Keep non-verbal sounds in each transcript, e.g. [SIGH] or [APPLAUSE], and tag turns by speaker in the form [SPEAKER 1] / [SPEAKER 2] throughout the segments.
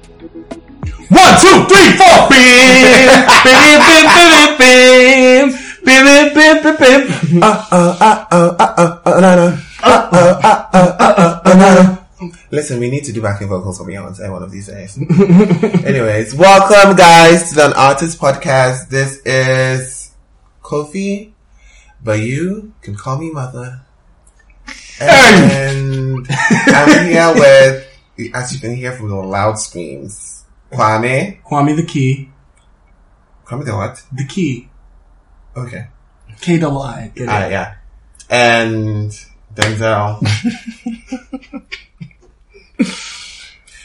[SPEAKER 1] One, two, three,
[SPEAKER 2] [LAUGHS]
[SPEAKER 1] four. Bam, bam, bam, bam, bam, bam, bam, bam, bam, bam. Uh, uh, uh, uh, uh, uh, uh, na, na. Uh, uh, uh, uh, uh, uh, na, na.
[SPEAKER 3] Listen, we need to do backing vocals for Beyonce one of these days. [LAUGHS] Anyways, welcome guys to the An Artist Podcast. This is Kofi, but you can call me mother. And I'm here with, as you can hear from the loud screams, Kwame.
[SPEAKER 1] Kwame the key,
[SPEAKER 3] Kwame the what?
[SPEAKER 1] the key,
[SPEAKER 3] Okay.
[SPEAKER 1] K double I. Get it?
[SPEAKER 3] Ah, yeah. And
[SPEAKER 2] [LAUGHS]
[SPEAKER 3] Denzel.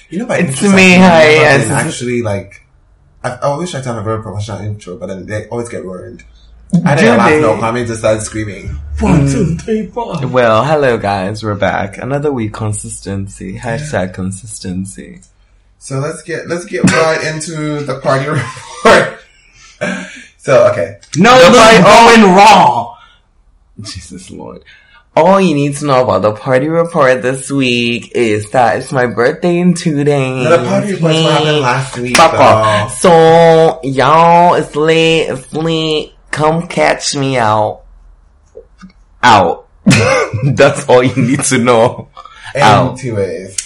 [SPEAKER 3] you know, my
[SPEAKER 2] It's
[SPEAKER 3] intros,
[SPEAKER 2] me,
[SPEAKER 3] like,
[SPEAKER 2] hi,
[SPEAKER 3] never
[SPEAKER 2] yes,
[SPEAKER 3] been
[SPEAKER 2] it's-
[SPEAKER 3] Actually, like, I, I always try to have a very professional intro, but then they always get ruined. I
[SPEAKER 2] Do
[SPEAKER 3] didn't laugh,
[SPEAKER 2] they?
[SPEAKER 3] no. Kwame just started screaming.
[SPEAKER 2] Mm.
[SPEAKER 1] One, two, three, four.
[SPEAKER 2] Well, hello guys, we're back. Another week consistency. Hashtag consistency.
[SPEAKER 3] So let's get let's get right into the party [LAUGHS] report. so okay,
[SPEAKER 1] No, no,
[SPEAKER 2] Nobody-
[SPEAKER 1] going raw.
[SPEAKER 2] Jesus Lord. All you need to know about the party report this week is that it's my birthday in two days.
[SPEAKER 3] the party report's what happened last week.
[SPEAKER 2] Fuck
[SPEAKER 3] though.
[SPEAKER 2] off. So, y'all, it's late, it's late. Come catch me out. Out. [LAUGHS] That's all you need to know. Ow.
[SPEAKER 3] Anyways,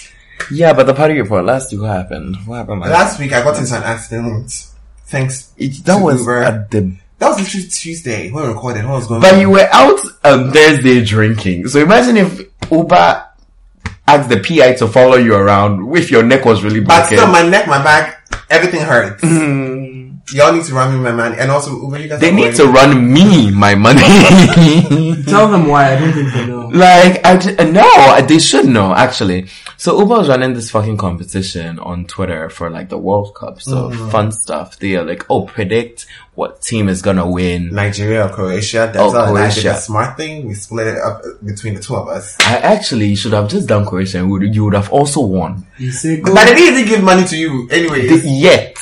[SPEAKER 2] Yeah, but the party report, last week, what happened? What happened? last-
[SPEAKER 3] last week I got into an accident. Thanks.
[SPEAKER 2] It- that
[SPEAKER 3] to
[SPEAKER 2] was
[SPEAKER 3] Uber.
[SPEAKER 2] a deb-
[SPEAKER 3] That was literally Tuesday when we recorded. What was going
[SPEAKER 2] But
[SPEAKER 3] on?
[SPEAKER 2] you were out on Thursday drinking. So imagine if Uber asked the PI to follow you around if your neck was really
[SPEAKER 3] But
[SPEAKER 2] broken.
[SPEAKER 3] still, my neck, my back, everything hurts.
[SPEAKER 2] Mm. [LAUGHS]
[SPEAKER 3] Y'all need to run me my money, and also Uber, you guys.
[SPEAKER 2] they
[SPEAKER 3] are
[SPEAKER 2] need to
[SPEAKER 3] going-
[SPEAKER 2] run me my [LAUGHS] money.
[SPEAKER 1] Tell them why. I don't think they know.
[SPEAKER 2] Like, I d- uh, no, they should know, actually. So Uber was running this fucking competition on Twitter for like the World Cup. So
[SPEAKER 3] Mm-hmm.
[SPEAKER 2] fun stuff. They are like, oh, predict what team is gonna win.
[SPEAKER 3] Nigeria or Croatia. That's
[SPEAKER 2] Oh,
[SPEAKER 3] all. And I did
[SPEAKER 2] Croatia.
[SPEAKER 3] a smart thing. We split it up uh, between the two of us.
[SPEAKER 2] I actually should have just done Croatia. and would- You would have also won.
[SPEAKER 1] You say go.
[SPEAKER 3] But they didn't even give money to you, anyways.
[SPEAKER 2] Yet.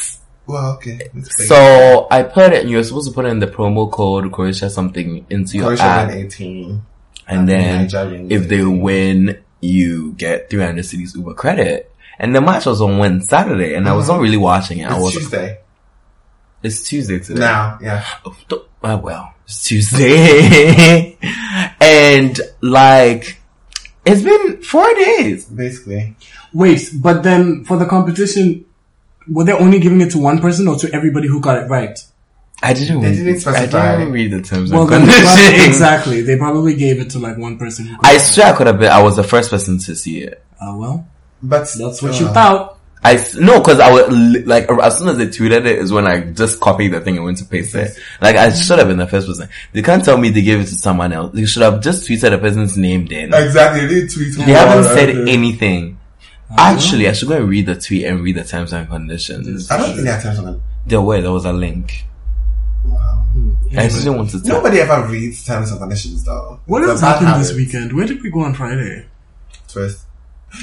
[SPEAKER 3] well, okay. Let's see.
[SPEAKER 2] So I put it. You're supposed to put in the promo code Croatia something into your
[SPEAKER 3] Croatia
[SPEAKER 2] app,
[SPEAKER 3] won eighteen.
[SPEAKER 2] and then
[SPEAKER 3] Nigerians
[SPEAKER 2] if they
[SPEAKER 3] eighteen.
[SPEAKER 2] win, you get 300 cities Uber credit. And the match was on when Saturday, and I was not really watching it. I
[SPEAKER 3] Uh-huh. it's
[SPEAKER 2] was.
[SPEAKER 3] Tuesday
[SPEAKER 2] It's Tuesday today.
[SPEAKER 3] now. Yeah,
[SPEAKER 2] Oh, well, it's Tuesday, [LAUGHS] and like it's been four days.
[SPEAKER 3] basically.
[SPEAKER 1] Wait, but then for the competition, were they only giving it to one person or to everybody who got it right?
[SPEAKER 2] I didn't.
[SPEAKER 3] They didn't specify.
[SPEAKER 2] I didn't read the terms
[SPEAKER 1] Well,
[SPEAKER 2] and
[SPEAKER 1] then they
[SPEAKER 2] conditions.
[SPEAKER 1] probably,
[SPEAKER 2] [LAUGHS]
[SPEAKER 1] exactly. They probably gave it to like one person. Who
[SPEAKER 2] I swear I could have been. I was the first person to see it.
[SPEAKER 1] Oh well,
[SPEAKER 3] But
[SPEAKER 1] that's what you
[SPEAKER 3] uh,
[SPEAKER 1] thought.
[SPEAKER 2] I s- no, because I was li- like as soon as they tweeted it is when I just copied the thing and went to paste it. Like I should have been the first person. They can't tell me they gave it to someone else. They should have just tweeted a person's name. Then
[SPEAKER 3] Exactly. They didn't tweet.
[SPEAKER 2] they haven't said anything. Actually, I should go and read the tweet and read the terms and conditions.
[SPEAKER 3] I don't think they had terms of en-
[SPEAKER 2] There were there was a link. I just didn't want to tell.
[SPEAKER 3] Nobody ever reads terms and conditions, though.
[SPEAKER 1] What
[SPEAKER 3] It's a
[SPEAKER 1] else
[SPEAKER 3] bad
[SPEAKER 1] happened this
[SPEAKER 3] habit.
[SPEAKER 1] weekend? Where did we go on Friday?
[SPEAKER 3] Twist.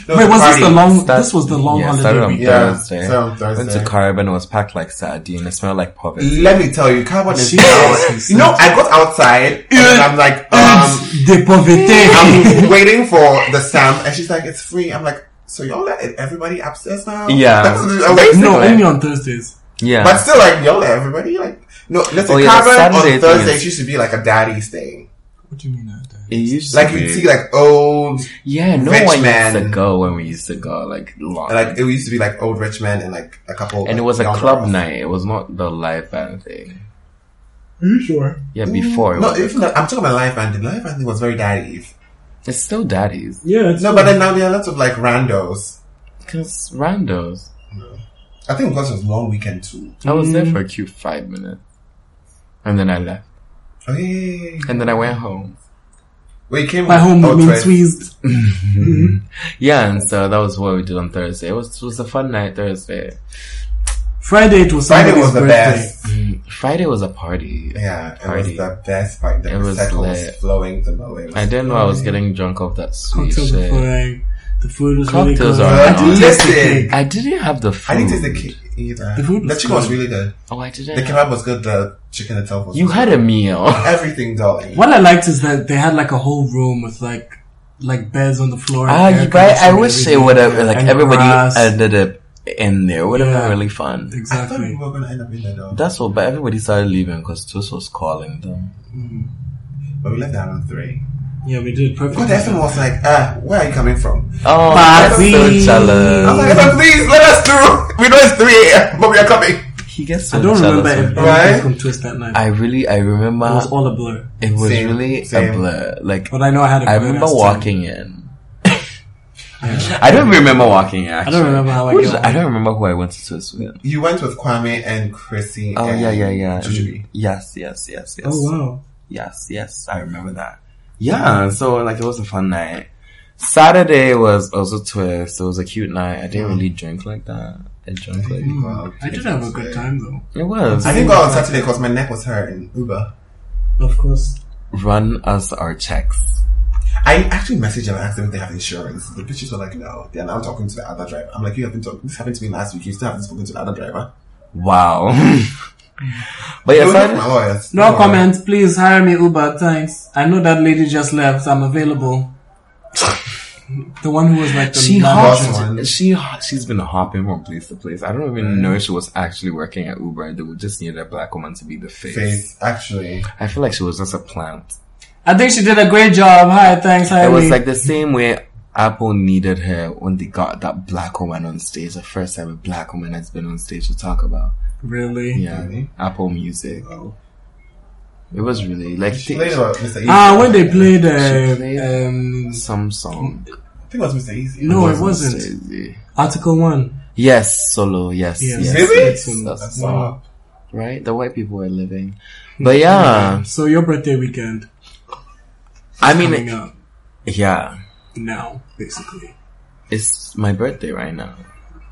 [SPEAKER 3] No,
[SPEAKER 1] [LAUGHS] Wait,
[SPEAKER 3] the
[SPEAKER 1] was this
[SPEAKER 3] party.
[SPEAKER 1] the long?
[SPEAKER 2] Start-
[SPEAKER 1] this was the long
[SPEAKER 2] yeah, started
[SPEAKER 1] holiday
[SPEAKER 2] on
[SPEAKER 1] weekend.
[SPEAKER 3] Yeah,
[SPEAKER 2] Thursday.
[SPEAKER 3] started on
[SPEAKER 2] Went to
[SPEAKER 3] Thursday.
[SPEAKER 2] Carib and it was packed like sardine. It smelled like poverty.
[SPEAKER 3] Let me tell you, carbon is
[SPEAKER 1] Jesus.
[SPEAKER 3] down. You know, I got
[SPEAKER 1] [LAUGHS]
[SPEAKER 3] outside and then I'm like, um,
[SPEAKER 1] de [LAUGHS] pauvreté.
[SPEAKER 3] I'm waiting for the stamp, and she's like, it's free. I'm like, so y'all let everybody upstairs now?
[SPEAKER 2] Yeah.
[SPEAKER 3] [LAUGHS] That's, I'm like,
[SPEAKER 1] no,
[SPEAKER 2] Basically.
[SPEAKER 1] only on Thursdays.
[SPEAKER 2] Yeah,
[SPEAKER 3] but still, like, y'all let everybody like. No, listen,
[SPEAKER 2] Oh, yeah, the
[SPEAKER 3] carbon
[SPEAKER 2] Saturday
[SPEAKER 3] on
[SPEAKER 2] thing
[SPEAKER 3] Thursday
[SPEAKER 2] is-
[SPEAKER 3] used to be like a daddy's thing.
[SPEAKER 1] What do you mean? uh,
[SPEAKER 2] it used to
[SPEAKER 3] Like you
[SPEAKER 2] be-
[SPEAKER 3] would see like old,
[SPEAKER 2] Yeah, no
[SPEAKER 3] Rich
[SPEAKER 2] one used to
[SPEAKER 3] man.
[SPEAKER 2] go when we used to go, like long.
[SPEAKER 3] like it used to be like old rich men and like a couple.
[SPEAKER 2] and it
[SPEAKER 3] like,
[SPEAKER 2] was a
[SPEAKER 3] young
[SPEAKER 2] club
[SPEAKER 3] girls.
[SPEAKER 2] night. It was not the live band thing.
[SPEAKER 1] Are you sure?
[SPEAKER 2] Yeah, before it
[SPEAKER 3] Mm, No,
[SPEAKER 2] was.
[SPEAKER 3] even though- I'm talking about live banding. Live banding was very daddy's.
[SPEAKER 2] it's still daddies.
[SPEAKER 1] Yeah. It's
[SPEAKER 3] No, but then now there are lots of like randos.
[SPEAKER 2] Cause randos.
[SPEAKER 3] I think because it was long weekend too.
[SPEAKER 2] I was there for a cute five minutes, and then I left.
[SPEAKER 3] Oh, yeah, yeah, yeah.
[SPEAKER 2] And then I went home.
[SPEAKER 3] Well, you came
[SPEAKER 1] My home
[SPEAKER 3] oh,
[SPEAKER 1] being
[SPEAKER 3] right.
[SPEAKER 1] squeezed.
[SPEAKER 2] Yeah, and so that was what we did on Thursday. It was, it was a fun night Thursday.
[SPEAKER 1] Friday it was
[SPEAKER 3] Friday
[SPEAKER 1] somebody's
[SPEAKER 3] was the
[SPEAKER 1] birthday.
[SPEAKER 3] best.
[SPEAKER 2] Friday was a party.
[SPEAKER 3] Mm. Yeah, it was
[SPEAKER 2] Party.
[SPEAKER 3] the best part. The
[SPEAKER 2] It was
[SPEAKER 3] prosecco was
[SPEAKER 2] lit.
[SPEAKER 3] flowing the way.
[SPEAKER 2] I didn't know I was getting drunk off that sweet
[SPEAKER 1] Cocktails were
[SPEAKER 2] shit.
[SPEAKER 1] fine. The food was really
[SPEAKER 2] Cocktails
[SPEAKER 1] good.
[SPEAKER 2] are
[SPEAKER 1] I
[SPEAKER 2] not.
[SPEAKER 1] didn't taste the
[SPEAKER 3] Listen.
[SPEAKER 1] cake.
[SPEAKER 2] I didn't have the food.
[SPEAKER 3] I didn't taste the cake either.
[SPEAKER 1] The food
[SPEAKER 3] the
[SPEAKER 1] was
[SPEAKER 3] chicken was
[SPEAKER 1] good.
[SPEAKER 3] really good.
[SPEAKER 2] Oh, I didn't.
[SPEAKER 3] The kebab was good. The chicken itself was.
[SPEAKER 2] you
[SPEAKER 3] good.
[SPEAKER 2] had a
[SPEAKER 1] [LAUGHS]
[SPEAKER 2] meal.
[SPEAKER 3] everything, darling.
[SPEAKER 1] What I liked is that they had like a whole room with like like beds on the floor. and
[SPEAKER 2] Ah,
[SPEAKER 1] air
[SPEAKER 2] you right. I
[SPEAKER 1] conditioning
[SPEAKER 2] wish they
[SPEAKER 1] and
[SPEAKER 2] would have
[SPEAKER 1] everything.
[SPEAKER 2] like
[SPEAKER 1] And
[SPEAKER 2] everybody
[SPEAKER 1] grass.
[SPEAKER 2] ended up in there. Would have
[SPEAKER 1] Yeah.
[SPEAKER 2] been really fun.
[SPEAKER 3] I thought we
[SPEAKER 1] Exactly.
[SPEAKER 3] were gonna end up in there though,
[SPEAKER 2] That's all. But everybody started leaving because Twist was calling them.
[SPEAKER 3] but we left that on three.
[SPEAKER 1] Yeah, we did perfect.
[SPEAKER 3] But Evan was like, "Ah, where are you coming from?"
[SPEAKER 2] Oh,
[SPEAKER 1] Bobby.
[SPEAKER 2] I'm so
[SPEAKER 3] I was
[SPEAKER 2] jealous.
[SPEAKER 3] like,
[SPEAKER 1] Mm.
[SPEAKER 3] "Evan, please let us through. [LAUGHS] We know it's three a.m., but we are coming."
[SPEAKER 2] He gets so
[SPEAKER 1] I don't
[SPEAKER 2] jealous.
[SPEAKER 1] remember if
[SPEAKER 2] when-
[SPEAKER 1] anything
[SPEAKER 3] Right?
[SPEAKER 1] from Twist that night.
[SPEAKER 2] I uh, really, I remember
[SPEAKER 1] it was all a blur.
[SPEAKER 2] it was
[SPEAKER 3] Same,
[SPEAKER 2] really a
[SPEAKER 3] same.
[SPEAKER 2] blur. Like
[SPEAKER 1] But I know I had a
[SPEAKER 2] I
[SPEAKER 1] good
[SPEAKER 2] remember
[SPEAKER 1] ass time.
[SPEAKER 2] walking in.
[SPEAKER 1] Yeah.
[SPEAKER 2] I don't remember walking in. Actually.
[SPEAKER 1] remember how I
[SPEAKER 2] Who
[SPEAKER 1] got
[SPEAKER 2] did-
[SPEAKER 1] home.
[SPEAKER 2] I don't remember who I went to Swiss with.
[SPEAKER 3] You went with Kwame and Chrissy.
[SPEAKER 2] Oh
[SPEAKER 3] and
[SPEAKER 2] yeah, yeah, yeah.
[SPEAKER 3] Jujubi.
[SPEAKER 2] Yes, yes, yes, yes.
[SPEAKER 1] Oh wow.
[SPEAKER 2] Yes, yes, I remember that. Yeah, so like it was a fun night. Saturday was also twist. It was a cute night. I didn't really drink like that. I drank like
[SPEAKER 3] Wow.
[SPEAKER 1] I did have a good time though.
[SPEAKER 2] it was
[SPEAKER 3] I didn't go on Saturday because my neck was hurting. Uber.
[SPEAKER 1] Of course.
[SPEAKER 2] run us our checks.
[SPEAKER 3] I actually messaged them and asked them if they have insurance. The bitches were like, no. They're now talking to the other driver. I'm like, you haven't talked. This happened to me last week. You still haven't spoken to the other driver.
[SPEAKER 2] Wow. [LAUGHS] but yeah,
[SPEAKER 3] Don't hit my
[SPEAKER 2] Saturday,
[SPEAKER 3] lawyers.
[SPEAKER 1] No
[SPEAKER 3] Don't worry.
[SPEAKER 1] comments, please hire me Uber, thanks. I know that lady just left, I'm [LAUGHS] available. the one who was like the
[SPEAKER 2] she
[SPEAKER 1] loudest.
[SPEAKER 3] hopped. one.
[SPEAKER 2] hopped. She ho- she's been hopping from place to place. I don't even know if she was actually working at Uber. They would just need a black woman to be the face.
[SPEAKER 3] Face, actually.
[SPEAKER 2] I feel like she was just a plant.
[SPEAKER 1] I think she did a great job. Hi, thanks, hire
[SPEAKER 2] It was
[SPEAKER 1] me.
[SPEAKER 2] like the same way Apple needed her when they got that black woman on stage. The first ever black woman that's been on stage to talk about.
[SPEAKER 1] really?
[SPEAKER 2] Yeah.
[SPEAKER 3] Really?
[SPEAKER 2] Apple Music.
[SPEAKER 3] Oh.
[SPEAKER 2] It was really like
[SPEAKER 3] She
[SPEAKER 2] they-
[SPEAKER 3] played about Mr. Easy.
[SPEAKER 1] Ah, when they played,
[SPEAKER 2] She
[SPEAKER 1] uh,
[SPEAKER 2] played-
[SPEAKER 1] um,
[SPEAKER 2] some song.
[SPEAKER 3] I think it was Mr. Easy.
[SPEAKER 1] No, it
[SPEAKER 3] was
[SPEAKER 1] wasn't.
[SPEAKER 2] Crazy.
[SPEAKER 1] Article 1.
[SPEAKER 2] Yes, solo. Yes,
[SPEAKER 1] Yes.
[SPEAKER 2] yes.
[SPEAKER 3] Really?
[SPEAKER 2] yes,
[SPEAKER 1] That's
[SPEAKER 2] that's-
[SPEAKER 1] one.
[SPEAKER 3] Wow.
[SPEAKER 2] right. The white people were living. But yeah,
[SPEAKER 1] Um, So your birthday weekend
[SPEAKER 2] I
[SPEAKER 1] coming
[SPEAKER 2] mean,
[SPEAKER 1] up
[SPEAKER 2] yeah,
[SPEAKER 1] now, basically.
[SPEAKER 2] it's my birthday right now.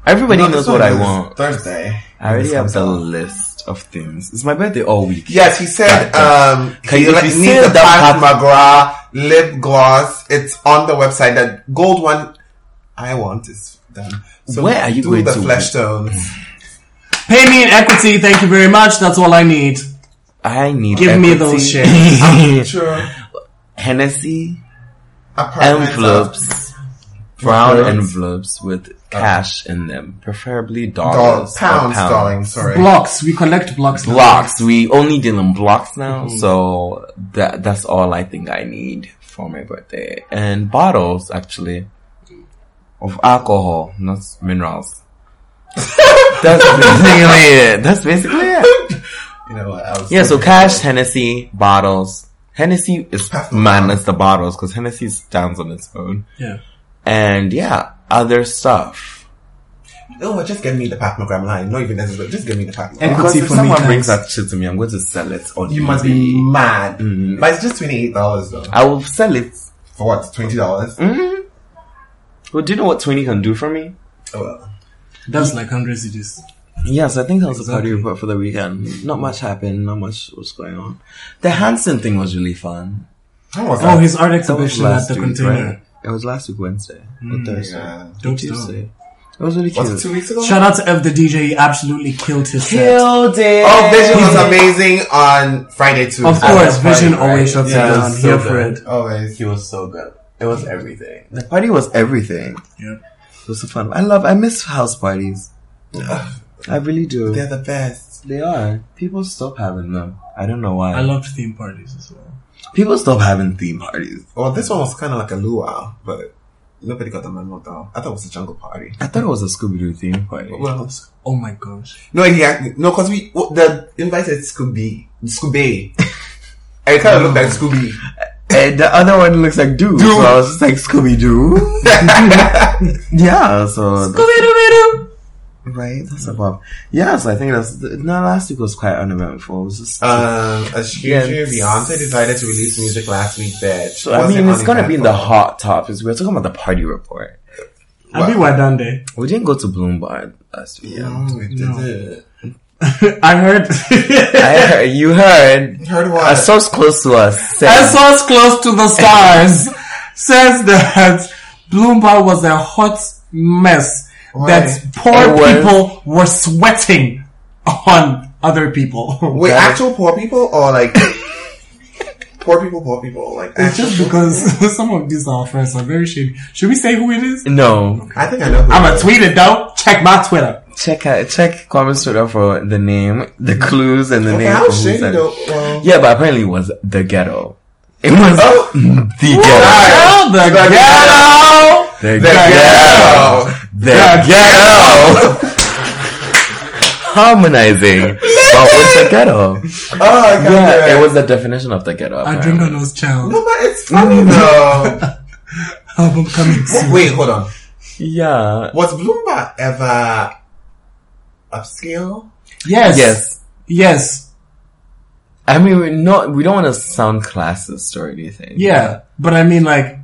[SPEAKER 2] Everybody
[SPEAKER 3] No,
[SPEAKER 2] knows
[SPEAKER 3] this
[SPEAKER 2] what
[SPEAKER 3] one
[SPEAKER 2] I
[SPEAKER 3] is
[SPEAKER 2] want.
[SPEAKER 3] Thursday.
[SPEAKER 2] I already
[SPEAKER 3] This
[SPEAKER 2] have
[SPEAKER 3] comes
[SPEAKER 2] the
[SPEAKER 3] out.
[SPEAKER 2] list of things. It's my birthday all week.
[SPEAKER 3] Yes, he said um,
[SPEAKER 2] Can
[SPEAKER 3] he
[SPEAKER 2] you-
[SPEAKER 3] like,
[SPEAKER 2] if you
[SPEAKER 3] needs
[SPEAKER 2] say
[SPEAKER 3] a
[SPEAKER 2] that
[SPEAKER 3] Pat
[SPEAKER 2] part-
[SPEAKER 3] McGrath lip gloss. It's on the website. That gold one I want is done.
[SPEAKER 2] Where are you
[SPEAKER 3] do
[SPEAKER 2] going
[SPEAKER 3] the
[SPEAKER 2] to?
[SPEAKER 3] flesh tones?
[SPEAKER 1] Pay me in equity, thank you very much, that's all I need.
[SPEAKER 2] I need
[SPEAKER 1] Give me
[SPEAKER 2] equity. [LAUGHS]
[SPEAKER 1] those [LAUGHS]
[SPEAKER 3] True.
[SPEAKER 2] Hennessy
[SPEAKER 3] Apartment
[SPEAKER 2] envelopes, brown
[SPEAKER 3] Envelopes.
[SPEAKER 2] envelopes with cash in them, preferably
[SPEAKER 3] Doll,
[SPEAKER 2] dollars, or
[SPEAKER 3] pounds, darling. Sorry.
[SPEAKER 1] Blocks, we collect blocks. now.
[SPEAKER 2] Blocks. We only deal in blocks now, so that that's all I think I need for my birthday. And bottles, actually, of alcohol, not
[SPEAKER 3] [LAUGHS]
[SPEAKER 2] minerals. that's basically it. That's basically it.
[SPEAKER 3] You know what? I was
[SPEAKER 2] Yeah, so cash, Hennessy, bottles. Hennessy is
[SPEAKER 3] Half the
[SPEAKER 2] minus the bottles because Hennessy stands on its own.
[SPEAKER 1] Yeah.
[SPEAKER 2] And yeah, other stuff.
[SPEAKER 3] Oh, just give me the Pat McGrath line. Not even necessary. Just give me the Pat McGrath.
[SPEAKER 1] Equity
[SPEAKER 2] Because if
[SPEAKER 1] for me,
[SPEAKER 2] someone
[SPEAKER 1] thanks.
[SPEAKER 2] brings that shit to me, I'm going to sell it on
[SPEAKER 3] You must
[SPEAKER 2] eBay.
[SPEAKER 3] be mad. Mm-hmm. But it's just twenty eight dollars though.
[SPEAKER 2] I will sell it.
[SPEAKER 3] For what? Twenty dollars?
[SPEAKER 2] Mm-hmm. Well, do you know what 20 can do for me?
[SPEAKER 3] Oh well.
[SPEAKER 1] That's like 100 cities.
[SPEAKER 2] Yes, I think that was the party
[SPEAKER 1] Exactly.
[SPEAKER 2] report for the weekend. Not much happened. Not much was going on. The Hanson thing was really fun.
[SPEAKER 3] How was
[SPEAKER 1] Oh,
[SPEAKER 3] that?
[SPEAKER 1] his art
[SPEAKER 2] That was
[SPEAKER 1] exhibition at
[SPEAKER 2] last
[SPEAKER 1] the
[SPEAKER 2] week,
[SPEAKER 1] container.
[SPEAKER 2] right? It was last week Wednesday or Thursday.
[SPEAKER 3] Hmm, yeah.
[SPEAKER 1] Dope stuff.
[SPEAKER 2] Tuesday. It was really cute.
[SPEAKER 3] Was it two weeks ago?
[SPEAKER 1] Shout out to F the DJ, he absolutely killed his set.
[SPEAKER 2] Killed it.
[SPEAKER 3] Oh, Vision was amazing on Friday too.
[SPEAKER 1] Of
[SPEAKER 3] At
[SPEAKER 1] course,
[SPEAKER 3] the party,
[SPEAKER 1] Vision
[SPEAKER 3] right?
[SPEAKER 1] always shuts
[SPEAKER 3] Yeah,
[SPEAKER 1] it down.
[SPEAKER 2] so
[SPEAKER 1] Here
[SPEAKER 2] good.
[SPEAKER 1] for it.
[SPEAKER 3] Always.
[SPEAKER 2] He was so good. It was everything. The party was everything.
[SPEAKER 1] Yeah.
[SPEAKER 2] It was so fun. I love. I miss house parties. I really do.
[SPEAKER 3] They're the best.
[SPEAKER 2] They are. People stop having them. I don't know why.
[SPEAKER 1] I loved theme parties as well.
[SPEAKER 2] People stop having theme parties.
[SPEAKER 3] Well, this one was kind of like a luau, but nobody got the memo though. I thought it was a jungle party.
[SPEAKER 2] I thought it was a Scooby Doo theme party.
[SPEAKER 3] Well,
[SPEAKER 1] Oh my gosh.
[SPEAKER 3] no, yeah, no, because we well, the invited Scooby, [LAUGHS] Scooby. I kind of looked like Scooby.
[SPEAKER 2] [LAUGHS] And the other one looks like Doo. So I was just like Scooby Doo. yeah. So Right, that's a bomb. Yeah, so I think that's no. Last week was quite uneventful. It was just,
[SPEAKER 3] Um, as
[SPEAKER 2] Yeah.
[SPEAKER 3] usual, Beyonce decided to release music last week that
[SPEAKER 2] so I mean, it's gonna be in the hot topics. We We're talking about the party report.
[SPEAKER 3] Wow.
[SPEAKER 1] I be why
[SPEAKER 2] [LAUGHS]
[SPEAKER 1] done there.
[SPEAKER 2] We didn't go to Bloomberg last week.
[SPEAKER 3] No, it
[SPEAKER 1] No.
[SPEAKER 3] didn't.
[SPEAKER 1] I [LAUGHS] heard.
[SPEAKER 2] I heard you heard
[SPEAKER 3] Heard
[SPEAKER 2] a
[SPEAKER 3] what?
[SPEAKER 2] source close to us [LAUGHS]
[SPEAKER 1] A
[SPEAKER 2] said
[SPEAKER 1] source close to the stars says that Bloomberg was a hot mess.
[SPEAKER 3] Why?
[SPEAKER 1] That poor
[SPEAKER 2] It was-
[SPEAKER 1] people were sweating on other people.
[SPEAKER 3] Wait,
[SPEAKER 2] That-
[SPEAKER 3] actual poor people or
[SPEAKER 2] [LAUGHS]
[SPEAKER 3] like poor people, poor people? Like
[SPEAKER 1] [LAUGHS] It's
[SPEAKER 3] actual
[SPEAKER 1] just
[SPEAKER 3] poor
[SPEAKER 1] because [LAUGHS] some of these our friends are very shady. Should we say who it is?
[SPEAKER 2] no.
[SPEAKER 3] people? I think I know. Who
[SPEAKER 1] I'ma
[SPEAKER 3] it is.
[SPEAKER 1] tweet it though. Check my Twitter.
[SPEAKER 2] Check out check comments Twitter for the name, the clues, and the
[SPEAKER 3] Okay,
[SPEAKER 2] name.
[SPEAKER 3] how
[SPEAKER 2] for who
[SPEAKER 3] shady
[SPEAKER 2] said- [LAUGHS]
[SPEAKER 3] though? Well,
[SPEAKER 2] Yeah, but apparently it was the ghetto. It was
[SPEAKER 3] Oh.
[SPEAKER 2] [LAUGHS] the
[SPEAKER 3] Wow.
[SPEAKER 2] ghetto.
[SPEAKER 1] Tell the ghetto.
[SPEAKER 2] The,
[SPEAKER 3] ghetto.
[SPEAKER 2] ghetto. The ghetto. [LAUGHS] Harmonizing, but with the ghetto.
[SPEAKER 3] Oh, I got
[SPEAKER 2] Yeah,
[SPEAKER 3] it.
[SPEAKER 2] it was the definition of the ghetto.
[SPEAKER 1] I drink
[SPEAKER 2] apparently.
[SPEAKER 1] on those child.
[SPEAKER 3] No, but
[SPEAKER 2] [LAUGHS]
[SPEAKER 3] it's funny
[SPEAKER 2] Mm-hmm.
[SPEAKER 3] though.
[SPEAKER 1] Album coming soon.
[SPEAKER 3] Wait, hold on.
[SPEAKER 2] Yeah.
[SPEAKER 3] Was Bloomberg ever upscale?
[SPEAKER 1] Yes.
[SPEAKER 2] Yes.
[SPEAKER 1] Yes.
[SPEAKER 2] I mean, we're not. We don't want to sound classist or anything.
[SPEAKER 1] Yeah. But I mean like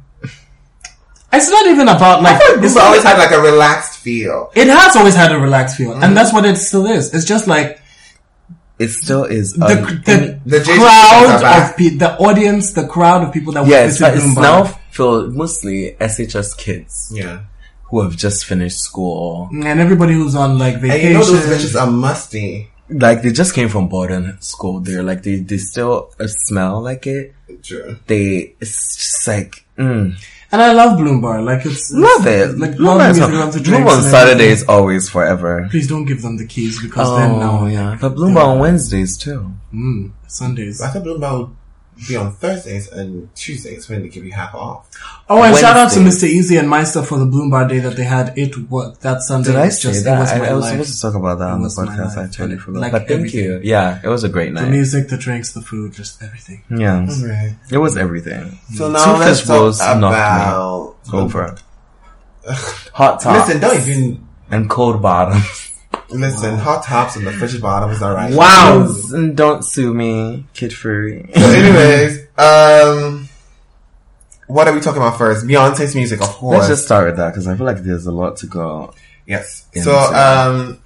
[SPEAKER 1] it's not even about like it's
[SPEAKER 3] Bloomberg always had like a relaxed feel.
[SPEAKER 1] It has always had a relaxed feel, and that's what it still is. It's just like
[SPEAKER 2] it still is.
[SPEAKER 1] the
[SPEAKER 2] un-
[SPEAKER 1] the,
[SPEAKER 3] The JJ are
[SPEAKER 1] crowd
[SPEAKER 3] back.
[SPEAKER 1] of pe- the audience, the crowd of people that
[SPEAKER 2] yeah,
[SPEAKER 1] were
[SPEAKER 2] it's,
[SPEAKER 1] visiting
[SPEAKER 2] it's
[SPEAKER 1] Bloomberg.
[SPEAKER 2] now filled mostly SHS kids
[SPEAKER 3] Yeah.
[SPEAKER 2] who have just finished school.
[SPEAKER 1] and everybody who's on like
[SPEAKER 3] And
[SPEAKER 1] vacation.
[SPEAKER 3] you know those bitches are musty.
[SPEAKER 2] Like they just came from boarding school. They're like they they still uh, smell like it.
[SPEAKER 3] True.
[SPEAKER 2] They it's just like mm,
[SPEAKER 1] and I love Bloomberg. Like it's
[SPEAKER 2] love
[SPEAKER 1] it's-
[SPEAKER 2] it.
[SPEAKER 1] Like
[SPEAKER 2] Bloom
[SPEAKER 1] love
[SPEAKER 2] on-
[SPEAKER 1] music, love to
[SPEAKER 2] Bloom
[SPEAKER 1] drinks
[SPEAKER 2] on
[SPEAKER 1] and
[SPEAKER 2] Saturday
[SPEAKER 1] everything.
[SPEAKER 2] is always forever.
[SPEAKER 1] Please don't give them the keys because then
[SPEAKER 2] Oh
[SPEAKER 1] now
[SPEAKER 2] yeah, but Bloom on Wednesdays too.
[SPEAKER 1] mm, Sundays.
[SPEAKER 3] I thought Bloomberg would be on Thursdays and Tuesdays when they give you half off.
[SPEAKER 1] Oh, and shout out to Mr.
[SPEAKER 2] Wednesdays.
[SPEAKER 1] Easy and Meister for the Bloomberg day that they had. It was that Sunday.
[SPEAKER 2] Did I
[SPEAKER 1] was
[SPEAKER 2] say
[SPEAKER 1] just,
[SPEAKER 2] that?
[SPEAKER 1] It was
[SPEAKER 2] I,
[SPEAKER 1] my
[SPEAKER 2] I was
[SPEAKER 1] life.
[SPEAKER 2] supposed to talk about that
[SPEAKER 1] It
[SPEAKER 2] on the
[SPEAKER 1] was my
[SPEAKER 2] podcast. I
[SPEAKER 1] life,
[SPEAKER 2] totally
[SPEAKER 1] but,
[SPEAKER 2] forgot.
[SPEAKER 1] like,
[SPEAKER 2] but thank you.
[SPEAKER 1] everything.
[SPEAKER 2] Yeah, it was a great
[SPEAKER 1] the
[SPEAKER 2] night.
[SPEAKER 1] music, the drinks, the food, just everything.
[SPEAKER 2] Yeah,
[SPEAKER 3] Right.
[SPEAKER 2] it was everything.
[SPEAKER 3] So now
[SPEAKER 2] Two
[SPEAKER 3] let's talk
[SPEAKER 2] festivals knocked me
[SPEAKER 3] about
[SPEAKER 2] Over. Hot tops.
[SPEAKER 3] Listen, don't even
[SPEAKER 2] and cold bottoms.
[SPEAKER 3] listen. Hot tops and the frigid bottoms are right.
[SPEAKER 2] And don't sue me, Kid Fury.
[SPEAKER 3] So anyways, um, what are we talking about first? Beyonce's music, of
[SPEAKER 2] [LAUGHS]
[SPEAKER 3] course.
[SPEAKER 2] Let's just start with that because I feel like there's a lot to go.
[SPEAKER 3] yes.
[SPEAKER 2] Yeah,
[SPEAKER 3] So
[SPEAKER 2] let's do that.
[SPEAKER 3] um,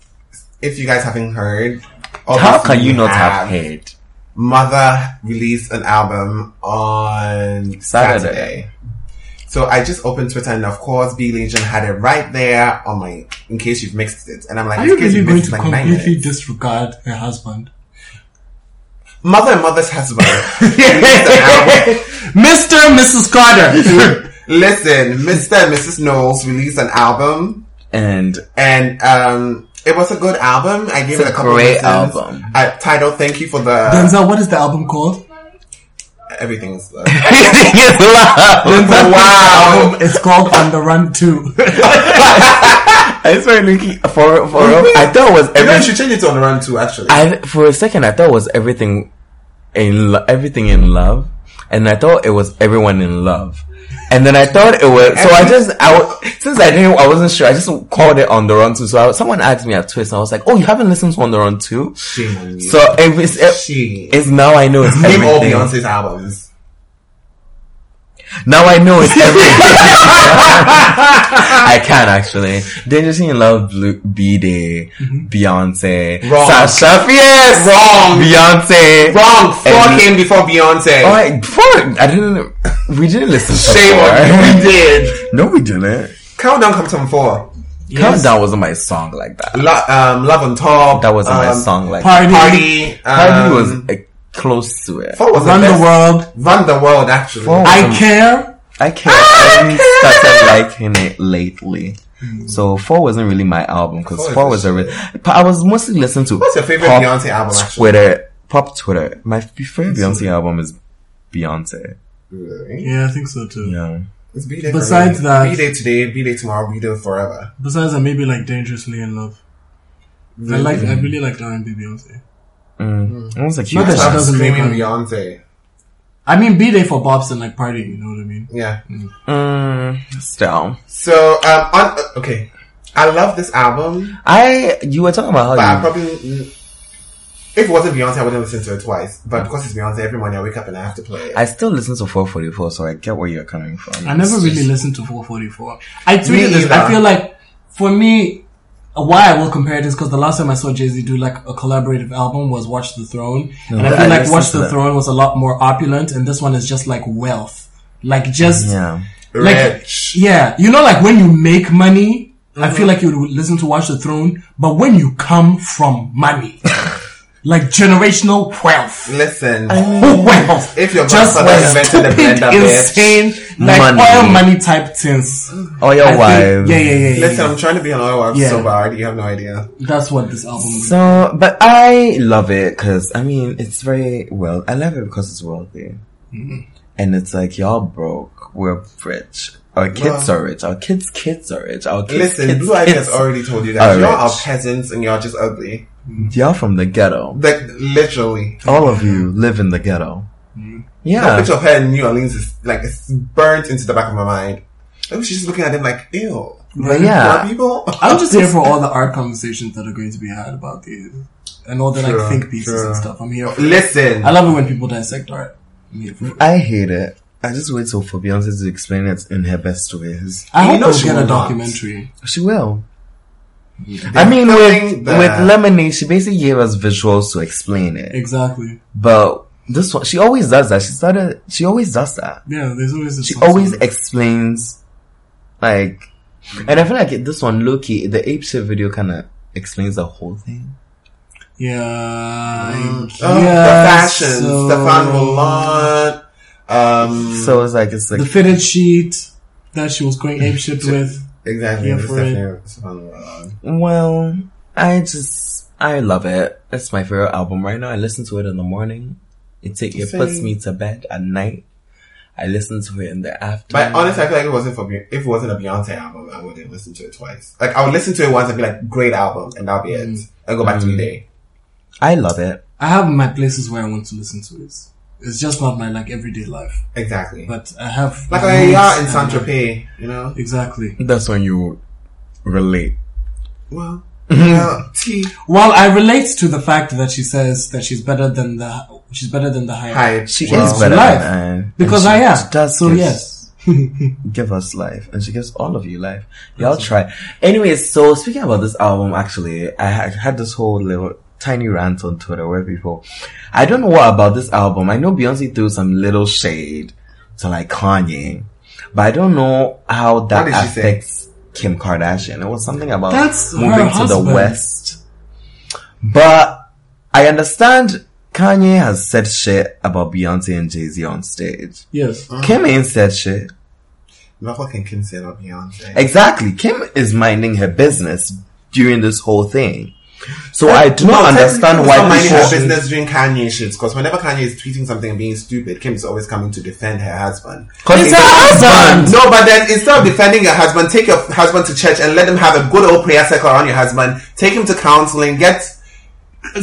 [SPEAKER 3] if you guys haven't heard,
[SPEAKER 2] How
[SPEAKER 3] obviously
[SPEAKER 2] can you
[SPEAKER 3] we
[SPEAKER 2] not have head?
[SPEAKER 3] Mother released an album on
[SPEAKER 2] Saturday.
[SPEAKER 3] Saturday. So I just opened Twitter and of course B Legion had it right there on my in case you've mixed it. And I'm like,
[SPEAKER 1] Are
[SPEAKER 3] in
[SPEAKER 1] you
[SPEAKER 3] case
[SPEAKER 1] really
[SPEAKER 3] you've
[SPEAKER 1] going
[SPEAKER 3] mixed
[SPEAKER 1] to
[SPEAKER 3] like nine
[SPEAKER 1] completely
[SPEAKER 3] minutes.
[SPEAKER 1] disregard her husband?
[SPEAKER 3] Mother and Mother's
[SPEAKER 1] [LAUGHS]
[SPEAKER 3] Husband. released an album.
[SPEAKER 1] Mr. and Mrs. Carter.
[SPEAKER 3] [COUGHS] Listen, Mr. and Mrs. Knowles released an album
[SPEAKER 2] [LAUGHS] And
[SPEAKER 3] and um it was a good album. I
[SPEAKER 2] It's
[SPEAKER 3] gave it
[SPEAKER 2] a
[SPEAKER 3] a couple
[SPEAKER 2] great
[SPEAKER 3] listens.
[SPEAKER 2] album.
[SPEAKER 3] I titled Thank You for the
[SPEAKER 1] Denzel, what is the album called?
[SPEAKER 3] Everything's
[SPEAKER 1] [COUGHS]
[SPEAKER 3] Love.
[SPEAKER 2] everything is [LAUGHS] love. Oh.
[SPEAKER 3] wow.
[SPEAKER 1] It's called On the
[SPEAKER 2] [LAUGHS]
[SPEAKER 1] Run 2.
[SPEAKER 2] I swear, Nikki, for, for, I thought it was
[SPEAKER 3] You know, you
[SPEAKER 2] everything.
[SPEAKER 3] should change it on the run too, actually.
[SPEAKER 2] I for a second I thought it was everything in lo- everything in love, and I thought it was everyone in love, and then I thought it was. So I just I wa-
[SPEAKER 3] [LAUGHS]
[SPEAKER 2] since I didn't I wasn't sure. I just called it on the run too. So I, someone asked me at Twist, and I was like, "Oh, you haven't listened to on the run too?"
[SPEAKER 3] Shame on you.
[SPEAKER 2] So if it's it,
[SPEAKER 3] Shame.
[SPEAKER 2] it's now I know it's
[SPEAKER 3] Name all
[SPEAKER 2] everything.
[SPEAKER 3] Beyonce's albums.
[SPEAKER 2] Now I know it's everything.
[SPEAKER 3] [LAUGHS]
[SPEAKER 2] I can actually. Dangerously in Love, Blue, B Day, Beyonce,
[SPEAKER 3] Mm-hmm. Wrong.
[SPEAKER 2] Sasha Fierce,
[SPEAKER 3] Wrong.
[SPEAKER 2] Beyonce,
[SPEAKER 3] Wrong. Four
[SPEAKER 2] And-
[SPEAKER 3] came before Beyonce.
[SPEAKER 2] Oh, I, before, I didn't. We didn't listen to
[SPEAKER 3] Shame
[SPEAKER 2] four.
[SPEAKER 3] on [LAUGHS] you. We
[SPEAKER 2] [LAUGHS]
[SPEAKER 3] did.
[SPEAKER 2] No, we didn't.
[SPEAKER 3] Countdown comes from four.
[SPEAKER 2] Countdown wasn't my song like that.
[SPEAKER 3] Lo- um, Love on Top.
[SPEAKER 2] That wasn't my
[SPEAKER 3] um,
[SPEAKER 2] song like that.
[SPEAKER 1] Party.
[SPEAKER 3] Party. Um,
[SPEAKER 2] Party was uh, close to it.
[SPEAKER 3] Four was
[SPEAKER 1] Run the
[SPEAKER 3] best.
[SPEAKER 1] World.
[SPEAKER 3] Run the world, actually.
[SPEAKER 2] Four.
[SPEAKER 1] I Care.
[SPEAKER 2] I
[SPEAKER 3] Ah,
[SPEAKER 2] can't. I started liking it lately. So four wasn't really my album because
[SPEAKER 3] Hmm. Four is
[SPEAKER 2] four
[SPEAKER 3] the
[SPEAKER 2] was a. Re- but I was mostly listening to.
[SPEAKER 3] What's your favorite
[SPEAKER 2] pop
[SPEAKER 3] Beyonce album, actually?
[SPEAKER 2] Twitter, pop Twitter. My f- favorite Beyonce album is Beyonce.
[SPEAKER 3] Really?
[SPEAKER 1] Yeah, I think so too.
[SPEAKER 2] Yeah.
[SPEAKER 3] It's B-Day
[SPEAKER 1] Besides
[SPEAKER 3] for me.
[SPEAKER 1] that-
[SPEAKER 3] B-Day today, B-Day tomorrow, B-Day forever.
[SPEAKER 1] Besides that, maybe like Dangerously in Love. I like, I really like R&B Beyonce.
[SPEAKER 2] Mm. It was a cute.
[SPEAKER 1] Not that she
[SPEAKER 3] Stop
[SPEAKER 2] song.
[SPEAKER 1] doesn't make
[SPEAKER 3] screaming
[SPEAKER 1] money.
[SPEAKER 3] Beyonce.
[SPEAKER 1] I mean, be there for Bob's and like partying, you know what I mean?
[SPEAKER 3] Yeah.
[SPEAKER 2] Mm, still.
[SPEAKER 3] So, um, on, uh, okay. I love this album,
[SPEAKER 2] I you were talking about
[SPEAKER 3] but
[SPEAKER 2] how
[SPEAKER 3] I
[SPEAKER 1] Um,
[SPEAKER 2] you,
[SPEAKER 3] probably mm, if it wasn't Beyonce, I wouldn't listen to it twice. But because it's Beyonce, every morning I wake up and I have to play it.
[SPEAKER 2] I still listen to 444, so I get where you're coming from.
[SPEAKER 1] I never really listened to 444. I tweeted this.
[SPEAKER 3] either.
[SPEAKER 1] I feel like for me, why I will compare this because the last time I saw Jay Z do like a collaborative album was Watch the Throne, and I
[SPEAKER 2] but
[SPEAKER 1] feel
[SPEAKER 2] I
[SPEAKER 1] like
[SPEAKER 2] listened
[SPEAKER 1] Watch
[SPEAKER 2] to
[SPEAKER 1] the
[SPEAKER 2] that.
[SPEAKER 1] Throne was a lot more opulent, and this one is just like wealth, like just
[SPEAKER 2] Yeah.
[SPEAKER 1] like
[SPEAKER 3] Rich.
[SPEAKER 1] yeah, you know, like when you make money. I
[SPEAKER 2] Mm-hmm.
[SPEAKER 1] feel like you would listen to Watch the Throne, but when you come from
[SPEAKER 2] [LAUGHS]
[SPEAKER 1] money, like generational wealth,
[SPEAKER 3] Listen,
[SPEAKER 1] wealth.
[SPEAKER 3] If your
[SPEAKER 1] just
[SPEAKER 3] grandfather
[SPEAKER 1] was
[SPEAKER 3] invented the
[SPEAKER 1] stupid,
[SPEAKER 3] blender, bitch.
[SPEAKER 1] insane, like
[SPEAKER 2] Money.
[SPEAKER 1] oil money type things.
[SPEAKER 2] Or Oh, your
[SPEAKER 1] I think-
[SPEAKER 2] wives.
[SPEAKER 1] Yeah, yeah, yeah, yeah.
[SPEAKER 3] listen, I'm trying to be an oil wife
[SPEAKER 1] Yeah.
[SPEAKER 3] so bad. You have no idea.
[SPEAKER 1] That's what this album is.
[SPEAKER 2] So, but I love it because I mean it's very well. I love it because it's wealthy,
[SPEAKER 1] Mm-hmm.
[SPEAKER 2] and it's like y'all broke, we're rich. Our kids
[SPEAKER 3] Well-
[SPEAKER 2] are rich. Our kids' kids are rich. Our kids,
[SPEAKER 3] Listen,
[SPEAKER 2] kids,
[SPEAKER 3] Blue Ivy
[SPEAKER 2] kids.
[SPEAKER 3] has already told you that
[SPEAKER 2] are
[SPEAKER 3] y'all are
[SPEAKER 2] rich.
[SPEAKER 3] peasants and y'all just ugly.
[SPEAKER 2] y'all from the ghetto.
[SPEAKER 3] Like literally,
[SPEAKER 2] All of you live in the ghetto.
[SPEAKER 1] Mm-hmm.
[SPEAKER 3] that
[SPEAKER 2] Yeah,
[SPEAKER 3] picture of her in New Orleans is like it's burnt into the back of my mind. I was just looking at them like, ew.
[SPEAKER 2] but
[SPEAKER 3] Poor
[SPEAKER 2] yeah.
[SPEAKER 3] [LAUGHS] people.
[SPEAKER 1] I'm just here for all the art conversations that are going to be had about these and all the
[SPEAKER 3] Sure,
[SPEAKER 1] like think pieces
[SPEAKER 3] sure.
[SPEAKER 1] and stuff. I'm here for it.
[SPEAKER 3] Listen,
[SPEAKER 1] I love it when people dissect art. I'm here for it.
[SPEAKER 2] I hate it. I just wait till for Beyonce to explain it in her best ways.
[SPEAKER 1] I
[SPEAKER 3] You
[SPEAKER 1] hope
[SPEAKER 3] know
[SPEAKER 1] we'll
[SPEAKER 3] she
[SPEAKER 1] get
[SPEAKER 3] will
[SPEAKER 1] a
[SPEAKER 3] not.
[SPEAKER 1] documentary.
[SPEAKER 2] She will. I mean, with,
[SPEAKER 3] that-
[SPEAKER 2] with Lemonade, she basically gave us visuals to explain it.
[SPEAKER 1] Exactly.
[SPEAKER 2] But this one, she always does that. She started, she always does that.
[SPEAKER 1] Yeah, there's always a
[SPEAKER 2] She always explains, like, and I feel like this one, Loki, the ape shit video kind of explains the whole thing.
[SPEAKER 1] Yeah.
[SPEAKER 3] Oh, the fashions,
[SPEAKER 1] so-
[SPEAKER 3] Stefan Roland, um,
[SPEAKER 2] So it's like, it's like,
[SPEAKER 1] The fitted sheet that she was going ape shit with.
[SPEAKER 3] exactly,
[SPEAKER 1] Here
[SPEAKER 3] it's
[SPEAKER 1] for it.
[SPEAKER 3] definitely Stefan Roland.
[SPEAKER 2] well, I just, I love it. It's my favorite album right now. I listen to it in the morning. It take, it puts
[SPEAKER 3] Same.
[SPEAKER 2] me to bed at night. I listen to it in the afternoon.
[SPEAKER 3] But honestly, I feel like it wasn't for Be- if it wasn't a Beyonce album, I wouldn't listen to it twice. Like I would listen to it once and be like, great album, and that'll be it,
[SPEAKER 2] Mm.
[SPEAKER 3] and go back to my day.
[SPEAKER 2] I love it.
[SPEAKER 1] I have my places where I want to listen to it. It's just not my like everyday life,
[SPEAKER 3] Exactly.
[SPEAKER 1] but I have
[SPEAKER 3] like
[SPEAKER 1] my
[SPEAKER 3] I
[SPEAKER 1] moods
[SPEAKER 3] are in
[SPEAKER 1] and
[SPEAKER 3] Saint
[SPEAKER 1] my-
[SPEAKER 3] Tropez, you
[SPEAKER 2] [LAUGHS]
[SPEAKER 3] know.
[SPEAKER 1] Exactly.
[SPEAKER 2] That's when you relate.
[SPEAKER 3] Well, yeah, tea
[SPEAKER 1] Well, I relate to the fact that she says that she's better than the she's better than the high.
[SPEAKER 3] hype.
[SPEAKER 2] She
[SPEAKER 3] Well,
[SPEAKER 2] is better
[SPEAKER 1] life.
[SPEAKER 2] than I.
[SPEAKER 1] Because
[SPEAKER 2] And
[SPEAKER 1] I
[SPEAKER 2] she
[SPEAKER 1] am.
[SPEAKER 2] Does
[SPEAKER 1] So
[SPEAKER 2] give,
[SPEAKER 1] yes.
[SPEAKER 2] [LAUGHS] give us life, and she gives all of you life. Y'all try. Anyway, so speaking about this album, actually, I had, had this whole little tiny rant on Twitter where people, I don't know what about this album. I know Beyonce threw some little shade to like Kanye, but I don't know how that
[SPEAKER 3] did she say?
[SPEAKER 2] affects Kim Kardashian. It was something about
[SPEAKER 1] That's her
[SPEAKER 2] moving to the
[SPEAKER 1] husband.
[SPEAKER 2] West, but I understand. Kanye has said shit about Beyonce and Jay Z on stage.
[SPEAKER 1] Yes.
[SPEAKER 2] Kim ain't said shit.
[SPEAKER 3] Not fucking Kim said or Beyonce.
[SPEAKER 2] Exactly. Kim is minding her business during this whole thing. So I do not understand
[SPEAKER 3] Stop
[SPEAKER 2] why
[SPEAKER 3] minding her
[SPEAKER 2] people.
[SPEAKER 3] business doing Kanye shit because whenever Kanye is tweeting something and being stupid, Kim is always coming to defend her husband.
[SPEAKER 2] 'Cause it's her husband.
[SPEAKER 3] No, but then instead of defending your husband, take your husband to church and let him have a good old prayer circle around your husband. Take him to counseling. Get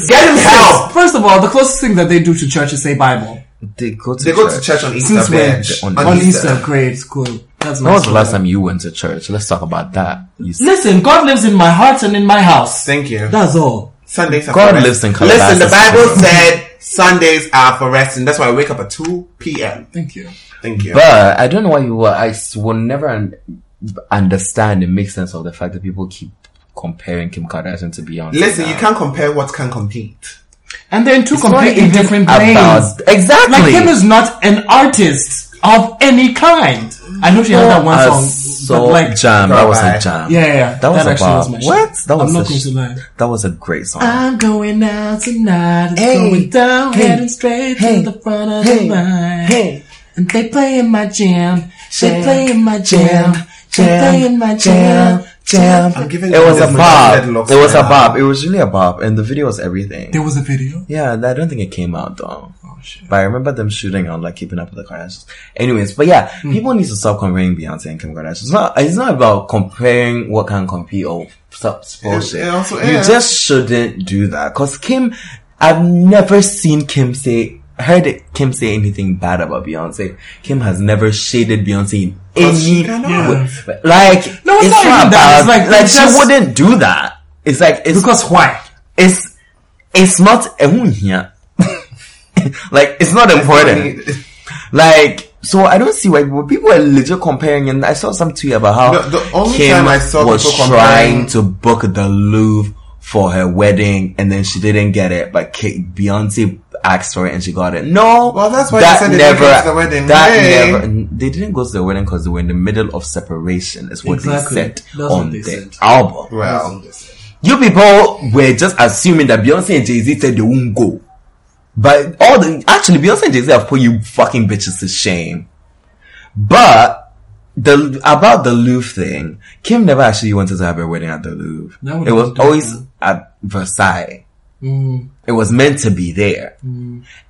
[SPEAKER 3] get him help.
[SPEAKER 1] First of all, the closest thing that they do to church is say Bible.
[SPEAKER 2] They go to
[SPEAKER 3] They go to church on Easter.
[SPEAKER 1] Since when?
[SPEAKER 3] bitch.
[SPEAKER 2] On
[SPEAKER 1] On Easter, great, cool. That's
[SPEAKER 2] When was
[SPEAKER 1] nice.
[SPEAKER 2] the last time you went to church? Let's talk about that. You s-
[SPEAKER 1] Listen, God lives in my heart and in my house.
[SPEAKER 3] Thank you.
[SPEAKER 1] That's all.
[SPEAKER 3] Sundays are
[SPEAKER 2] God
[SPEAKER 3] for rest.
[SPEAKER 2] lives in
[SPEAKER 3] Listen, the
[SPEAKER 2] Calabasas.
[SPEAKER 3] Bible said Sundays are for resting. That's why I wake up at 2 p.m.
[SPEAKER 1] Thank you.
[SPEAKER 3] Thank you.
[SPEAKER 2] but I don't know why you were. I s- will never un- understand and make sense of the fact that people keep comparing Kim Kardashian to Beyonce.
[SPEAKER 3] Listen,
[SPEAKER 2] now.
[SPEAKER 3] you can't compare what can compete.
[SPEAKER 1] And they're in two
[SPEAKER 2] It's not
[SPEAKER 1] completely
[SPEAKER 2] even
[SPEAKER 1] different
[SPEAKER 2] about-
[SPEAKER 1] lanes.
[SPEAKER 2] Exactly.
[SPEAKER 1] Like Kim is not an artist of any kind. I know she had that one
[SPEAKER 2] A
[SPEAKER 1] song,
[SPEAKER 2] so
[SPEAKER 1] but like,
[SPEAKER 2] jam. That was
[SPEAKER 3] Bye-bye.
[SPEAKER 2] a jam.
[SPEAKER 1] yeah, yeah, yeah.
[SPEAKER 2] That was
[SPEAKER 1] actually
[SPEAKER 2] about
[SPEAKER 1] was my shit.
[SPEAKER 2] what? That was
[SPEAKER 1] I'm
[SPEAKER 2] a
[SPEAKER 1] not going
[SPEAKER 2] sh-
[SPEAKER 1] to lie.
[SPEAKER 2] That was a great song.
[SPEAKER 1] I'm going out tonight. It's
[SPEAKER 2] Hey.
[SPEAKER 1] going down,
[SPEAKER 2] Hey.
[SPEAKER 1] heading straight
[SPEAKER 2] Hey.
[SPEAKER 1] to the front of
[SPEAKER 2] Hey.
[SPEAKER 1] the line.
[SPEAKER 2] Hey.
[SPEAKER 1] And they play in my jam. They
[SPEAKER 2] Jam.
[SPEAKER 1] play in my jam.
[SPEAKER 2] Jam.
[SPEAKER 1] They play in my jam. Jam.
[SPEAKER 3] I'm giving
[SPEAKER 2] It was a bob. It was a
[SPEAKER 3] bob.
[SPEAKER 2] bob. It was really a bob, and the video was everything.
[SPEAKER 1] There was a video.
[SPEAKER 2] Yeah, I don't think it came out though.
[SPEAKER 1] Mm-hmm. Oh shit.
[SPEAKER 2] But I remember them shooting on like Keeping Up with the Kardashians. Anyways, but yeah,
[SPEAKER 1] Hmm.
[SPEAKER 2] people need to stop comparing Beyonce and Kim Kardashian. It's not. It's not about comparing what can compete or stop bullshit.
[SPEAKER 3] it also
[SPEAKER 2] you
[SPEAKER 3] is.
[SPEAKER 2] just shouldn't do that because Kim. I've never seen Kim say I heard Kim say anything bad about Beyonce. Kim has never shaded Beyonce in
[SPEAKER 3] Well,
[SPEAKER 2] any
[SPEAKER 3] she cannot.
[SPEAKER 2] way. Like,
[SPEAKER 1] No, it's not even that. It's like,
[SPEAKER 2] like
[SPEAKER 1] it's
[SPEAKER 2] she
[SPEAKER 1] just-
[SPEAKER 2] wouldn't do that. It's like it's
[SPEAKER 1] Because why?
[SPEAKER 2] it's it's not yeah. [LAUGHS] like it's not important. Like so, I don't see why people, people are legit comparing. And I saw some tweet about how
[SPEAKER 3] The- the only
[SPEAKER 2] Kim
[SPEAKER 3] time I saw
[SPEAKER 2] was
[SPEAKER 3] people
[SPEAKER 2] trying
[SPEAKER 3] comparing-
[SPEAKER 2] to book the Louvre for her wedding, and then she didn't get it. But K- Beyonce asked for it, and she got it. No,
[SPEAKER 3] Well, that's why they said they didn't go to the wedding.
[SPEAKER 2] That
[SPEAKER 3] Hey.
[SPEAKER 2] never. They didn't go to the wedding because they were in the middle of separation. Is what
[SPEAKER 1] Exactly.
[SPEAKER 2] they said
[SPEAKER 1] That's what
[SPEAKER 2] on
[SPEAKER 1] they
[SPEAKER 2] the
[SPEAKER 1] said.
[SPEAKER 2] album.
[SPEAKER 3] Well,
[SPEAKER 2] You people were just assuming that Beyonce and Jay Z said they won't go. But all the, actually Beyonce and Jay Z have put you fucking bitches to shame. But the, about the Louvre thing, Kim never actually wanted to have her wedding at the Louvre.
[SPEAKER 1] That would
[SPEAKER 2] It was
[SPEAKER 1] have been
[SPEAKER 2] always
[SPEAKER 1] different.
[SPEAKER 2] at Versailles.
[SPEAKER 1] Mm.
[SPEAKER 2] It was meant to be there.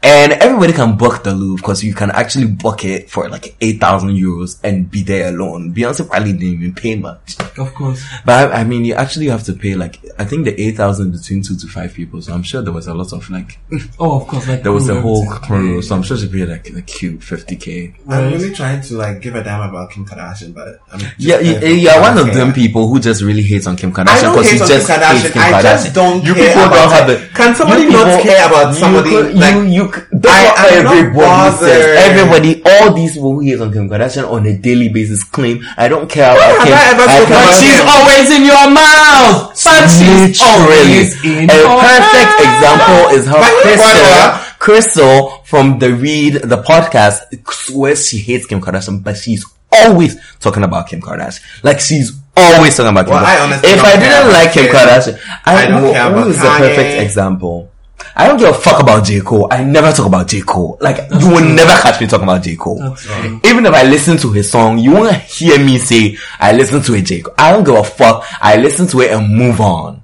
[SPEAKER 2] And everybody can book the Louvre because you can actually book it for like 8,000 euros and be there alone. Beyonce probably didn't even pay much.
[SPEAKER 1] Of course.
[SPEAKER 2] But I, I mean, you actually have to pay like I think the eight thousand between two to five people. So I'm sure there was a lot of like
[SPEAKER 1] Oh, of course. Like
[SPEAKER 2] there was a
[SPEAKER 3] [LAUGHS]
[SPEAKER 1] who
[SPEAKER 2] whole
[SPEAKER 1] knows?
[SPEAKER 2] crew. So I'm sure she paid like a cute fifty k.
[SPEAKER 3] I'm
[SPEAKER 1] Right.
[SPEAKER 3] really trying to like give a damn about Kim Kardashian, but I'm just
[SPEAKER 2] Yeah,
[SPEAKER 3] trying
[SPEAKER 2] you,
[SPEAKER 3] to-
[SPEAKER 2] you're one of
[SPEAKER 3] Okay.
[SPEAKER 2] them people who just really hates on Kim
[SPEAKER 3] I
[SPEAKER 2] Kardashian
[SPEAKER 3] don't
[SPEAKER 2] because
[SPEAKER 3] hate
[SPEAKER 2] you
[SPEAKER 3] on Kim
[SPEAKER 2] just
[SPEAKER 3] Kardashian.
[SPEAKER 2] hate Kim
[SPEAKER 3] I
[SPEAKER 2] Kardashian.
[SPEAKER 3] just don't
[SPEAKER 2] you
[SPEAKER 3] care
[SPEAKER 2] people
[SPEAKER 3] about
[SPEAKER 2] don't have
[SPEAKER 3] her.
[SPEAKER 2] the.
[SPEAKER 3] Can somebody
[SPEAKER 2] you
[SPEAKER 3] not
[SPEAKER 2] people-
[SPEAKER 3] care about
[SPEAKER 2] you
[SPEAKER 3] somebody,
[SPEAKER 2] could-
[SPEAKER 3] like-
[SPEAKER 2] you, you, c- that's
[SPEAKER 3] I
[SPEAKER 2] what
[SPEAKER 3] am not
[SPEAKER 2] everybody
[SPEAKER 3] bothered.
[SPEAKER 2] says. Everybody, all these people who hate on Kim Kardashian on a daily basis claim, I don't care about
[SPEAKER 3] have
[SPEAKER 2] Kim.
[SPEAKER 3] I ever
[SPEAKER 2] care
[SPEAKER 3] spoken
[SPEAKER 2] about
[SPEAKER 3] about
[SPEAKER 2] Kim."
[SPEAKER 3] Kim?
[SPEAKER 1] She's always in your mouth. But she's
[SPEAKER 2] literally
[SPEAKER 1] always in
[SPEAKER 2] a
[SPEAKER 1] your
[SPEAKER 2] perfect
[SPEAKER 1] mouth.
[SPEAKER 2] example is how
[SPEAKER 3] But you
[SPEAKER 2] Crystal,
[SPEAKER 3] brought
[SPEAKER 2] Crystal from the Read the podcast swears she hates Kim Kardashian, but she's always talking about Kim Kardashian. Like she's always talking about Kim.
[SPEAKER 3] Well, I
[SPEAKER 2] Kardashian.
[SPEAKER 3] honestly
[SPEAKER 2] if
[SPEAKER 3] don't
[SPEAKER 2] I
[SPEAKER 3] care
[SPEAKER 2] didn't
[SPEAKER 3] about
[SPEAKER 2] like Kim
[SPEAKER 3] Kim.
[SPEAKER 2] Kardashian, I,
[SPEAKER 3] I don't
[SPEAKER 2] who-
[SPEAKER 3] care
[SPEAKER 2] who
[SPEAKER 3] about
[SPEAKER 2] is the perfect
[SPEAKER 3] Kanye.
[SPEAKER 2] example. I don't give a fuck about J. Cole. I never talk about J. Cole. Like, you will never catch me talking about J. Cole.
[SPEAKER 1] That's true.
[SPEAKER 2] Even if I listen to his song, you won't hear me say, I listen to it, J. Cole. I don't give a fuck. I listen to it and move on.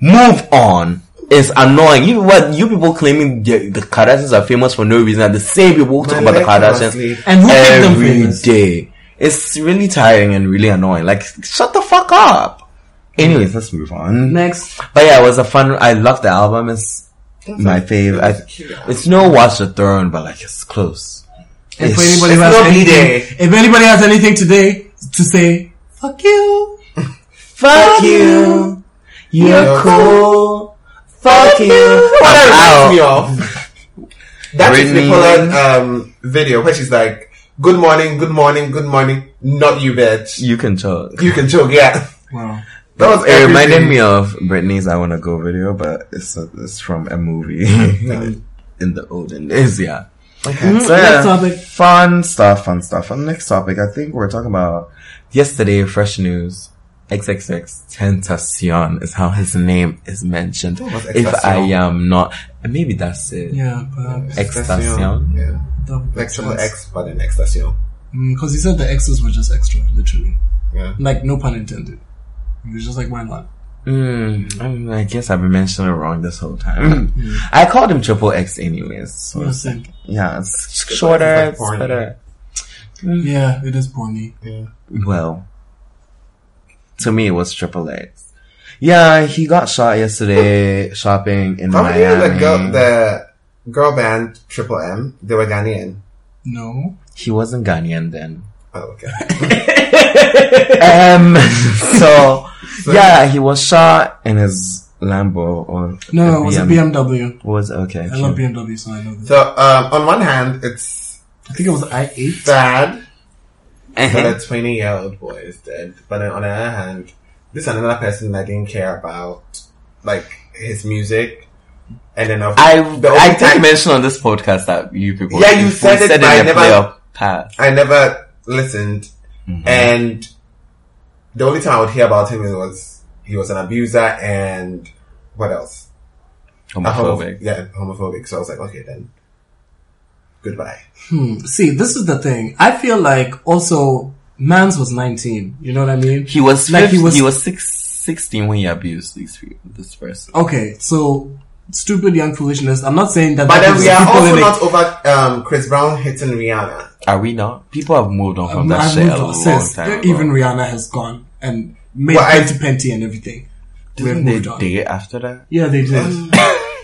[SPEAKER 2] Move on. It's annoying. You what you people claiming the, the Kardashians are famous for no reason are the same people who talk
[SPEAKER 3] My
[SPEAKER 2] about the
[SPEAKER 3] leg was
[SPEAKER 2] Kardashians [LAUGHS]
[SPEAKER 3] asleep.
[SPEAKER 1] And who made them
[SPEAKER 2] every
[SPEAKER 1] famous?
[SPEAKER 2] day. It's really tiring and really annoying. Like, shut the fuck up. Anyways, let's move on.
[SPEAKER 1] Next.
[SPEAKER 2] But yeah, it was a fun. I love the album. It's my fave. I, it's no Watch the Throne, but like it's close.
[SPEAKER 1] If
[SPEAKER 2] Ish.
[SPEAKER 1] anybody
[SPEAKER 3] it's
[SPEAKER 1] has
[SPEAKER 3] not
[SPEAKER 1] anything,
[SPEAKER 3] B-Day.
[SPEAKER 1] if anybody has anything today to say, fuck you.
[SPEAKER 2] Fuck you. You're
[SPEAKER 3] You're
[SPEAKER 2] cool. Fuck [LAUGHS] you.
[SPEAKER 3] What that reminds me
[SPEAKER 2] I'm out.
[SPEAKER 3] of [LAUGHS] that
[SPEAKER 2] Britney.
[SPEAKER 3] Britney Pollard um, video where she's like, "Good morning, good morning, good morning." Not you, bitch.
[SPEAKER 2] You can talk.
[SPEAKER 3] You can joke, yeah.
[SPEAKER 1] Wow.
[SPEAKER 3] That was
[SPEAKER 2] It reminded
[SPEAKER 3] everything.
[SPEAKER 2] me of Britney's "I Wanna Go" video, but it's it's from a [LAUGHS] movie in the olden days. Yeah. Okay. So,
[SPEAKER 1] Next
[SPEAKER 2] yeah.
[SPEAKER 1] topic.
[SPEAKER 2] Fun stuff. Fun stuff. And next topic, I think we're talking about yesterday. Fresh news. XXX Tentacion is how his name is mentioned.
[SPEAKER 3] was
[SPEAKER 2] If I
[SPEAKER 3] Extacion.
[SPEAKER 2] am not, maybe that's it.
[SPEAKER 1] Yeah, perhaps.
[SPEAKER 2] Extacion.
[SPEAKER 3] Yeah.
[SPEAKER 1] That
[SPEAKER 3] Like
[SPEAKER 1] makes
[SPEAKER 3] triple
[SPEAKER 1] sense.
[SPEAKER 3] X, but an extacion.
[SPEAKER 1] Because Mm, he said the extras were just extra, literally.
[SPEAKER 3] Yeah.
[SPEAKER 1] Like, no pun intended. He was just like, why not?
[SPEAKER 2] Mm, I, mean, I guess I've been mentioning it wrong this whole time.
[SPEAKER 3] Mm.
[SPEAKER 2] I called him Triple X anyways. So
[SPEAKER 1] What a sick.
[SPEAKER 2] yeah, it's shorter,
[SPEAKER 3] like
[SPEAKER 2] it's
[SPEAKER 3] porny.
[SPEAKER 2] better.
[SPEAKER 1] Yeah, it is porny.
[SPEAKER 3] yeah.
[SPEAKER 2] Well, to me it was Triple X. Yeah, he got shot yesterday shopping in
[SPEAKER 3] How many of
[SPEAKER 2] Miami.
[SPEAKER 3] the girl, the girl band Triple M? They were Ghanaian.
[SPEAKER 1] No.
[SPEAKER 2] he wasn't Ghanaian then. [LAUGHS]
[SPEAKER 3] Oh, okay.
[SPEAKER 1] [LAUGHS]
[SPEAKER 2] um, so yeah, he was shot in his Lambo or
[SPEAKER 1] No, it was a BMW.
[SPEAKER 2] Was okay.
[SPEAKER 1] I
[SPEAKER 2] [LAUGHS]
[SPEAKER 1] love
[SPEAKER 2] cute.
[SPEAKER 1] BMW, so I know this.
[SPEAKER 3] So um, on one hand, it's
[SPEAKER 1] I think it was i8.
[SPEAKER 3] sad
[SPEAKER 2] Uh-huh.
[SPEAKER 3] that a 20 year old boy is dead, but then on the other hand, this is another person that didn't care about like his music, and then of
[SPEAKER 2] I
[SPEAKER 3] the only
[SPEAKER 2] I did
[SPEAKER 3] time
[SPEAKER 2] mention on this podcast that you people.
[SPEAKER 3] Yeah, you said it, but I
[SPEAKER 2] your
[SPEAKER 3] never-
[SPEAKER 2] playoff path.
[SPEAKER 3] I never listened,
[SPEAKER 2] Mm-hmm.
[SPEAKER 3] and the only time I would hear about him was he was an abuser and what else?
[SPEAKER 2] Uh-huh.
[SPEAKER 3] A homo-
[SPEAKER 2] Homophobic.
[SPEAKER 3] yeah, homophobic. So I was like, okay, then goodbye.
[SPEAKER 1] Hmm. See, this is the thing. I feel like also, Mans was 19. You know what I mean?
[SPEAKER 2] He was
[SPEAKER 1] Like,
[SPEAKER 2] fif-
[SPEAKER 1] he
[SPEAKER 2] he was
[SPEAKER 1] was-
[SPEAKER 2] six, 16 when he abused these people, this person.
[SPEAKER 1] Okay, so, stupid young foolishness. I'm not saying that
[SPEAKER 3] But
[SPEAKER 1] that
[SPEAKER 3] then
[SPEAKER 1] gives
[SPEAKER 3] we are
[SPEAKER 1] people
[SPEAKER 3] also
[SPEAKER 1] in it-
[SPEAKER 3] not over um, Chris Brown hitting Rihanna.
[SPEAKER 2] Are we not? People have moved on from
[SPEAKER 1] Um,
[SPEAKER 2] Oh, that
[SPEAKER 1] I've
[SPEAKER 2] shit
[SPEAKER 1] moved
[SPEAKER 2] a
[SPEAKER 1] on.
[SPEAKER 2] long
[SPEAKER 1] Sis,
[SPEAKER 2] time ago.
[SPEAKER 1] Even Rihanna has gone and made
[SPEAKER 3] Well, I-
[SPEAKER 1] Penty Penty and everything. We've
[SPEAKER 2] Didn't they
[SPEAKER 1] moved on.
[SPEAKER 2] date after that?
[SPEAKER 3] [COUGHS]
[SPEAKER 1] Yeah, they did.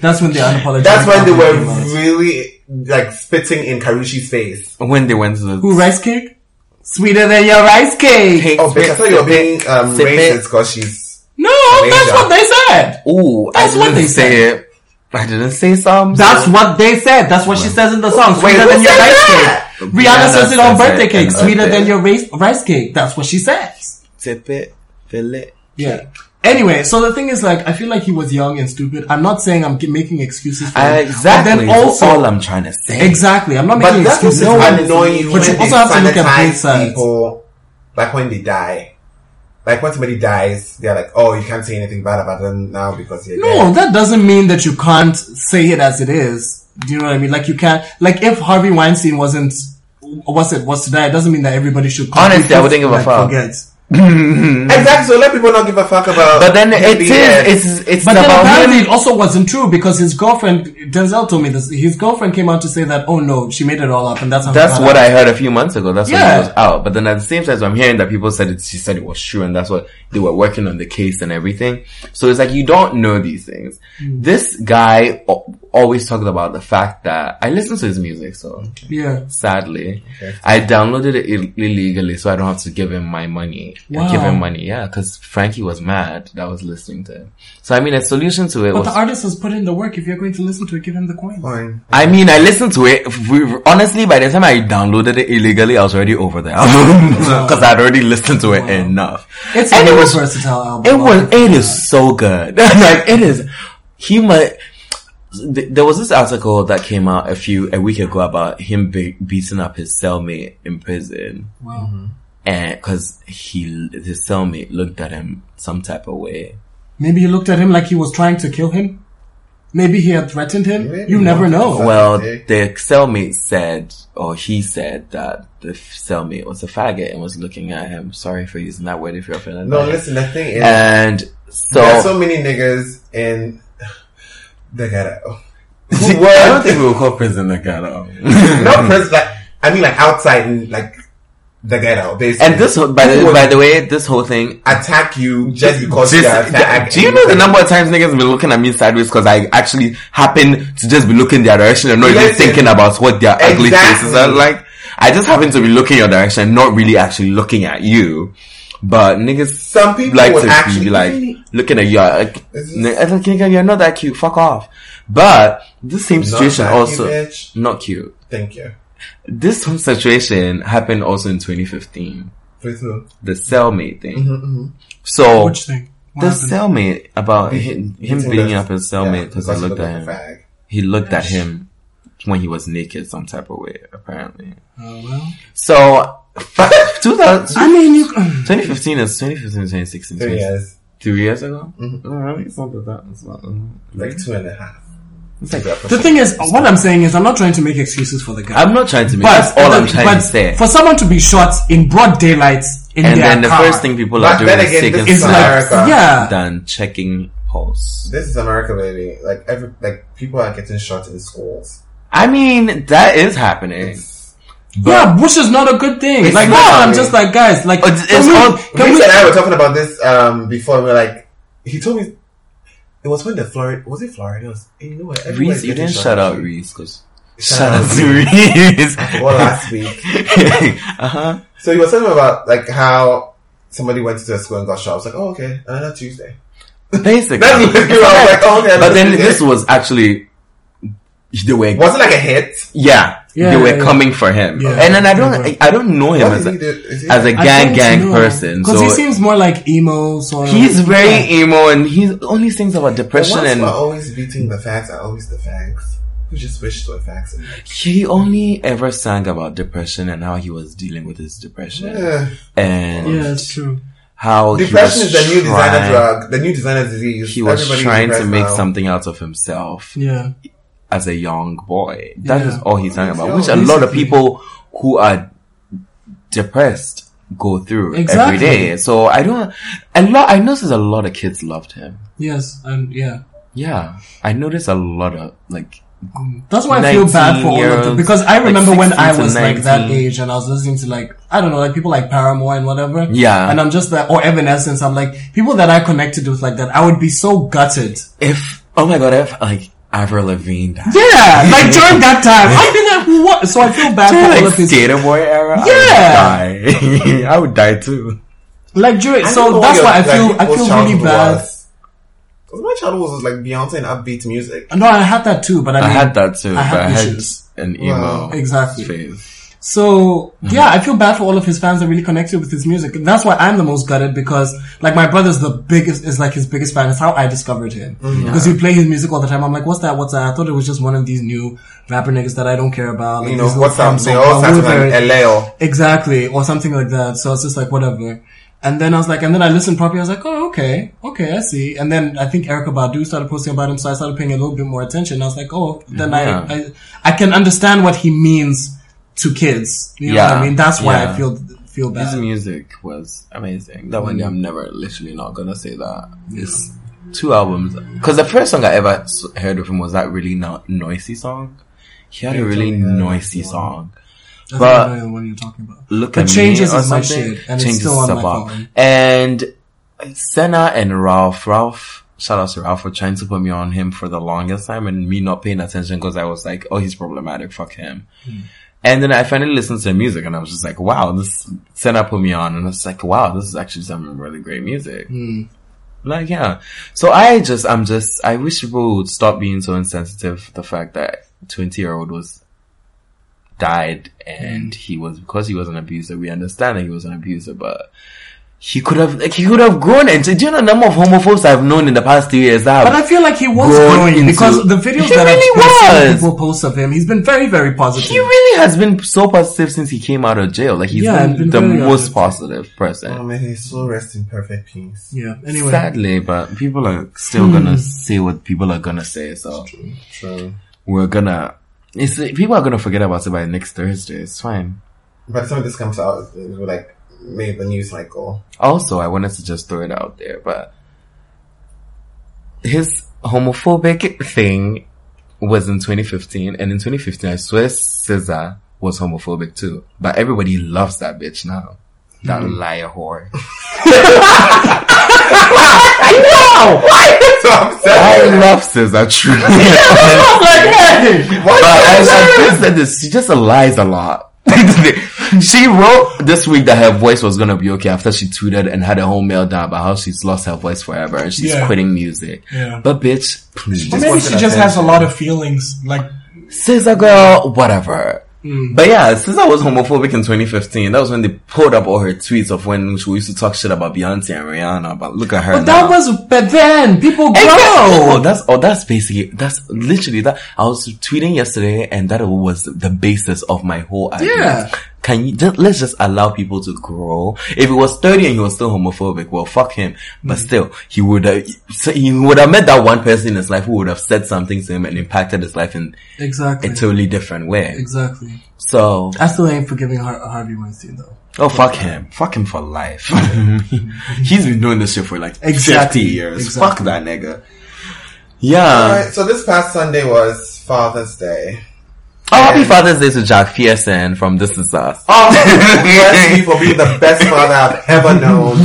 [SPEAKER 1] That's when they unapologetic.
[SPEAKER 3] That's when they were
[SPEAKER 1] came out.
[SPEAKER 3] really like spitting in Karushi's face.
[SPEAKER 2] When they went to the
[SPEAKER 1] Ooh, rice cake? Sweeter than your rice cake.
[SPEAKER 2] pink
[SPEAKER 3] Oh, bitch, I thought you were being um,
[SPEAKER 2] sip
[SPEAKER 3] racist
[SPEAKER 2] it.
[SPEAKER 3] because she's.
[SPEAKER 1] No,
[SPEAKER 3] Malaysia.
[SPEAKER 1] that's what they said.
[SPEAKER 2] Ooh, I
[SPEAKER 1] That's what
[SPEAKER 2] didn't
[SPEAKER 1] they
[SPEAKER 2] say it. I didn't say some.
[SPEAKER 1] That's what they said. That's what she says in the song. Sweeter
[SPEAKER 2] who
[SPEAKER 1] than your
[SPEAKER 2] said
[SPEAKER 1] rice
[SPEAKER 2] that?
[SPEAKER 1] cake.
[SPEAKER 2] Rihanna
[SPEAKER 1] Rihanna says it on
[SPEAKER 2] says it
[SPEAKER 1] birthday
[SPEAKER 2] on
[SPEAKER 1] cake. Sweeter
[SPEAKER 2] birthday.
[SPEAKER 1] than your rice, rice cake. That's what she says.
[SPEAKER 2] tip it, fill it.
[SPEAKER 1] Yeah. Anyway, so the thing is, like, I feel like he was young and stupid. I'm not saying I'm g- making excuses for him.
[SPEAKER 2] Uh, exactly.
[SPEAKER 1] But then
[SPEAKER 2] That's
[SPEAKER 1] also,
[SPEAKER 2] all I'm trying to say.
[SPEAKER 1] exactly, I'm not
[SPEAKER 3] But
[SPEAKER 1] making
[SPEAKER 3] that's what's
[SPEAKER 1] excuses.
[SPEAKER 3] no
[SPEAKER 1] for him.
[SPEAKER 3] annoying
[SPEAKER 1] But
[SPEAKER 3] when
[SPEAKER 1] you
[SPEAKER 3] they
[SPEAKER 1] also have to look at both
[SPEAKER 3] sanitize
[SPEAKER 1] sides.
[SPEAKER 3] people, like when they die. Like when somebody dies, they're like, oh, you can't say anything bad about them now because they're
[SPEAKER 1] No,
[SPEAKER 3] dead.
[SPEAKER 1] that doesn't mean that you can't say it as it is. Do you know what I mean? Like you can't, like if Harvey Weinstein wasn't, what's it, was to die, it doesn't mean that everybody should.
[SPEAKER 2] Honestly, I wouldn't give a
[SPEAKER 1] like,
[SPEAKER 2] fuck.
[SPEAKER 1] Forget.
[SPEAKER 3] Exactly, so let people not give a fuck about.
[SPEAKER 2] But then
[SPEAKER 3] him
[SPEAKER 2] it
[SPEAKER 3] being
[SPEAKER 2] is,
[SPEAKER 3] dead.
[SPEAKER 2] it's, it's
[SPEAKER 1] But then
[SPEAKER 2] about
[SPEAKER 1] apparently
[SPEAKER 2] him.
[SPEAKER 1] it also wasn't true because his girlfriend, Denzel told me this, his girlfriend came out to say that, oh no, she made it all up and that's how he
[SPEAKER 2] That's
[SPEAKER 1] got
[SPEAKER 2] what
[SPEAKER 1] out.
[SPEAKER 2] I heard a few months ago. That's
[SPEAKER 1] Yeah.
[SPEAKER 2] when it was out. But then at the same time, so I'm hearing that people said it, she said it was true and that's what they were working on the case and everything. So it's like, you don't know these things.
[SPEAKER 1] Hmm.
[SPEAKER 2] This guy al- always talked about the fact that I listen to his music, so
[SPEAKER 1] Yeah.
[SPEAKER 2] sadly. I downloaded it Ill- illegally, so I don't have to give him my money.
[SPEAKER 1] Wow.
[SPEAKER 2] I give him money, yeah, because Frankie was mad that I was listening to him. So I mean, a solution to it
[SPEAKER 1] But
[SPEAKER 2] was.
[SPEAKER 1] the artist was putting in the work. If you're going to listen to it, give him the coin.
[SPEAKER 3] Fine.
[SPEAKER 2] I mean, I listened to it. We- Honestly, by the time I downloaded it illegally, I was already over the album [LAUGHS] because I'd already listened to it enough.
[SPEAKER 1] It's a
[SPEAKER 2] And it
[SPEAKER 1] very
[SPEAKER 2] was-
[SPEAKER 1] versatile album.
[SPEAKER 2] It was. It is so good. [LAUGHS] like it is. He might. th- There was this article that came out a few a week ago about him be- beating up his cellmate in prison.
[SPEAKER 1] Wow.
[SPEAKER 2] and because he his cellmate looked at him some type of way.
[SPEAKER 1] Maybe he looked at him like he was trying to kill him. Maybe he had threatened him.
[SPEAKER 3] Maybe
[SPEAKER 1] you never
[SPEAKER 3] not.
[SPEAKER 1] know.
[SPEAKER 2] well,
[SPEAKER 3] okay.
[SPEAKER 2] the cellmate said, or he said that the cellmate was a faggot and was looking at him. Sorry for using that word if you're offended.
[SPEAKER 3] No,
[SPEAKER 2] by it.
[SPEAKER 3] listen, the thing is,
[SPEAKER 2] And so,
[SPEAKER 3] there are so many niggas in [SIGHS]
[SPEAKER 2] [LAUGHS]
[SPEAKER 3] the ghetto.
[SPEAKER 2] See,
[SPEAKER 3] Who
[SPEAKER 2] I [LAUGHS] don't
[SPEAKER 3] were
[SPEAKER 2] think we will call prison the ghetto.
[SPEAKER 3] not pres- like I mean, like outside in like the ghetto, basically.
[SPEAKER 2] and this, whole- by [LAUGHS]
[SPEAKER 3] Who
[SPEAKER 2] the
[SPEAKER 3] would
[SPEAKER 2] by the way, this whole thing.
[SPEAKER 3] attack you just because
[SPEAKER 2] This-
[SPEAKER 3] you're a fag.
[SPEAKER 2] do you know the number of times niggas been looking at me sideways because I actually happen to just be looking their direction and not even
[SPEAKER 3] Listen.
[SPEAKER 2] thinking about what their ugly faces
[SPEAKER 3] Exactly.
[SPEAKER 2] are like? I just happen to be looking your direction, not really actually looking at you. But niggas
[SPEAKER 3] Some people
[SPEAKER 2] like
[SPEAKER 3] would
[SPEAKER 2] to
[SPEAKER 3] actually
[SPEAKER 2] be like looking at you like,
[SPEAKER 3] This is-
[SPEAKER 2] "N- I don't think you're not that cute. Fuck off. But this same
[SPEAKER 3] Not
[SPEAKER 2] situation
[SPEAKER 3] that you
[SPEAKER 2] also
[SPEAKER 3] bitch.
[SPEAKER 2] not cute.
[SPEAKER 3] Thank you.
[SPEAKER 2] This whole situation happened also in 2015.
[SPEAKER 3] Please move.
[SPEAKER 2] The cellmate thing.
[SPEAKER 3] Mm-hmm,
[SPEAKER 2] So
[SPEAKER 1] Which thing? What
[SPEAKER 2] the
[SPEAKER 1] happened?
[SPEAKER 2] cellmate about him, him
[SPEAKER 3] It's in
[SPEAKER 2] beating
[SPEAKER 3] the-
[SPEAKER 2] up his cellmate
[SPEAKER 3] yeah,
[SPEAKER 2] because I
[SPEAKER 3] he
[SPEAKER 2] looked at him.
[SPEAKER 3] like a fag.
[SPEAKER 2] He looked at him when he was naked, some type of way, apparently.
[SPEAKER 1] Oh, well.
[SPEAKER 2] So, [LAUGHS] fa- 2000,
[SPEAKER 1] I
[SPEAKER 2] [LAUGHS]
[SPEAKER 1] mean, you.
[SPEAKER 2] 2015 is 2015, 2016,
[SPEAKER 3] Three
[SPEAKER 2] 20
[SPEAKER 3] years, Mm-hmm.
[SPEAKER 2] three years ago. Alright, it's not that. that- It's not.
[SPEAKER 3] like two and a half.
[SPEAKER 2] It's like
[SPEAKER 1] The thing is, what I'm saying is, I'm not trying to make excuses for the guy.
[SPEAKER 2] I'm not trying to make.
[SPEAKER 1] but
[SPEAKER 2] That's all
[SPEAKER 1] the-
[SPEAKER 2] I'm trying
[SPEAKER 1] but
[SPEAKER 2] to say.
[SPEAKER 1] for someone to be shot in broad daylight in
[SPEAKER 2] and
[SPEAKER 1] their
[SPEAKER 2] then the
[SPEAKER 1] car,
[SPEAKER 2] first thing people
[SPEAKER 3] But
[SPEAKER 2] are doing
[SPEAKER 3] then
[SPEAKER 2] is
[SPEAKER 3] again,
[SPEAKER 2] taking
[SPEAKER 3] this
[SPEAKER 1] is
[SPEAKER 3] is
[SPEAKER 1] like,
[SPEAKER 2] snaps [LAUGHS]
[SPEAKER 3] America.
[SPEAKER 1] yeah,
[SPEAKER 2] than checking pulse.
[SPEAKER 3] This is America, baby. Like every like people are getting shot in schools.
[SPEAKER 2] I mean, that is happening.
[SPEAKER 1] yeah, which is not a good thing.
[SPEAKER 2] It's
[SPEAKER 1] Like, that's why I'm
[SPEAKER 2] not.
[SPEAKER 1] just like, guys, like,
[SPEAKER 2] It's-
[SPEAKER 1] can
[SPEAKER 2] it's
[SPEAKER 1] we-
[SPEAKER 2] all-
[SPEAKER 1] can
[SPEAKER 3] Vince
[SPEAKER 1] we-
[SPEAKER 3] and I "Ah, were talking about this um before. We were like, he told me it was when the Florida was it Florida? It was, you know what?
[SPEAKER 2] Reese,
[SPEAKER 3] everybody's
[SPEAKER 2] you
[SPEAKER 3] getting
[SPEAKER 2] didn't shout out
[SPEAKER 3] Shut
[SPEAKER 2] Reese because
[SPEAKER 3] Shout
[SPEAKER 2] shout [LAUGHS] out
[SPEAKER 3] out
[SPEAKER 2] to Reese. [LAUGHS]
[SPEAKER 3] Well, last week.
[SPEAKER 2] uh huh.
[SPEAKER 3] So he was talking about like how somebody went to a school and got shot. I was like, oh okay, another Tuesday.
[SPEAKER 2] Basically,
[SPEAKER 3] That's literally what I was like, oh, okay.
[SPEAKER 2] but then
[SPEAKER 3] Tuesday.
[SPEAKER 2] this was actually they were
[SPEAKER 3] was it like a hit.
[SPEAKER 2] yeah,
[SPEAKER 1] Yeah,
[SPEAKER 2] they were
[SPEAKER 1] yeah, yeah.
[SPEAKER 2] coming for him,
[SPEAKER 1] Yeah.
[SPEAKER 2] and then I don't
[SPEAKER 1] They
[SPEAKER 2] I, I don't know him
[SPEAKER 3] What
[SPEAKER 2] as
[SPEAKER 3] did he
[SPEAKER 2] a,
[SPEAKER 3] do? Is he-
[SPEAKER 2] as a
[SPEAKER 1] I
[SPEAKER 2] gang
[SPEAKER 1] don't
[SPEAKER 2] gang
[SPEAKER 1] know.
[SPEAKER 2] person.
[SPEAKER 1] Because he
[SPEAKER 2] So
[SPEAKER 1] seems more like emo, sort of.
[SPEAKER 2] he's very
[SPEAKER 1] Yeah.
[SPEAKER 2] emo and he only sings about
[SPEAKER 3] The
[SPEAKER 2] depression
[SPEAKER 3] ones
[SPEAKER 2] and
[SPEAKER 3] who are always beating the facts are always the facts. Who just wish to a facts and like,
[SPEAKER 2] he only ever sang about depression and how he was dealing with his depression
[SPEAKER 3] eh.
[SPEAKER 2] and
[SPEAKER 1] Yeah, it's true.
[SPEAKER 2] how
[SPEAKER 3] Depression
[SPEAKER 2] he
[SPEAKER 3] is
[SPEAKER 2] was
[SPEAKER 3] the new designer
[SPEAKER 2] trying-
[SPEAKER 3] drug, the new designer disease.
[SPEAKER 2] He was
[SPEAKER 3] Everybody's
[SPEAKER 2] trying to
[SPEAKER 3] depressed
[SPEAKER 2] make
[SPEAKER 3] now.
[SPEAKER 2] something out of himself
[SPEAKER 1] Yeah.
[SPEAKER 2] as a young boy. That
[SPEAKER 1] Yeah.
[SPEAKER 2] is all he's talking about,
[SPEAKER 3] Yeah,
[SPEAKER 2] which a lot of
[SPEAKER 1] basically.
[SPEAKER 2] people who are depressed go through
[SPEAKER 1] Exactly.
[SPEAKER 2] every day. So I don't, a lot, I noticed a lot of kids loved him.
[SPEAKER 1] Yes, and yeah.
[SPEAKER 2] Yeah. I noticed a lot of, like,
[SPEAKER 1] Mm. That's why I feel bad for all of them
[SPEAKER 2] 19-year-olds,
[SPEAKER 1] because I
[SPEAKER 2] like
[SPEAKER 1] remember when
[SPEAKER 2] 16
[SPEAKER 1] I
[SPEAKER 2] to
[SPEAKER 1] was like that
[SPEAKER 2] 19.
[SPEAKER 1] age and I was listening to like I don't know like people like Paramore and whatever.
[SPEAKER 2] Yeah.
[SPEAKER 1] and I'm just like or Evanescence. I'm like people that I connected with like that. I would be so gutted.
[SPEAKER 2] if, oh my god, if, like, Avril Lavigne died.
[SPEAKER 1] Yeah,
[SPEAKER 2] [LAUGHS]
[SPEAKER 1] like during that time, I've been like, who what? So I feel bad for all
[SPEAKER 2] Like
[SPEAKER 1] of these.
[SPEAKER 2] skater boy era. I would die. [LAUGHS] I would die too.
[SPEAKER 1] Like during,
[SPEAKER 3] I don't
[SPEAKER 1] so
[SPEAKER 3] know
[SPEAKER 1] that's
[SPEAKER 3] your-
[SPEAKER 1] why I
[SPEAKER 3] like,
[SPEAKER 1] feel I
[SPEAKER 3] people's
[SPEAKER 1] feel really
[SPEAKER 3] childhood
[SPEAKER 1] bad.
[SPEAKER 3] was. 'Cause my childhood was like Beyonce and upbeat music.
[SPEAKER 1] No, I had that too, but I,
[SPEAKER 2] I
[SPEAKER 1] mean,
[SPEAKER 2] had that too.
[SPEAKER 1] I had
[SPEAKER 2] but I had
[SPEAKER 1] issues.
[SPEAKER 2] an emo
[SPEAKER 3] Wow.
[SPEAKER 1] Exactly.
[SPEAKER 2] phase.
[SPEAKER 1] So
[SPEAKER 3] Mm-hmm.
[SPEAKER 1] yeah, I feel bad for all of his fans that really connected with his music. And that's why I'm the most gutted because like my brother's the biggest is like his biggest fan. It's how I discovered him.
[SPEAKER 3] Mm-hmm.
[SPEAKER 1] Because we play his music all the time. I'm like, what's that? What's that? I thought it was just one of these new rapper niggas that I don't care about. Like,
[SPEAKER 3] You know,
[SPEAKER 1] these little
[SPEAKER 3] what's up?
[SPEAKER 1] femmes
[SPEAKER 3] They
[SPEAKER 1] on
[SPEAKER 3] all
[SPEAKER 1] Power
[SPEAKER 3] started
[SPEAKER 1] Wheelchair.
[SPEAKER 3] like Eleo.
[SPEAKER 1] Exactly, or something like that. So it's just like whatever. And then I was like, and then I listened properly. I was like, oh, okay, okay, I see. And then I think Erica Badu started posting about him, so I started paying a little bit more attention. I was like, oh, then
[SPEAKER 2] Yeah.
[SPEAKER 1] I, I I can understand what he means to kids. You know what
[SPEAKER 2] Yeah,
[SPEAKER 1] I mean? That's why
[SPEAKER 2] yeah.
[SPEAKER 1] I feel feel
[SPEAKER 2] His
[SPEAKER 1] bad.
[SPEAKER 2] music was amazing. Um, That one, I'm never literally not gonna say that. It's two albums. Because the first song I ever s- heard of him was that really no- noisy song. He had a really noisy song.
[SPEAKER 1] That's
[SPEAKER 2] but-
[SPEAKER 1] not the one you're talking about.
[SPEAKER 2] Look
[SPEAKER 1] But
[SPEAKER 2] at
[SPEAKER 1] Changes
[SPEAKER 2] me or
[SPEAKER 1] is my
[SPEAKER 2] something.
[SPEAKER 1] shit, and it's
[SPEAKER 2] Changes
[SPEAKER 1] still
[SPEAKER 2] is
[SPEAKER 1] on my
[SPEAKER 2] about-
[SPEAKER 1] phone.
[SPEAKER 2] And Senna and Ralph, Ralph, shout out to Ralph for trying to put me on him for the longest time and me not paying attention because I was like, oh, he's problematic, fuck him.
[SPEAKER 1] Hmm.
[SPEAKER 2] And then I finally listened to the music and I was just like, wow, this Senna put me on and it's like, wow, this is actually some really great music. Like, yeah. So I just, I'm just, I wish people would stop being so insensitive. to The fact that 20 year old was died
[SPEAKER 1] Mm.
[SPEAKER 2] and he was, because he was an abuser, we understand that he was an abuser, but he could have, like, he could have grown into, do you know the number of homophobes I've known in the past two years that
[SPEAKER 1] But I
[SPEAKER 2] have,
[SPEAKER 1] feel like he was
[SPEAKER 2] Grown
[SPEAKER 1] growing
[SPEAKER 2] into-
[SPEAKER 1] because the videos
[SPEAKER 2] He
[SPEAKER 1] that
[SPEAKER 2] really
[SPEAKER 1] I've been seeing
[SPEAKER 2] was.
[SPEAKER 1] people post of him, he's been very, very positive.
[SPEAKER 2] he really has been so positive since he came out of jail. Like, he's
[SPEAKER 1] Yeah,
[SPEAKER 2] been
[SPEAKER 1] been
[SPEAKER 2] the
[SPEAKER 1] very
[SPEAKER 2] most
[SPEAKER 1] positive.
[SPEAKER 2] positive person.
[SPEAKER 3] Oh man, he's still rest in perfect peace.
[SPEAKER 1] yeah. Anyway, Hmm.
[SPEAKER 2] Sadly, but people are still gonna say what people are gonna say, so.
[SPEAKER 3] True.
[SPEAKER 2] we're gonna it's people are gonna forget about it by next Thursday. It's fine.
[SPEAKER 3] By the time this comes out, it will like made the news
[SPEAKER 1] [LAUGHS]
[SPEAKER 3] cycle.
[SPEAKER 2] Also, I wanted to just throw it out there, but his homophobic thing was in 2015, and in 2015, I swear Scissor was homophobic too. But everybody loves that bitch now. That liar whore. [LAUGHS] I know.
[SPEAKER 3] So I'm
[SPEAKER 2] I
[SPEAKER 3] saying,
[SPEAKER 2] love Scissor
[SPEAKER 1] [LAUGHS]
[SPEAKER 2] truly. But as I said this, she just lies a lot. [LAUGHS] she wrote this week that her voice was gonna be okay after she tweeted and had a whole mail down about how she's lost her voice forever and she's
[SPEAKER 1] Yeah.
[SPEAKER 2] quitting music.
[SPEAKER 1] Yeah.
[SPEAKER 2] But bitch, please.
[SPEAKER 1] Or maybe
[SPEAKER 3] wanted
[SPEAKER 1] she just has a
[SPEAKER 3] attention.
[SPEAKER 1] lot of feelings. Like
[SPEAKER 2] Scissor girl, whatever.
[SPEAKER 1] Mm.
[SPEAKER 2] But yeah, Scissor was homophobic in 2015. That was when they pulled up all her tweets of when she used to talk shit about Beyonce and Rihanna, but look at her.
[SPEAKER 1] But that
[SPEAKER 2] now.
[SPEAKER 1] was, but then people grow.
[SPEAKER 2] Oh, that's oh, that's basically that's literally that. I was tweeting yesterday, and that was the basis of my whole idea.
[SPEAKER 1] Yeah.
[SPEAKER 2] Can you just, let's just allow people to grow? If it was thirty and he was still homophobic, well, fuck him. But
[SPEAKER 1] Mm.
[SPEAKER 2] still, he would have so he would have met that one person in his life who would have said something to him and impacted his life in
[SPEAKER 1] Exactly.
[SPEAKER 2] a totally different way.
[SPEAKER 1] exactly.
[SPEAKER 2] So,
[SPEAKER 1] I still ain't forgiving Har- Harvey Weinstein though.
[SPEAKER 2] oh fuck him, fuck him for
[SPEAKER 1] [LAUGHS]
[SPEAKER 2] life. He's been doing this shit for like
[SPEAKER 1] Exactly.
[SPEAKER 2] fifty years.
[SPEAKER 1] Exactly.
[SPEAKER 2] Fuck that nigga. Yeah.
[SPEAKER 3] Alright, so this past Sunday was Father's Day. [LAUGHS]
[SPEAKER 2] Oh, happy Father's Day to Jack Pearson from This Is Us. [LAUGHS]
[SPEAKER 3] Oh, bless me for being the best father I've ever
[SPEAKER 1] [LAUGHS]
[SPEAKER 3] known.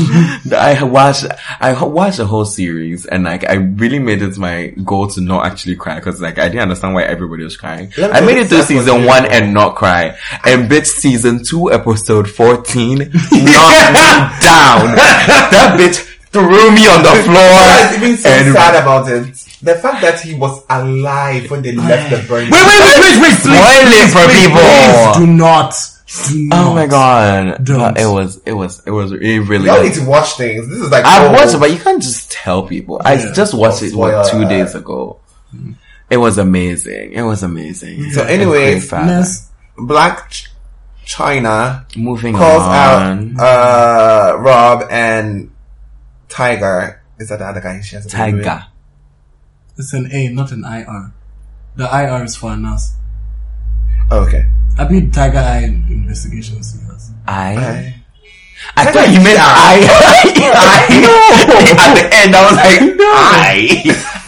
[SPEAKER 2] I watched, I ho- watched the whole series and like, I really made it my goal to not actually cry because like, I didn't understand why everybody was crying.
[SPEAKER 3] Let me
[SPEAKER 2] I made it through
[SPEAKER 3] that's what
[SPEAKER 2] season
[SPEAKER 3] you-
[SPEAKER 2] one and not cry. And bitch, season two, episode 14, knocked me down. That bitch threw me on the
[SPEAKER 3] It's [LAUGHS]
[SPEAKER 2] floor.
[SPEAKER 3] been so
[SPEAKER 2] and-
[SPEAKER 3] sad about it. The fact that he was alive when they left the burning.
[SPEAKER 2] Wait, wait, wait, wait, wait, spoil it for
[SPEAKER 1] Please
[SPEAKER 2] people.
[SPEAKER 1] do not. Do not.
[SPEAKER 2] Oh my god.
[SPEAKER 1] Don't.
[SPEAKER 2] It was, it was, it was, it really
[SPEAKER 3] Y'all need to watch things. This is like
[SPEAKER 2] I've
[SPEAKER 3] oh,
[SPEAKER 2] watched it, but you can't just tell people. I
[SPEAKER 1] Yeah.
[SPEAKER 2] just watched it what, two
[SPEAKER 3] Spoiler.
[SPEAKER 2] days ago. It was amazing. It was amazing.
[SPEAKER 3] So
[SPEAKER 2] And
[SPEAKER 3] anyways,
[SPEAKER 2] great father.
[SPEAKER 1] Yes.
[SPEAKER 3] Black Ch- China
[SPEAKER 2] moving
[SPEAKER 3] calls
[SPEAKER 2] on.
[SPEAKER 3] out uh, Rob and Tiger. Is that the other guy she has? a baby with?
[SPEAKER 2] Tiger.
[SPEAKER 1] It's an A, not an IR. The IR is for Anas.
[SPEAKER 3] Oh,
[SPEAKER 2] [LAUGHS]
[SPEAKER 3] okay.
[SPEAKER 1] I beat Tiger Eye investigations. Yes.
[SPEAKER 2] I.
[SPEAKER 3] I-
[SPEAKER 2] I thought you meant I. I. [LAUGHS] At the end, I was like, no.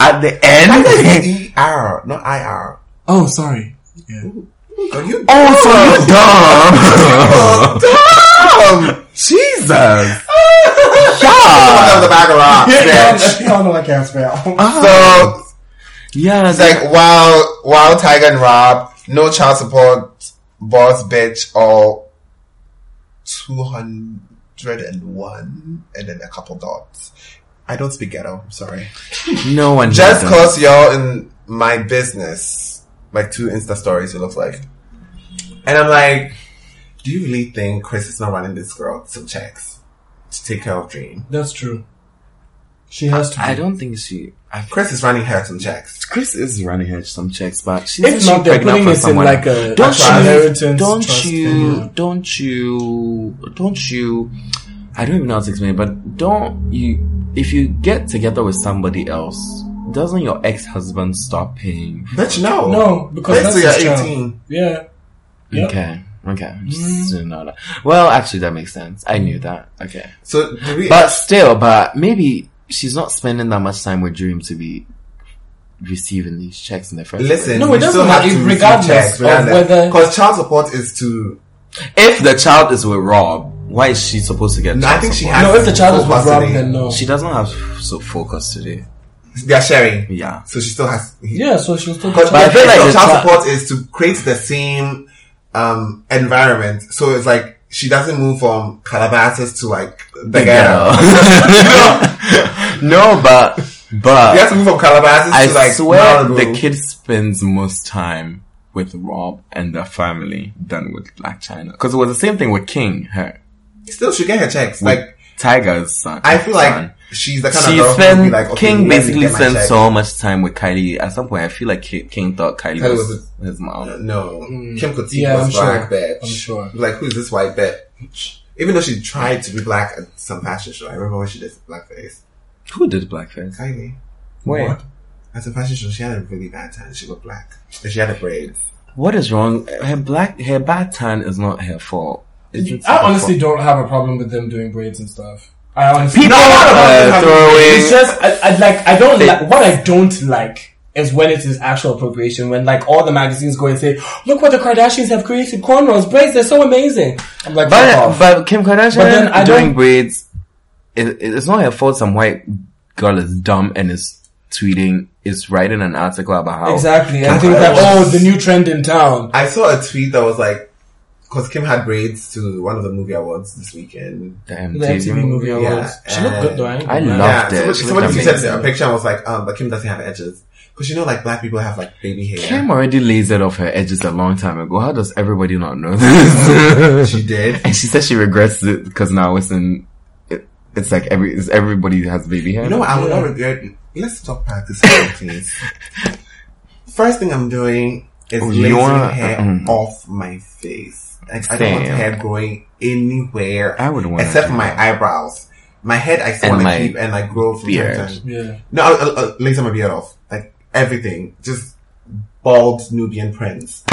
[SPEAKER 2] I. At the end.
[SPEAKER 3] E R, not I R.
[SPEAKER 1] Oh, sorry. Yeah.
[SPEAKER 3] Are you
[SPEAKER 2] [LAUGHS] Oh, so you dumb. dumb.
[SPEAKER 3] [LAUGHS]
[SPEAKER 2] Jesus.
[SPEAKER 3] on
[SPEAKER 2] Yeah. [LAUGHS]
[SPEAKER 1] [LAUGHS]
[SPEAKER 3] the back of the rock, bitch.
[SPEAKER 1] I don't know I can't spell.
[SPEAKER 3] So
[SPEAKER 2] Yeah,
[SPEAKER 3] It's like wow, wow, Tiger and Rob, no child support, boss bitch, or two hundred and one, and then a couple dots. I don't speak ghetto. I'm sorry.
[SPEAKER 2] no one
[SPEAKER 3] Just
[SPEAKER 2] does.
[SPEAKER 3] cause y'all in my business, like two Insta stories, it looks like, and I'm like, do you really think Chris is not running this girl some checks to take care of Dream?
[SPEAKER 1] That's true. She has to.
[SPEAKER 2] I
[SPEAKER 1] be.
[SPEAKER 2] don't think she. I,
[SPEAKER 3] Chris is running her some checks.
[SPEAKER 2] Chris is running her some checks, but she's
[SPEAKER 1] If not, they're
[SPEAKER 2] pregnant
[SPEAKER 1] putting
[SPEAKER 2] for
[SPEAKER 1] it in
[SPEAKER 2] someone.
[SPEAKER 1] like a
[SPEAKER 2] don't
[SPEAKER 1] actual
[SPEAKER 2] you,
[SPEAKER 1] inheritance.
[SPEAKER 2] don't
[SPEAKER 1] trust
[SPEAKER 2] you,
[SPEAKER 1] thing.
[SPEAKER 2] don't you, don't you, I don't even know how to explain it, but don't you, if you get together with somebody else, doesn't your ex-husband stop paying?
[SPEAKER 3] Bitch, no,
[SPEAKER 1] No, because
[SPEAKER 3] Bitch,
[SPEAKER 1] that's
[SPEAKER 3] so
[SPEAKER 1] his
[SPEAKER 3] you're
[SPEAKER 1] child.
[SPEAKER 3] 18.
[SPEAKER 1] Yeah. Mm-hmm. Yep.
[SPEAKER 2] Okay. Okay. Just didn't know that. Well, actually, that makes sense. I knew that. Okay.
[SPEAKER 3] So do we?
[SPEAKER 2] But still, but maybe she's not spending that much time with Dream to be receiving these checks in the first
[SPEAKER 3] Listen,
[SPEAKER 1] No, it
[SPEAKER 3] we
[SPEAKER 1] doesn't
[SPEAKER 3] still have
[SPEAKER 1] matter,
[SPEAKER 3] to receive
[SPEAKER 1] regardless
[SPEAKER 3] checks,
[SPEAKER 1] of whether-
[SPEAKER 3] because child support is to.
[SPEAKER 2] place. If the child is with Rob, why is she supposed to get?
[SPEAKER 3] No, I
[SPEAKER 2] child
[SPEAKER 3] think she
[SPEAKER 2] support?
[SPEAKER 3] has.
[SPEAKER 1] No, if the child is
[SPEAKER 3] full
[SPEAKER 1] with Rob,
[SPEAKER 3] custody.
[SPEAKER 1] then no.
[SPEAKER 2] She doesn't have so focus today.
[SPEAKER 3] they are sharing.
[SPEAKER 2] Yeah.
[SPEAKER 3] So she still has. Yeah.
[SPEAKER 1] Yeah, so she'll still be
[SPEAKER 3] Because
[SPEAKER 2] But I
[SPEAKER 3] the
[SPEAKER 2] feel
[SPEAKER 3] thing
[SPEAKER 2] like
[SPEAKER 3] of
[SPEAKER 2] the
[SPEAKER 3] child
[SPEAKER 2] child-
[SPEAKER 3] support is to create the same um environment. So it's like she doesn't move from Calabasas to like the ghetto.
[SPEAKER 2] [LAUGHS] no, but
[SPEAKER 3] You
[SPEAKER 2] but
[SPEAKER 3] have to move from Calabasas
[SPEAKER 2] I
[SPEAKER 3] to like
[SPEAKER 2] swear
[SPEAKER 3] Malibu.
[SPEAKER 2] the kid spends most time with Rob and their family than with Black China because it was the same thing with King, her
[SPEAKER 3] still should get her checks. Like
[SPEAKER 2] Tiger's son.
[SPEAKER 3] I feel
[SPEAKER 2] son.
[SPEAKER 3] like she's the kind
[SPEAKER 2] she
[SPEAKER 3] of girl who would be
[SPEAKER 2] spent
[SPEAKER 3] like, okay,
[SPEAKER 2] King
[SPEAKER 3] let me
[SPEAKER 2] basically
[SPEAKER 3] get my
[SPEAKER 2] spent
[SPEAKER 3] check.
[SPEAKER 2] so much time with Kylie. At some point, I feel like Ki- King thought Kylie,
[SPEAKER 3] Kylie
[SPEAKER 2] was,
[SPEAKER 3] was
[SPEAKER 2] his mom.
[SPEAKER 3] No, Kim Kuti
[SPEAKER 1] Mm. Yeah,
[SPEAKER 3] was
[SPEAKER 1] I'm
[SPEAKER 3] black,
[SPEAKER 1] sure.
[SPEAKER 3] bitch.
[SPEAKER 1] I'm sure.
[SPEAKER 3] Like, who's this white bitch? Even though she tried to be black at some fashion show, I remember when she did blackface.
[SPEAKER 2] Who did blackface?
[SPEAKER 3] Kylie,
[SPEAKER 2] Wait,
[SPEAKER 1] What?
[SPEAKER 3] at a fashion show, she had a really bad tan. She looked black, and she had a braid.
[SPEAKER 2] what is wrong? Her black, her bad tan is not her fault. It's just
[SPEAKER 1] I
[SPEAKER 2] her
[SPEAKER 1] honestly
[SPEAKER 2] fault.
[SPEAKER 1] don't have a problem with them doing braids and stuff. I honestly
[SPEAKER 2] people
[SPEAKER 3] no,
[SPEAKER 1] No,
[SPEAKER 2] are
[SPEAKER 3] no, no,
[SPEAKER 1] It's
[SPEAKER 2] throwing.
[SPEAKER 1] just I, I like I don't like what I don't like is when it is actual appropriation when like all the magazines go and say look what the Kardashians have created cornrows braids they're so amazing I'm like fuck
[SPEAKER 2] But
[SPEAKER 1] off.
[SPEAKER 2] but Kim Kardashian
[SPEAKER 1] But then I
[SPEAKER 2] doing
[SPEAKER 1] don't-
[SPEAKER 2] braids, it, it's not her fault. Some white girl is dumb and is tweeting, is writing an article about how
[SPEAKER 1] exactly
[SPEAKER 2] Kim
[SPEAKER 1] I think that
[SPEAKER 3] Kardashian-
[SPEAKER 1] oh the new trend in town
[SPEAKER 3] I saw a tweet that was like, because Kim had braids to one of the movie awards this weekend.
[SPEAKER 2] the
[SPEAKER 1] the
[SPEAKER 2] MTV,
[SPEAKER 1] MTV movie
[SPEAKER 2] movie.
[SPEAKER 3] yeah,
[SPEAKER 1] awards she looked good though ain't
[SPEAKER 2] I
[SPEAKER 1] gonna lie.
[SPEAKER 2] loved it.
[SPEAKER 3] yeah, somebody,
[SPEAKER 2] She
[SPEAKER 3] somebody
[SPEAKER 2] looked
[SPEAKER 3] tweeted a
[SPEAKER 1] amazing.
[SPEAKER 3] picture and was like, um, but Kim doesn't have edges. Because you know, like, black people have, like, baby hair.
[SPEAKER 2] Kim already lasered off her edges a long time ago. How does everybody not know this? [LAUGHS]
[SPEAKER 3] She did.
[SPEAKER 2] and she says she regrets it because now it's in. It, it's like every it's everybody has baby hair.
[SPEAKER 3] You know what? I would
[SPEAKER 1] Yeah.
[SPEAKER 3] not regret. Let's talk practice, here,
[SPEAKER 1] [LAUGHS]
[SPEAKER 3] please. First thing I'm doing is
[SPEAKER 2] Oh, you
[SPEAKER 3] lasing
[SPEAKER 2] wanna-
[SPEAKER 1] uh,
[SPEAKER 3] hair
[SPEAKER 1] mm-hmm.
[SPEAKER 2] mm-mm.
[SPEAKER 3] off my face. Like, I don't want
[SPEAKER 2] Same.
[SPEAKER 3] hair growing anywhere
[SPEAKER 2] I would want
[SPEAKER 3] except for my eyebrows. My head, I still
[SPEAKER 2] And
[SPEAKER 3] want
[SPEAKER 2] my
[SPEAKER 3] to keep and like grow from
[SPEAKER 2] beard.
[SPEAKER 3] time to time.
[SPEAKER 1] yeah
[SPEAKER 3] No, I'll, I'll, I'll laser my beard off. Like everything, just bald Nubian prince.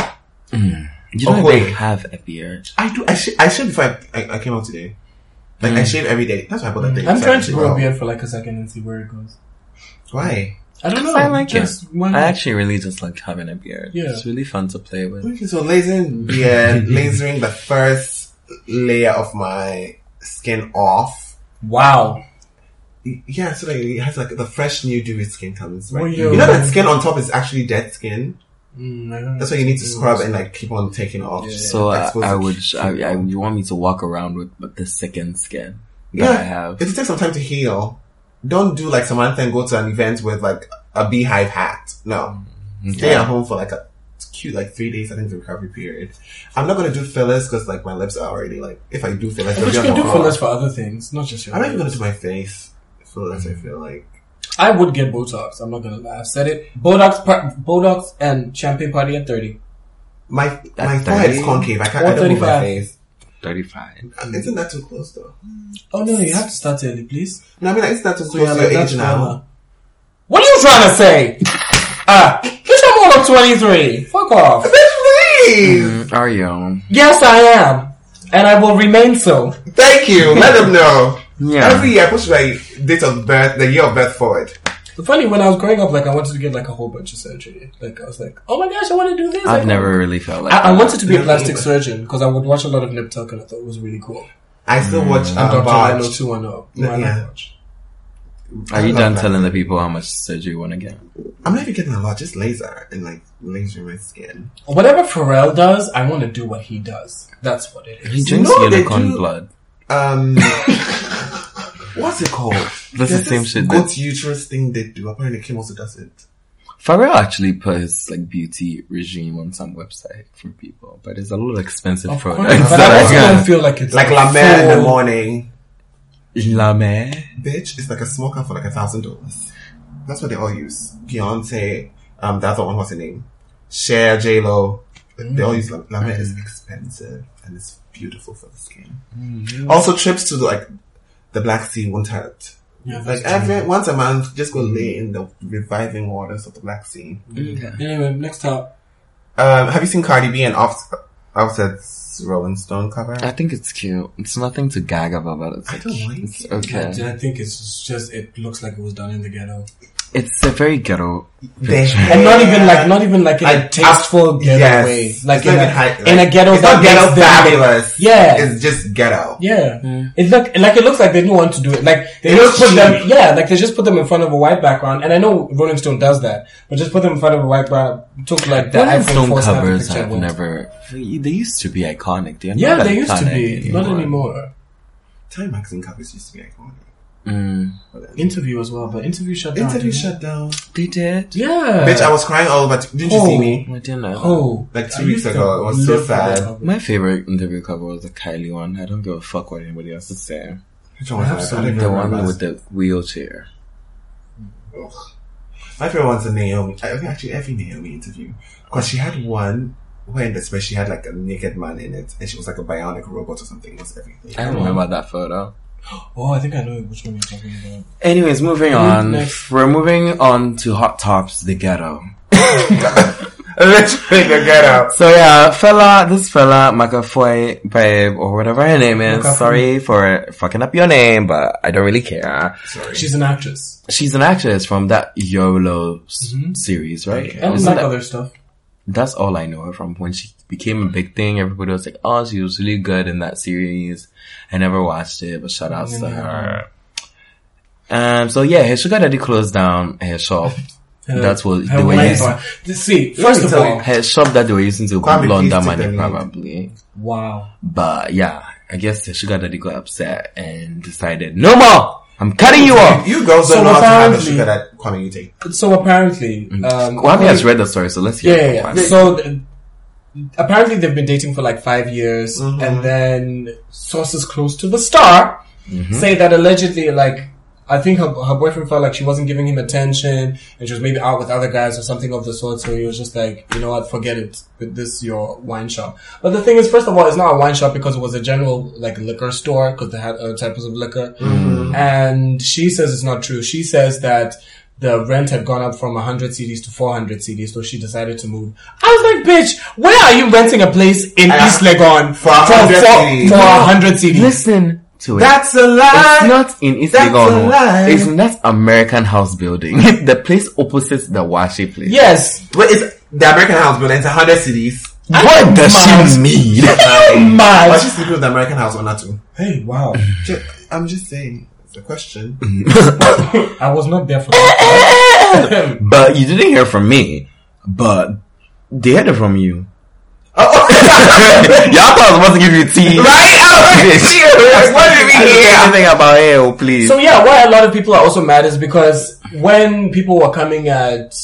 [SPEAKER 2] You don't
[SPEAKER 3] Okay.
[SPEAKER 2] even have a beard.
[SPEAKER 3] I do. I, sh- I shaved before I, I, I came out today. Like I shave every day. That's why I bought that thing.
[SPEAKER 1] Mm. I'm
[SPEAKER 3] So I
[SPEAKER 1] trying to
[SPEAKER 3] shave
[SPEAKER 1] grow a
[SPEAKER 3] out.
[SPEAKER 1] beard for like a second and see where it goes
[SPEAKER 3] Why?
[SPEAKER 1] I don't know
[SPEAKER 2] I like
[SPEAKER 1] just
[SPEAKER 2] it.
[SPEAKER 1] why
[SPEAKER 2] I
[SPEAKER 1] not?
[SPEAKER 2] actually really just like having a beard.
[SPEAKER 1] Mm-hmm. Yeah.
[SPEAKER 2] It's really fun to play with.
[SPEAKER 3] Okay, so lasering
[SPEAKER 1] [LAUGHS]
[SPEAKER 3] beard, lasering the first layer of my skin off.
[SPEAKER 1] wow
[SPEAKER 3] Y- Yeah, so like it has like the fresh new dewy skin comes right.
[SPEAKER 1] Well,
[SPEAKER 3] you
[SPEAKER 1] yeah.
[SPEAKER 3] know that skin on top is actually dead skin.
[SPEAKER 1] Mm, I don't
[SPEAKER 3] That's
[SPEAKER 1] know.
[SPEAKER 3] why you need to scrub
[SPEAKER 1] Mm.
[SPEAKER 3] and like keep on taking off.
[SPEAKER 2] So I,
[SPEAKER 3] Exposed
[SPEAKER 2] I
[SPEAKER 3] to-
[SPEAKER 2] would. I, I, you want me to walk around with, with the sickened skin that I
[SPEAKER 3] yeah,
[SPEAKER 2] have?
[SPEAKER 3] it takes some time to heal. Don't do like Samantha and go to an event with like a beehive hat. No,
[SPEAKER 2] Mm-hmm.
[SPEAKER 3] stay at home for like a it's cute like three days. I think the recovery period. I'm not gonna do fillers because like my lips are already like if I do fillers, they'll
[SPEAKER 1] but
[SPEAKER 3] be
[SPEAKER 1] you
[SPEAKER 3] on
[SPEAKER 1] can
[SPEAKER 3] the
[SPEAKER 1] do
[SPEAKER 3] arm.
[SPEAKER 1] fillers for other things not just your
[SPEAKER 3] I'm not
[SPEAKER 1] beard.
[SPEAKER 3] even gonna do my face fillers. I feel like
[SPEAKER 1] I would get Botox. I'm not gonna lie. I've said it. Botox, par- Botox, and champagne party at 30.
[SPEAKER 3] my my
[SPEAKER 2] That's
[SPEAKER 3] forehead's
[SPEAKER 2] thirty.
[SPEAKER 3] concave. I can't. I don't move my
[SPEAKER 1] 135.
[SPEAKER 3] face.
[SPEAKER 2] Thirty-five.
[SPEAKER 3] Isn't that too close though?
[SPEAKER 1] Oh no, no, you have to start early, please.
[SPEAKER 3] No, I mean like, isn't that too
[SPEAKER 1] So
[SPEAKER 3] close
[SPEAKER 1] you're
[SPEAKER 3] to
[SPEAKER 1] like,
[SPEAKER 3] your
[SPEAKER 1] that's
[SPEAKER 3] age now?
[SPEAKER 1] normal. What are you trying to say? Ah, bitch, I'm over 23. Fuck off.
[SPEAKER 3] Bitch, please.
[SPEAKER 2] Mm, are you?
[SPEAKER 1] Yes, I am, and I will remain so.
[SPEAKER 3] Thank you. Let them know.
[SPEAKER 2] Yeah.
[SPEAKER 3] Every year, I push my date of birth, the year of birth forward.
[SPEAKER 1] Funny, when I was growing up, like I wanted to get like a whole bunch of surgery. Like I was like, oh my gosh, I want to do this.
[SPEAKER 2] I've
[SPEAKER 1] I-
[SPEAKER 2] never really felt like.
[SPEAKER 1] I, I
[SPEAKER 2] that.
[SPEAKER 1] wanted to be a
[SPEAKER 3] No,
[SPEAKER 1] plastic
[SPEAKER 3] neither.
[SPEAKER 1] surgeon because I would watch a lot of Nip Tuck
[SPEAKER 2] Mm.
[SPEAKER 1] and I thought it was really cool.
[SPEAKER 3] I still watch
[SPEAKER 1] And
[SPEAKER 3] um,
[SPEAKER 1] Dr. Rhino
[SPEAKER 3] Barge.
[SPEAKER 1] 210.
[SPEAKER 3] Yeah.
[SPEAKER 1] Yeah.
[SPEAKER 2] Are you
[SPEAKER 3] love
[SPEAKER 2] done
[SPEAKER 3] that.
[SPEAKER 2] telling the people how much surgery you want to get?
[SPEAKER 3] I'm not even getting a lot, just laser and like laser my skin.
[SPEAKER 1] Whatever Pharrell does, I want to do what he does. That's what it
[SPEAKER 2] He
[SPEAKER 1] is.
[SPEAKER 2] drinks
[SPEAKER 3] No, they
[SPEAKER 2] unicorn
[SPEAKER 3] do-
[SPEAKER 2] blood. [LAUGHS]
[SPEAKER 3] Um, what's it called?
[SPEAKER 2] That's the
[SPEAKER 3] There's
[SPEAKER 2] same
[SPEAKER 3] this
[SPEAKER 2] shit that
[SPEAKER 3] Goat's uterus thing they do. Apparently, Kim also does it.
[SPEAKER 2] Pharrell actually put his like beauty regime on some website for people, but it's a little expensive
[SPEAKER 1] Of course,
[SPEAKER 3] [LAUGHS]
[SPEAKER 2] product.
[SPEAKER 1] but
[SPEAKER 2] [LAUGHS] So
[SPEAKER 1] I
[SPEAKER 2] I
[SPEAKER 1] also
[SPEAKER 2] can't-
[SPEAKER 1] don't feel like it's
[SPEAKER 3] Like
[SPEAKER 1] a
[SPEAKER 3] La Mer in the
[SPEAKER 1] full-
[SPEAKER 3] morning,
[SPEAKER 2] La Mer.
[SPEAKER 3] bitch. It's like a smoker for like a thousand dollars. That's what they all use. Beyonce, um, the other one, what's her name? Cher, J Lo. They all use La, La Mer. It's expensive and it's beautiful for the skin. Also, trips to like the Black Sea won't hurt.
[SPEAKER 1] Yeah,
[SPEAKER 3] Like every once a month, just go lay in the reviving waters of the Black Sea.
[SPEAKER 1] Mm-hmm. Anyway, next up.
[SPEAKER 3] Um, have you seen Cardi B and Offs- Offset's Rolling Stone cover?
[SPEAKER 2] I think it's cute. It's nothing to gag about, but it's
[SPEAKER 3] I
[SPEAKER 2] like,
[SPEAKER 3] don't like
[SPEAKER 2] it's
[SPEAKER 3] it.
[SPEAKER 2] okay.
[SPEAKER 1] I think it's just it looks like it was done in the ghetto,
[SPEAKER 2] It's a very ghetto.
[SPEAKER 3] They
[SPEAKER 1] [LAUGHS] and not even like
[SPEAKER 3] have-
[SPEAKER 1] not even like in a
[SPEAKER 3] I-
[SPEAKER 1] tasteful ghetto
[SPEAKER 3] Yes.
[SPEAKER 1] way, like
[SPEAKER 3] It's
[SPEAKER 1] in
[SPEAKER 3] not
[SPEAKER 1] a,
[SPEAKER 3] even high-
[SPEAKER 1] in a
[SPEAKER 3] like,
[SPEAKER 1] ghetto
[SPEAKER 3] It's
[SPEAKER 1] that
[SPEAKER 3] not ghetto
[SPEAKER 1] makes them look-
[SPEAKER 3] fabulous.
[SPEAKER 1] Yeah.
[SPEAKER 3] It's just ghetto.
[SPEAKER 1] Yeah. It look like it looks like they didn't want to do it. Like they
[SPEAKER 3] It's
[SPEAKER 1] just put them
[SPEAKER 3] cheap.
[SPEAKER 1] yeah, like they just put them in front of a white background. And I know Rolling Stone does that, but just put them in front of a white background took like the
[SPEAKER 2] Rolling
[SPEAKER 1] iPhone
[SPEAKER 2] Stone
[SPEAKER 1] 4 snap
[SPEAKER 2] covers
[SPEAKER 1] picture
[SPEAKER 2] have
[SPEAKER 1] went.
[SPEAKER 2] never. They used to be iconic. They're
[SPEAKER 1] Yeah,
[SPEAKER 2] not
[SPEAKER 1] they used to
[SPEAKER 2] iconic
[SPEAKER 1] be. Not anymore.
[SPEAKER 3] Time magazine covers used to be iconic.
[SPEAKER 2] Mm.
[SPEAKER 1] Interview as well, but interview shut down.
[SPEAKER 3] Interview
[SPEAKER 1] didn't it?
[SPEAKER 3] shut down.
[SPEAKER 2] They did.
[SPEAKER 1] Yeah.
[SPEAKER 3] Bitch, I was crying all over. T- didn't you see
[SPEAKER 1] Oh.
[SPEAKER 3] me?
[SPEAKER 2] I didn't know.
[SPEAKER 1] oh.
[SPEAKER 3] Like two
[SPEAKER 1] I
[SPEAKER 3] weeks
[SPEAKER 1] used
[SPEAKER 3] ago,
[SPEAKER 1] to
[SPEAKER 3] it was so
[SPEAKER 1] live for that
[SPEAKER 3] sad.
[SPEAKER 1] album.
[SPEAKER 2] My favorite interview cover was the Kylie one. I don't give a fuck what anybody else is saying.
[SPEAKER 1] Oh.
[SPEAKER 3] Which one was that? I don't
[SPEAKER 1] Absolutely.
[SPEAKER 3] even
[SPEAKER 2] The one
[SPEAKER 3] remember.
[SPEAKER 2] with the wheelchair.
[SPEAKER 3] My favorite one's a Naomi. I think actually every Naomi interview. Because she had one where in this where she had like a naked man in it and she was like a bionic robot or something. It was everything.
[SPEAKER 2] I remember that photo.
[SPEAKER 1] Oh, I think I know which one you're talking about.
[SPEAKER 2] Anyways, moving on.
[SPEAKER 1] Next.
[SPEAKER 2] We're moving on to Hot Tops, the ghetto. [LAUGHS]
[SPEAKER 3] Literally the ghetto.
[SPEAKER 2] So yeah, fella, this fella, McAfoy, babe, or whatever her name is.
[SPEAKER 1] McAfoy.
[SPEAKER 2] Sorry for fucking up your name, but I don't really care.
[SPEAKER 3] Sorry.
[SPEAKER 1] She's an actress.
[SPEAKER 2] She's an actress from that YOLO s-
[SPEAKER 1] Mhm.
[SPEAKER 2] series, right?
[SPEAKER 3] Okay.
[SPEAKER 1] And
[SPEAKER 2] Wasn't
[SPEAKER 1] like
[SPEAKER 2] that-
[SPEAKER 1] other stuff.
[SPEAKER 2] that's all I know her from. When she became a big thing, everybody was like, oh, she was really good in that series. I never watched it, but shout outs to her. Um, so yeah, her sugar daddy closed down her
[SPEAKER 1] [LAUGHS]
[SPEAKER 2] shop.
[SPEAKER 1] Her-
[SPEAKER 2] That's what
[SPEAKER 1] her
[SPEAKER 2] the way
[SPEAKER 1] white
[SPEAKER 2] is.
[SPEAKER 1] boy. See,
[SPEAKER 3] Let me
[SPEAKER 1] first of
[SPEAKER 3] tell you.
[SPEAKER 1] all,
[SPEAKER 2] Her shop that they were using to
[SPEAKER 3] Kwame,
[SPEAKER 2] launder
[SPEAKER 3] please take the
[SPEAKER 2] money
[SPEAKER 3] lead.
[SPEAKER 2] probably.
[SPEAKER 1] wow.
[SPEAKER 2] But yeah, I guess the sugar daddy got upset and decided, no more! I'm cutting you
[SPEAKER 1] [LAUGHS]
[SPEAKER 2] off!
[SPEAKER 3] You girls
[SPEAKER 1] So
[SPEAKER 3] don't know how to have a
[SPEAKER 1] apparently-
[SPEAKER 3] sugar that Kwame you take.
[SPEAKER 1] So apparently,
[SPEAKER 2] Mm.
[SPEAKER 1] um,
[SPEAKER 2] Kwame has read the story, so let's hear
[SPEAKER 1] Yeah, yeah,
[SPEAKER 2] it.
[SPEAKER 1] yeah.
[SPEAKER 2] from Kwame.
[SPEAKER 1] So th- apparently they've been dating for like five years,
[SPEAKER 3] Mhm.
[SPEAKER 1] and then sources close to the star
[SPEAKER 2] Mm-hmm.
[SPEAKER 1] say that allegedly, like, I think her, her boyfriend felt like she wasn't giving him attention, and she was maybe out with other guys or something of the sort. So he was just like, you know what, forget it with this your wine shop. But the thing is, first of all, it's not a wine shop because it was a general like liquor store because they had other types of liquor.
[SPEAKER 2] Mm-hmm.
[SPEAKER 1] And she says it's not true. She says that the rent had gone up from 100 CDs to 400 CDs, so she decided to move. I was like, bitch, where are you renting a place in
[SPEAKER 3] Uh,
[SPEAKER 1] East Legon
[SPEAKER 3] for 100 CDs?
[SPEAKER 1] for 100 CDs?
[SPEAKER 2] Listen to it.
[SPEAKER 3] That's a
[SPEAKER 1] Uh,
[SPEAKER 2] it's
[SPEAKER 3] lie!
[SPEAKER 2] not in East
[SPEAKER 3] That's a
[SPEAKER 2] Legon.
[SPEAKER 3] lie.
[SPEAKER 2] It's in that American house building. [LAUGHS] It's the place opposite the Washi place.
[SPEAKER 1] yes.
[SPEAKER 3] But it's the American house building. It's 100 cities.
[SPEAKER 2] What does
[SPEAKER 1] mad.
[SPEAKER 2] she mean?
[SPEAKER 1] Oh.
[SPEAKER 3] Why
[SPEAKER 1] Mad.
[SPEAKER 3] she sleeping with the American house or not too?
[SPEAKER 1] Hey, [LAUGHS] wow.
[SPEAKER 3] Ju- I'm just saying. It's a question.
[SPEAKER 2] Mm-hmm.
[SPEAKER 1] I was not there for
[SPEAKER 2] [LAUGHS]
[SPEAKER 1] that.
[SPEAKER 2] [LAUGHS]
[SPEAKER 1] [LAUGHS]
[SPEAKER 2] but you didn't hear from me. But they heard it from you. [LAUGHS] Y'all thought I was supposed to give you tea. [LAUGHS]
[SPEAKER 3] Right?
[SPEAKER 2] Oh,
[SPEAKER 3] I was
[SPEAKER 2] Bitch. [LAUGHS]
[SPEAKER 3] serious. What did we
[SPEAKER 2] I didn't
[SPEAKER 3] hear?
[SPEAKER 2] say anything about it, oh, please.
[SPEAKER 1] so yeah, why a lot of people are also mad is because when people were coming at,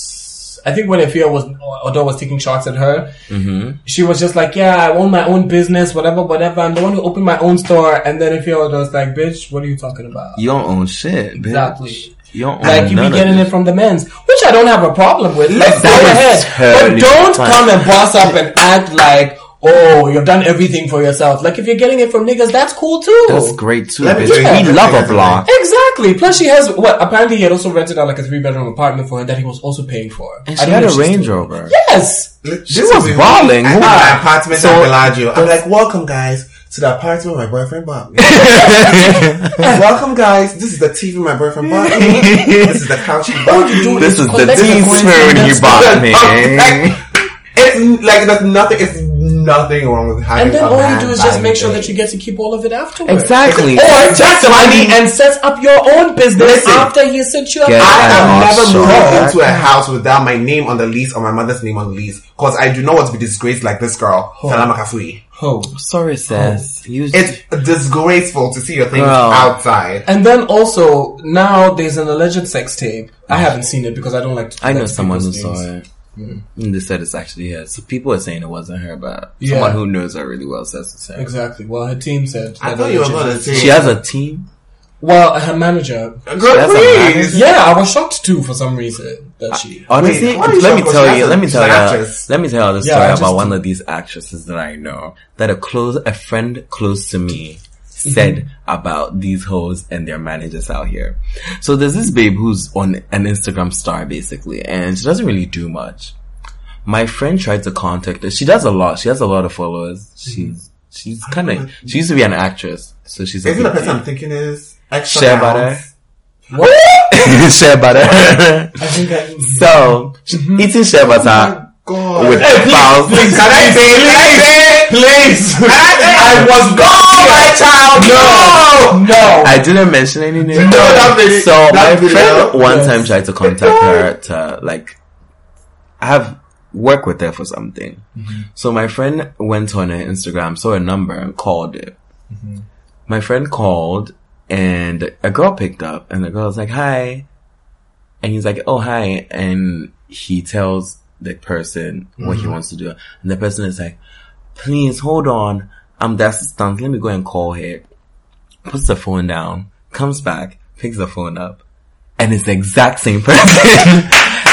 [SPEAKER 1] I think when Afia was, Odo was taking shots at her,
[SPEAKER 2] mm-hmm.
[SPEAKER 1] she was just like, yeah, I own my own business, whatever, whatever. I'm the one who opened my own store. And then if you're just like, bitch, what are you talking about?
[SPEAKER 2] You don't own shit, bitch.
[SPEAKER 1] Exactly.
[SPEAKER 2] You don't own
[SPEAKER 1] Like, you be
[SPEAKER 2] none of
[SPEAKER 1] getting
[SPEAKER 2] this.
[SPEAKER 1] it from the men's, which I don't have a problem with. Let's go
[SPEAKER 2] That is
[SPEAKER 1] ahead. But
[SPEAKER 2] totally
[SPEAKER 1] don't
[SPEAKER 2] fine.
[SPEAKER 1] come and boss up and act like, oh, you've done everything for yourself. Like, if you're getting it from niggas, that's cool too.
[SPEAKER 2] That's great too,
[SPEAKER 3] Let me tell you
[SPEAKER 2] bitch. We
[SPEAKER 3] something.
[SPEAKER 2] love a block.
[SPEAKER 1] Exactly. Plus, she has what? Apparently, he had also rented out like a three bedroom apartment for her that he was also paying for.
[SPEAKER 2] And
[SPEAKER 1] I
[SPEAKER 2] she
[SPEAKER 1] don't
[SPEAKER 2] had
[SPEAKER 1] know
[SPEAKER 2] a
[SPEAKER 1] if she's
[SPEAKER 2] Range
[SPEAKER 1] still-
[SPEAKER 2] Rover.
[SPEAKER 1] Yes.
[SPEAKER 3] She
[SPEAKER 2] She was balling.
[SPEAKER 3] I had
[SPEAKER 2] Wow.
[SPEAKER 3] my apartment
[SPEAKER 2] So-
[SPEAKER 3] at Bellagio. I'm like, welcome guys to the apartment my boyfriend
[SPEAKER 2] [LAUGHS]
[SPEAKER 3] bought me. [LAUGHS] welcome guys, this is the TV my boyfriend
[SPEAKER 2] [LAUGHS]
[SPEAKER 3] bought me. this is the couch he bought [LAUGHS] me.
[SPEAKER 1] doing
[SPEAKER 2] This is the
[SPEAKER 1] Collect the
[SPEAKER 2] tea spoon
[SPEAKER 1] coincidence.
[SPEAKER 2] you bought
[SPEAKER 3] [LAUGHS] Like,
[SPEAKER 2] me.
[SPEAKER 3] it's like there's nothing. It's nothing wrong with having
[SPEAKER 1] And then
[SPEAKER 3] a
[SPEAKER 1] all you
[SPEAKER 3] man
[SPEAKER 1] do is
[SPEAKER 3] buy
[SPEAKER 1] just
[SPEAKER 3] me
[SPEAKER 1] make sure
[SPEAKER 3] things.
[SPEAKER 1] that you get to keep all of it afterwards.
[SPEAKER 2] Exactly.
[SPEAKER 1] Or take the
[SPEAKER 3] Exactly.
[SPEAKER 1] money and set up your own business
[SPEAKER 3] Listen.
[SPEAKER 1] after he set you up.
[SPEAKER 2] Yeah.
[SPEAKER 3] I
[SPEAKER 2] I'm
[SPEAKER 3] have never
[SPEAKER 2] also
[SPEAKER 3] moved
[SPEAKER 2] back.
[SPEAKER 3] into a house without my name on the lease or my mother's name on the lease because I do not want to be disgraced like this girl, Salama Kafui.
[SPEAKER 1] Oh.
[SPEAKER 2] Sorry, sis. You
[SPEAKER 3] It's disgraceful to see your things
[SPEAKER 2] Girl.
[SPEAKER 3] outside.
[SPEAKER 1] And then also now there's an alleged sex tape. I haven't seen it because I don't like. To
[SPEAKER 2] I know
[SPEAKER 1] collect
[SPEAKER 2] someone who
[SPEAKER 1] people's
[SPEAKER 2] saw
[SPEAKER 1] things.
[SPEAKER 2] it. And they said it's actually her. So people are saying it wasn't her, but
[SPEAKER 1] Yeah.
[SPEAKER 2] someone who knows her really well says it's her.
[SPEAKER 1] Exactly. Well, her team said.
[SPEAKER 3] I
[SPEAKER 1] that
[SPEAKER 3] thought you were
[SPEAKER 1] alleged-
[SPEAKER 3] going to say.
[SPEAKER 2] She has a team.
[SPEAKER 1] Well, her manager.
[SPEAKER 3] Girl,
[SPEAKER 2] That's a
[SPEAKER 3] please.
[SPEAKER 1] Yeah, I was shocked too for some reason that she.
[SPEAKER 2] Honestly,
[SPEAKER 3] why are you
[SPEAKER 2] let me
[SPEAKER 3] shocked?
[SPEAKER 2] tell
[SPEAKER 3] She
[SPEAKER 2] you,
[SPEAKER 3] has
[SPEAKER 2] let
[SPEAKER 3] a-
[SPEAKER 2] me
[SPEAKER 3] she's
[SPEAKER 2] tell
[SPEAKER 3] an
[SPEAKER 2] you,
[SPEAKER 3] actress.
[SPEAKER 2] let me tell you the
[SPEAKER 1] Yeah,
[SPEAKER 2] story
[SPEAKER 1] I
[SPEAKER 2] about
[SPEAKER 1] just-
[SPEAKER 2] one of these actresses that I know that a close, a friend close to me
[SPEAKER 1] Mm-hmm.
[SPEAKER 2] said about these hoes and their managers out here. So there's this babe who's on an Instagram star basically, and she doesn't really do much. My friend tried to contact her. She does a lot. She has a lot of followers.
[SPEAKER 1] Mm-hmm.
[SPEAKER 2] She's, she's kind of, she used to be an actress. So she's a
[SPEAKER 3] Isn't the
[SPEAKER 2] big
[SPEAKER 3] person I'm thinking is extra
[SPEAKER 2] Share
[SPEAKER 3] Mouse?
[SPEAKER 2] butter.
[SPEAKER 1] What?
[SPEAKER 2] deal. [LAUGHS] Shea butter.
[SPEAKER 1] [LAUGHS] I Mm-hmm. think I.
[SPEAKER 2] so, she- eating shea butter
[SPEAKER 3] God.
[SPEAKER 2] with her spouse.
[SPEAKER 3] Can I say it? Can I say it?
[SPEAKER 1] Please.
[SPEAKER 3] I was gone, my child. No,
[SPEAKER 1] no.
[SPEAKER 2] I didn't mention any name.
[SPEAKER 3] No, that video-
[SPEAKER 2] so
[SPEAKER 3] that
[SPEAKER 2] my
[SPEAKER 3] video,
[SPEAKER 2] friend one
[SPEAKER 1] yes.
[SPEAKER 2] time tried to contact her to like have work with her for something. So my friend went on her Instagram, saw a number, and called it. My friend called, and a girl picked up, and the girl was like, "Hi," and he's like, "Oh, hi," and he tells the person what he wants to do, and the person is like, "Please hold on." I'm the assistant. Let me go and call her puts the phone down, comes back, picks the phone up, and it's the exact same [LAUGHS] person.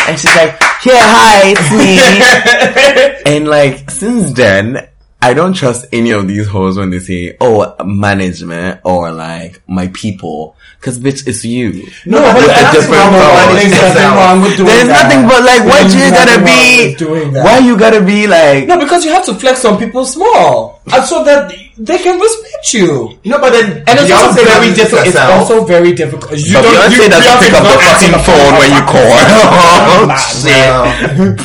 [SPEAKER 2] and she's like, yeah, hi, it's
[SPEAKER 1] [LAUGHS]
[SPEAKER 2] me. and like, since then, I don't trust any of these hoes when they say, oh, management or like my people. Cause bitch, it's you.
[SPEAKER 1] No, but
[SPEAKER 2] With a
[SPEAKER 1] that's
[SPEAKER 2] different
[SPEAKER 1] wrong.
[SPEAKER 2] phone.
[SPEAKER 1] There's nothing wrong with doing
[SPEAKER 2] There's
[SPEAKER 1] that.
[SPEAKER 2] nothing but like, why
[SPEAKER 1] There's
[SPEAKER 2] you gotta
[SPEAKER 1] nothing wrong
[SPEAKER 2] be,
[SPEAKER 1] with doing that.
[SPEAKER 2] why you gotta be like,
[SPEAKER 1] No, because you have to flex on people small, and so that they can respect you.
[SPEAKER 3] No, but then
[SPEAKER 1] And it's also
[SPEAKER 3] Beyonce
[SPEAKER 1] very
[SPEAKER 3] doesn't
[SPEAKER 1] difficult. It's
[SPEAKER 3] herself.
[SPEAKER 1] also very difficult. You
[SPEAKER 2] but
[SPEAKER 1] don't.
[SPEAKER 2] Beyonce
[SPEAKER 1] you,
[SPEAKER 2] doesn't
[SPEAKER 1] Beyonce
[SPEAKER 2] pick up
[SPEAKER 1] don't
[SPEAKER 2] the
[SPEAKER 1] ask
[SPEAKER 2] fucking
[SPEAKER 1] you to
[SPEAKER 2] phone
[SPEAKER 1] pick
[SPEAKER 2] when
[SPEAKER 1] up
[SPEAKER 2] you
[SPEAKER 1] the
[SPEAKER 2] call.
[SPEAKER 1] phone.
[SPEAKER 2] [LAUGHS] oh,
[SPEAKER 3] Nah.
[SPEAKER 2] shit.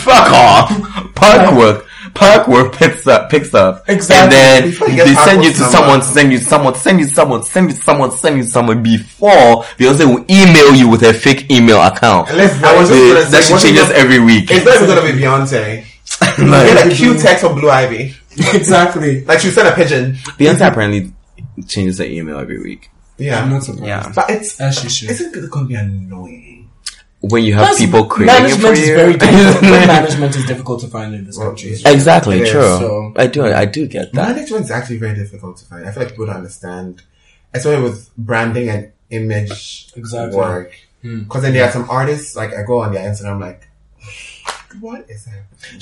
[SPEAKER 2] Fuck off. Park work. Park work picks up, picks up.
[SPEAKER 1] Exactly.
[SPEAKER 2] And
[SPEAKER 3] Before
[SPEAKER 2] then
[SPEAKER 3] you get
[SPEAKER 2] they
[SPEAKER 3] Park
[SPEAKER 2] send you
[SPEAKER 3] Work's
[SPEAKER 2] to
[SPEAKER 3] number.
[SPEAKER 2] someone, send you to someone, send you to someone, send you to someone, send you to someone before Beyonce will email you with her fake email account.
[SPEAKER 3] Listen, I was just
[SPEAKER 2] That-
[SPEAKER 3] gonna say,
[SPEAKER 2] that she
[SPEAKER 3] what you
[SPEAKER 2] changes
[SPEAKER 3] got-
[SPEAKER 2] every week. [LAUGHS]
[SPEAKER 3] It's not even gonna be [LAUGHS] Beyonce. Get a cute text from Blue Ivy.
[SPEAKER 1] [LAUGHS] Exactly.
[SPEAKER 3] Like she sent a pigeon.
[SPEAKER 2] Beyonce apparently changes her email every week.
[SPEAKER 1] I'm
[SPEAKER 3] Yeah,
[SPEAKER 1] not surprised.
[SPEAKER 2] Yeah.
[SPEAKER 3] but it's
[SPEAKER 1] As you should.
[SPEAKER 3] isn't it gonna be annoying?
[SPEAKER 2] When you have
[SPEAKER 1] Plus,
[SPEAKER 2] people creating it
[SPEAKER 1] management
[SPEAKER 2] for
[SPEAKER 1] is
[SPEAKER 2] you. [LAUGHS]
[SPEAKER 1] very difficult. [LAUGHS] Good management is difficult to find in this country.
[SPEAKER 2] exactly,
[SPEAKER 3] It is,
[SPEAKER 2] true.
[SPEAKER 1] so-
[SPEAKER 2] I do, I do get that.
[SPEAKER 3] Management is actually very difficult to find. I feel like people don't understand, especially with branding and image
[SPEAKER 1] Exactly.
[SPEAKER 3] work.
[SPEAKER 2] Hmm.
[SPEAKER 3] Because then there are some artists like I go on their Instagram like, [SIGHS] what is that?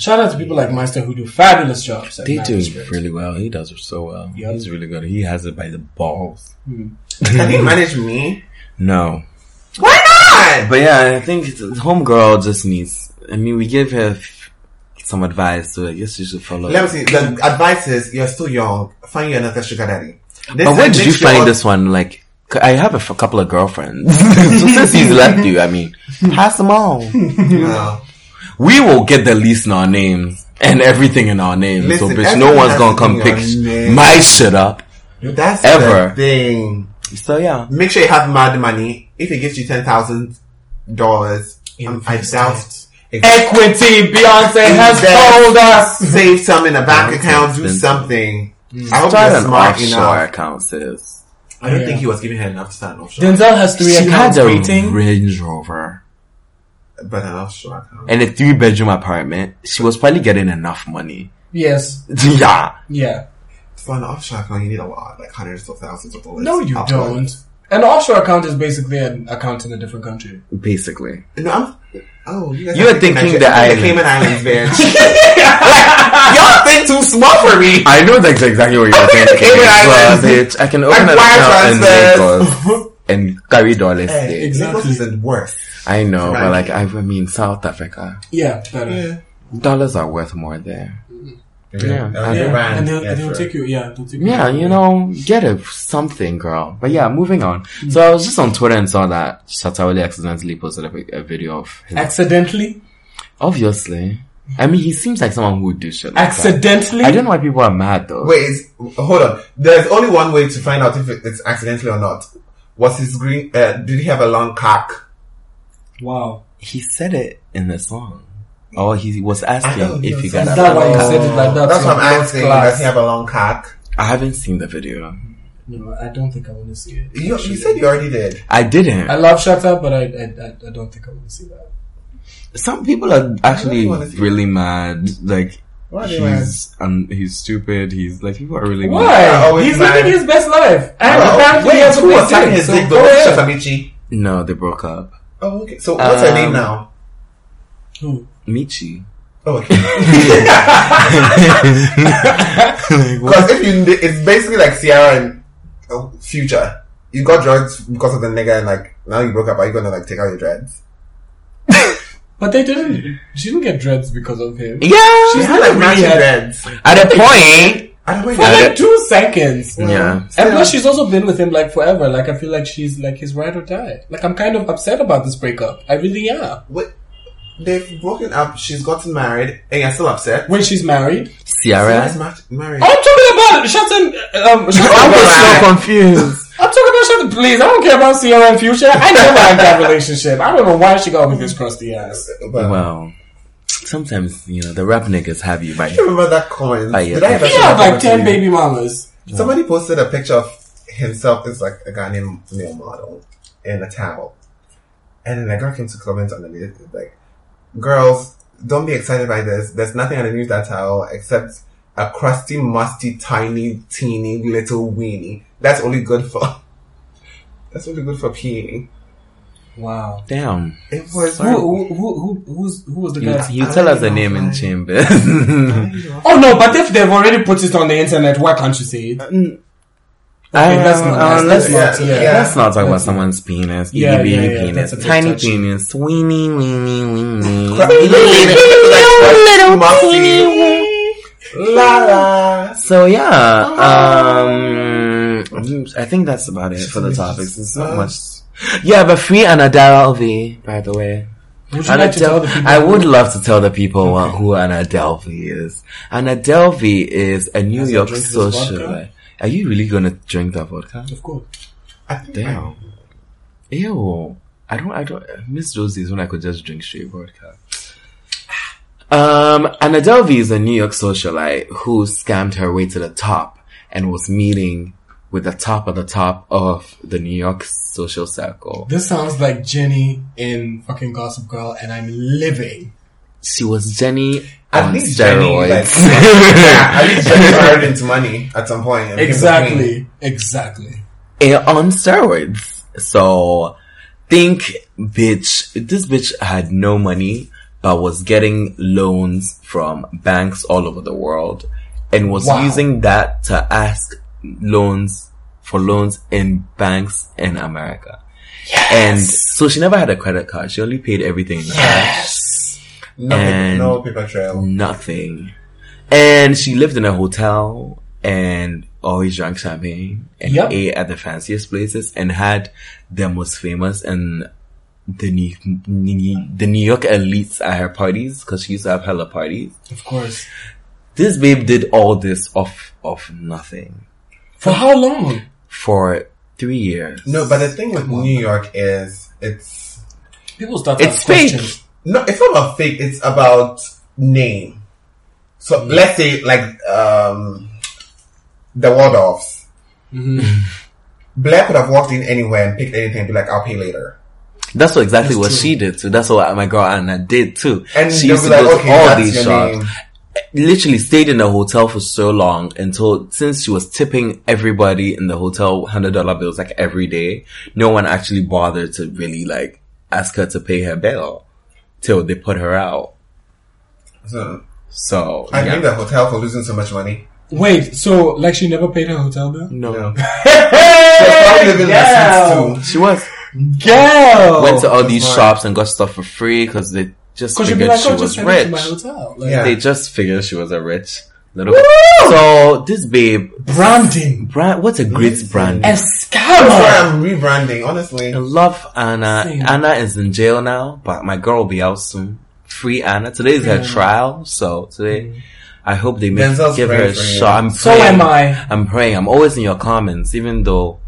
[SPEAKER 2] [LAUGHS]
[SPEAKER 1] Shout out to people like Meister who do fabulous jobs. At
[SPEAKER 2] They do
[SPEAKER 1] management.
[SPEAKER 2] really well. He does so well.
[SPEAKER 1] Yep.
[SPEAKER 2] He's really good. He has it by the balls.
[SPEAKER 3] Can you manage me?
[SPEAKER 2] No.
[SPEAKER 3] Why not?
[SPEAKER 2] But yeah, I think it's- Homegirl just needs, I mean, we gave her f- some advice, so I guess she should follow.
[SPEAKER 3] Let me see. The advice is you're still young. Find you another sugar daddy. This
[SPEAKER 2] But where
[SPEAKER 3] is-
[SPEAKER 2] did you
[SPEAKER 3] this your-
[SPEAKER 2] find this one? Like, c- I have a f- couple of girlfriends. [LAUGHS] so since he's left you, I mean, pass them on.
[SPEAKER 3] No.
[SPEAKER 2] We will get the least in our names and everything in our names. so
[SPEAKER 3] Listen,
[SPEAKER 2] bitch, no
[SPEAKER 3] everyone
[SPEAKER 2] one's
[SPEAKER 3] has
[SPEAKER 2] gonna
[SPEAKER 3] to
[SPEAKER 2] come
[SPEAKER 3] be in
[SPEAKER 2] pick
[SPEAKER 3] your
[SPEAKER 2] sh-
[SPEAKER 3] name.
[SPEAKER 2] my shit up.
[SPEAKER 3] That's
[SPEAKER 2] Ever.
[SPEAKER 3] the thing.
[SPEAKER 2] So yeah.
[SPEAKER 3] Make sure you have mad money. If it gives you ten thousand dollars, I
[SPEAKER 1] Invest
[SPEAKER 3] doubt.
[SPEAKER 1] Equity, Beyonce has
[SPEAKER 3] Invest.
[SPEAKER 1] told us.
[SPEAKER 3] Save some in a bank
[SPEAKER 2] That's
[SPEAKER 3] account. Do
[SPEAKER 2] expensive.
[SPEAKER 3] something. I hope
[SPEAKER 2] Start
[SPEAKER 3] you're
[SPEAKER 2] an
[SPEAKER 3] smart
[SPEAKER 2] offshore
[SPEAKER 3] enough.
[SPEAKER 2] account, sis.
[SPEAKER 3] I don't
[SPEAKER 1] Yeah.
[SPEAKER 3] think he was giving her enough to start an offshore,
[SPEAKER 1] Denzel has three
[SPEAKER 2] She had
[SPEAKER 1] accounts
[SPEAKER 2] a
[SPEAKER 1] waiting.
[SPEAKER 2] Range Rover.
[SPEAKER 3] but an offshore account.
[SPEAKER 2] in a three bedroom apartment, she was probably getting enough money. [LAUGHS]
[SPEAKER 1] yes.
[SPEAKER 2] yeah.
[SPEAKER 1] Yeah.
[SPEAKER 3] For an offshore account, you need a lot, like hundreds of thousands of dollars.
[SPEAKER 1] No, you
[SPEAKER 3] upfront.
[SPEAKER 1] don't. An offshore account is basically an account in a different country.
[SPEAKER 2] Basically.
[SPEAKER 3] No, I'm. Oh, you guys
[SPEAKER 2] You
[SPEAKER 3] are
[SPEAKER 2] were thinking
[SPEAKER 3] Nigeria-
[SPEAKER 2] the island.
[SPEAKER 3] Cayman Islands,
[SPEAKER 2] [LAUGHS]
[SPEAKER 3] bitch. Y'all think too small for me.
[SPEAKER 2] I know that's exactly what you're
[SPEAKER 3] I'm
[SPEAKER 2] thinking.
[SPEAKER 3] thinking Cayman
[SPEAKER 2] Well,
[SPEAKER 3] Islands.
[SPEAKER 2] bitch, I can open an
[SPEAKER 3] Like wire
[SPEAKER 2] account in
[SPEAKER 3] transfers. [LAUGHS]
[SPEAKER 2] Lagos
[SPEAKER 3] Eh,
[SPEAKER 2] and carry dollars there.
[SPEAKER 1] ex- Exactly.
[SPEAKER 3] Lagos is the worst.
[SPEAKER 2] I know, but
[SPEAKER 3] Right.
[SPEAKER 2] like, I I mean, South Africa,
[SPEAKER 1] Yeah, better.
[SPEAKER 2] dollars are worth more there. Yeah.
[SPEAKER 3] Oh,
[SPEAKER 1] Yeah,
[SPEAKER 3] you're right.
[SPEAKER 1] and they'll,
[SPEAKER 3] Yeah,
[SPEAKER 1] they'll
[SPEAKER 3] sure.
[SPEAKER 1] take you. Yeah, they'll take you.
[SPEAKER 2] Yeah, you know, get a something, girl. But yeah, moving on.
[SPEAKER 3] Hmm.
[SPEAKER 2] So I was just on Twitter and saw that Shatawale accidentally posted a, pic- a video of his.
[SPEAKER 1] Accidentally,
[SPEAKER 2] Obviously. I mean, he seems like someone who would do shit. Like that.
[SPEAKER 1] Accidentally?
[SPEAKER 2] I don't know why people are mad though.
[SPEAKER 3] Wait, it's, hold on. There's only one way to find out if it- it's accidentally or not. Was his green? Uh, did he have a long cock?
[SPEAKER 1] Wow.
[SPEAKER 2] He said it in the song. Oh, he was
[SPEAKER 3] I don't
[SPEAKER 2] asking if
[SPEAKER 3] know.
[SPEAKER 2] he got
[SPEAKER 1] Is
[SPEAKER 2] that.
[SPEAKER 1] that why you said it like that?
[SPEAKER 3] That's
[SPEAKER 1] to
[SPEAKER 3] what
[SPEAKER 1] your
[SPEAKER 3] I'm
[SPEAKER 1] first
[SPEAKER 3] asking.
[SPEAKER 1] class?
[SPEAKER 3] Does he have a long cock?
[SPEAKER 2] I haven't seen the video.
[SPEAKER 1] No, I don't think I want to see it.
[SPEAKER 3] You, you
[SPEAKER 1] actually.
[SPEAKER 3] said you already did.
[SPEAKER 2] I didn't.
[SPEAKER 1] I love Shut Up, but I, I, I- I don't think I want to see that.
[SPEAKER 2] Some people are actually
[SPEAKER 3] wanna see
[SPEAKER 2] really mad. Like
[SPEAKER 3] Why are they
[SPEAKER 2] he's um, he's stupid. He's like people are really mad.
[SPEAKER 3] Yeah,
[SPEAKER 1] Why?
[SPEAKER 3] always
[SPEAKER 1] He's
[SPEAKER 3] mad.
[SPEAKER 1] living his best life. And
[SPEAKER 3] Oh,
[SPEAKER 1] apparently he
[SPEAKER 3] wait,
[SPEAKER 1] has a
[SPEAKER 3] who was
[SPEAKER 1] big
[SPEAKER 3] sucking
[SPEAKER 1] dick,
[SPEAKER 3] his
[SPEAKER 1] so
[SPEAKER 3] dick?
[SPEAKER 1] go
[SPEAKER 3] before
[SPEAKER 1] ahead.
[SPEAKER 3] Shotamichi?
[SPEAKER 2] No, they broke up.
[SPEAKER 3] Oh, okay. So what's her name
[SPEAKER 2] Um,
[SPEAKER 3] now?
[SPEAKER 1] Who?
[SPEAKER 3] [LAUGHS]
[SPEAKER 2] Michi.
[SPEAKER 3] Oh, okay. Because if you, it's basically like Sierra and uh, Future. You got drugs because of the nigga, and like now you broke up. Are you gonna like take out your dreads?
[SPEAKER 1] But they didn't. She didn't get dreads because of him.
[SPEAKER 2] Yeah.
[SPEAKER 1] She's
[SPEAKER 3] It's like
[SPEAKER 1] not
[SPEAKER 3] matching
[SPEAKER 1] really had,
[SPEAKER 3] dreads.
[SPEAKER 2] At a point.
[SPEAKER 3] I don't
[SPEAKER 1] for
[SPEAKER 3] know.
[SPEAKER 1] like two seconds.
[SPEAKER 2] Yeah.
[SPEAKER 1] And plus, she's also been with him like forever. Like, I feel like she's like his ride or die. Like, I'm kind of upset about this breakup. I really am.
[SPEAKER 3] Wait, they've broken up. She's gotten married, and you're stiell upset.
[SPEAKER 1] When she's married,
[SPEAKER 2] Ciara.
[SPEAKER 3] Sierra's ma- married.
[SPEAKER 1] Oh, I'm talking about Shelton. [LAUGHS] Um, Shelton-
[SPEAKER 2] [LAUGHS] I
[SPEAKER 3] Alright.
[SPEAKER 2] was so
[SPEAKER 3] [LAUGHS]
[SPEAKER 2] confused.
[SPEAKER 1] I'm talking about Shelton. Please, I don't care about Sierra and Future. I never had that relationship. I don't know why she got with this crusty ass.
[SPEAKER 3] But-
[SPEAKER 2] well, sometimes you know the rap niggas have you
[SPEAKER 3] [LAUGHS]
[SPEAKER 2] right.
[SPEAKER 3] I remember that coin.
[SPEAKER 2] Ah, yeah.
[SPEAKER 3] Did I ever
[SPEAKER 1] He
[SPEAKER 3] show that
[SPEAKER 1] had Oh, like
[SPEAKER 3] coin to
[SPEAKER 1] ten
[SPEAKER 3] you?
[SPEAKER 1] baby mamas.
[SPEAKER 3] Somebody posted a picture of himself as like a Ghanaian male model in a towel. And then a girl came to comment on it. It's like, girls, don't be excited by this. There's nothing underneath that towel except a crusty, musty, tiny, teeny little weenie. That's only good for, [LAUGHS] that's only good for peeing.
[SPEAKER 1] Wow.
[SPEAKER 2] Damn.
[SPEAKER 3] It was,
[SPEAKER 1] Who [LAUGHS] who who who, who's, who was the
[SPEAKER 2] You,
[SPEAKER 1] guy?
[SPEAKER 2] you tell us the name
[SPEAKER 3] [LAUGHS]
[SPEAKER 2] in chambers. [LAUGHS]
[SPEAKER 1] Oh no! But if they've already put it on the internet, why can't you say
[SPEAKER 2] Uh,
[SPEAKER 1] it?
[SPEAKER 2] I,
[SPEAKER 1] that's not
[SPEAKER 2] Um,
[SPEAKER 1] nice.
[SPEAKER 2] uh, let's,
[SPEAKER 3] That's not-
[SPEAKER 2] yeah,
[SPEAKER 3] yeah.
[SPEAKER 2] let's not talk about someone's penis. Itty
[SPEAKER 1] Yeah,
[SPEAKER 2] bitty
[SPEAKER 1] yeah, yeah,
[SPEAKER 2] penis.
[SPEAKER 1] that's a bit
[SPEAKER 2] Tiny
[SPEAKER 1] touchy.
[SPEAKER 2] penis. Weenie, weenie,
[SPEAKER 1] [LAUGHS]
[SPEAKER 2] weenie.
[SPEAKER 3] little, Lara.
[SPEAKER 2] So yeah,
[SPEAKER 1] Oh.
[SPEAKER 2] um, I think that's about it for the topics. It's
[SPEAKER 1] uh,
[SPEAKER 2] not much. Yeah, but free Anna Delvey, by the way.
[SPEAKER 1] Would you
[SPEAKER 2] Anna
[SPEAKER 1] like to tell
[SPEAKER 2] Del-
[SPEAKER 1] the people?
[SPEAKER 2] I would love to tell the people what, who Anna Delvey is. Anna Delvey is a New
[SPEAKER 1] Has he
[SPEAKER 2] York
[SPEAKER 1] drinks his
[SPEAKER 2] socialite.
[SPEAKER 1] vodka?
[SPEAKER 2] Are you really gonna drink that vodka?
[SPEAKER 1] Of course.
[SPEAKER 3] I think
[SPEAKER 2] Damn. Ew. I don't, I don't, I miss those days when I could just drink straight vodka. Um, Anna Delvey is a New York socialite who scammed her way to the top and was meeting with the top of the top of the New York social circle.
[SPEAKER 1] This sounds like Jenny in fucking Gossip Girl, and I'm living.
[SPEAKER 2] She was Jenny
[SPEAKER 3] At
[SPEAKER 2] on
[SPEAKER 3] least
[SPEAKER 2] [LAUGHS]
[SPEAKER 3] Jenny,
[SPEAKER 2] steroids.
[SPEAKER 3] [LAUGHS] yeah, at
[SPEAKER 2] [LAUGHS]
[SPEAKER 3] least Jenny turned into money at some point. and became a queen.
[SPEAKER 1] Exactly. Exactly.
[SPEAKER 2] Eh, on steroids. So think bitch, this bitch had no money, but was getting loans from banks all over the world and was
[SPEAKER 1] Wow.
[SPEAKER 2] using that to ask loans for loans in banks in America. And so she never had a credit card. She only paid everything in cash.
[SPEAKER 3] No,
[SPEAKER 2] And-
[SPEAKER 3] no paper trail.
[SPEAKER 2] Nothing. And she lived in a hotel and always drank champagne and
[SPEAKER 1] Yep.
[SPEAKER 2] ate at the fanciest places and had the most famous and the New, New- the New York elites at her parties because she used to have hella parties.
[SPEAKER 1] Of course.
[SPEAKER 2] This babe did all this off of nothing
[SPEAKER 1] For how long?
[SPEAKER 2] for three years.
[SPEAKER 3] No, but the thing with New York is it's
[SPEAKER 1] People start.
[SPEAKER 2] It's fake.
[SPEAKER 3] no, it's not about fake. It's about name. So
[SPEAKER 1] Mm-hmm.
[SPEAKER 3] let's say like um the Waldorfs.
[SPEAKER 1] Mm-hmm.
[SPEAKER 3] [LAUGHS] Blair could have walked in anywhere and picked anything and be like, "I'll pay later."
[SPEAKER 2] That's what exactly
[SPEAKER 1] That's
[SPEAKER 2] what
[SPEAKER 1] true.
[SPEAKER 2] she did too. That's what my girl Anna did too.
[SPEAKER 3] And
[SPEAKER 2] she
[SPEAKER 3] they'll
[SPEAKER 2] used
[SPEAKER 3] be
[SPEAKER 2] to
[SPEAKER 3] like,
[SPEAKER 2] go to
[SPEAKER 3] "Okay,
[SPEAKER 2] all
[SPEAKER 3] that's
[SPEAKER 2] these
[SPEAKER 3] your
[SPEAKER 2] shops.
[SPEAKER 3] name."
[SPEAKER 2] literally stayed in a hotel for so long until since she was tipping everybody in the hotel hundred dollar bills like every day, no one actually bothered to really like ask her to pay her bill till they put her out.
[SPEAKER 3] So
[SPEAKER 2] So
[SPEAKER 3] I
[SPEAKER 2] yeah.
[SPEAKER 3] blame the hotel for losing so much money.
[SPEAKER 1] Wait. So, like, she never paid her hotel bill.
[SPEAKER 2] no.
[SPEAKER 3] No. [LAUGHS] They're probably living in the
[SPEAKER 1] Oh. yeah.
[SPEAKER 3] suites too.
[SPEAKER 2] She was
[SPEAKER 1] Girl.
[SPEAKER 2] Oh. went to all these
[SPEAKER 3] smart.
[SPEAKER 2] shops and got stuff for free because they just
[SPEAKER 1] Because you'd be
[SPEAKER 2] figured
[SPEAKER 1] like,
[SPEAKER 2] she
[SPEAKER 1] oh,
[SPEAKER 2] was
[SPEAKER 1] just send it to
[SPEAKER 2] rich.
[SPEAKER 1] my hotel. Like,
[SPEAKER 3] Yeah.
[SPEAKER 2] They just figured she was a rich little. So this babe,
[SPEAKER 1] Branding.
[SPEAKER 2] brand, what a great brand.
[SPEAKER 1] A
[SPEAKER 3] That's why
[SPEAKER 1] scammer.
[SPEAKER 3] I'm rebranding. Honestly,
[SPEAKER 2] I love Anna.
[SPEAKER 1] Same.
[SPEAKER 2] Anna is in jail now, but my girl will be out soon. free Anna. Today is her trial, so today I hope they make,
[SPEAKER 3] Denzel's
[SPEAKER 2] give her
[SPEAKER 3] praying
[SPEAKER 2] a
[SPEAKER 3] for you.
[SPEAKER 2] shot. I'm
[SPEAKER 1] Mm-hmm. So
[SPEAKER 2] praying.
[SPEAKER 1] am I.
[SPEAKER 2] I'm praying. I'm always in your comments, even though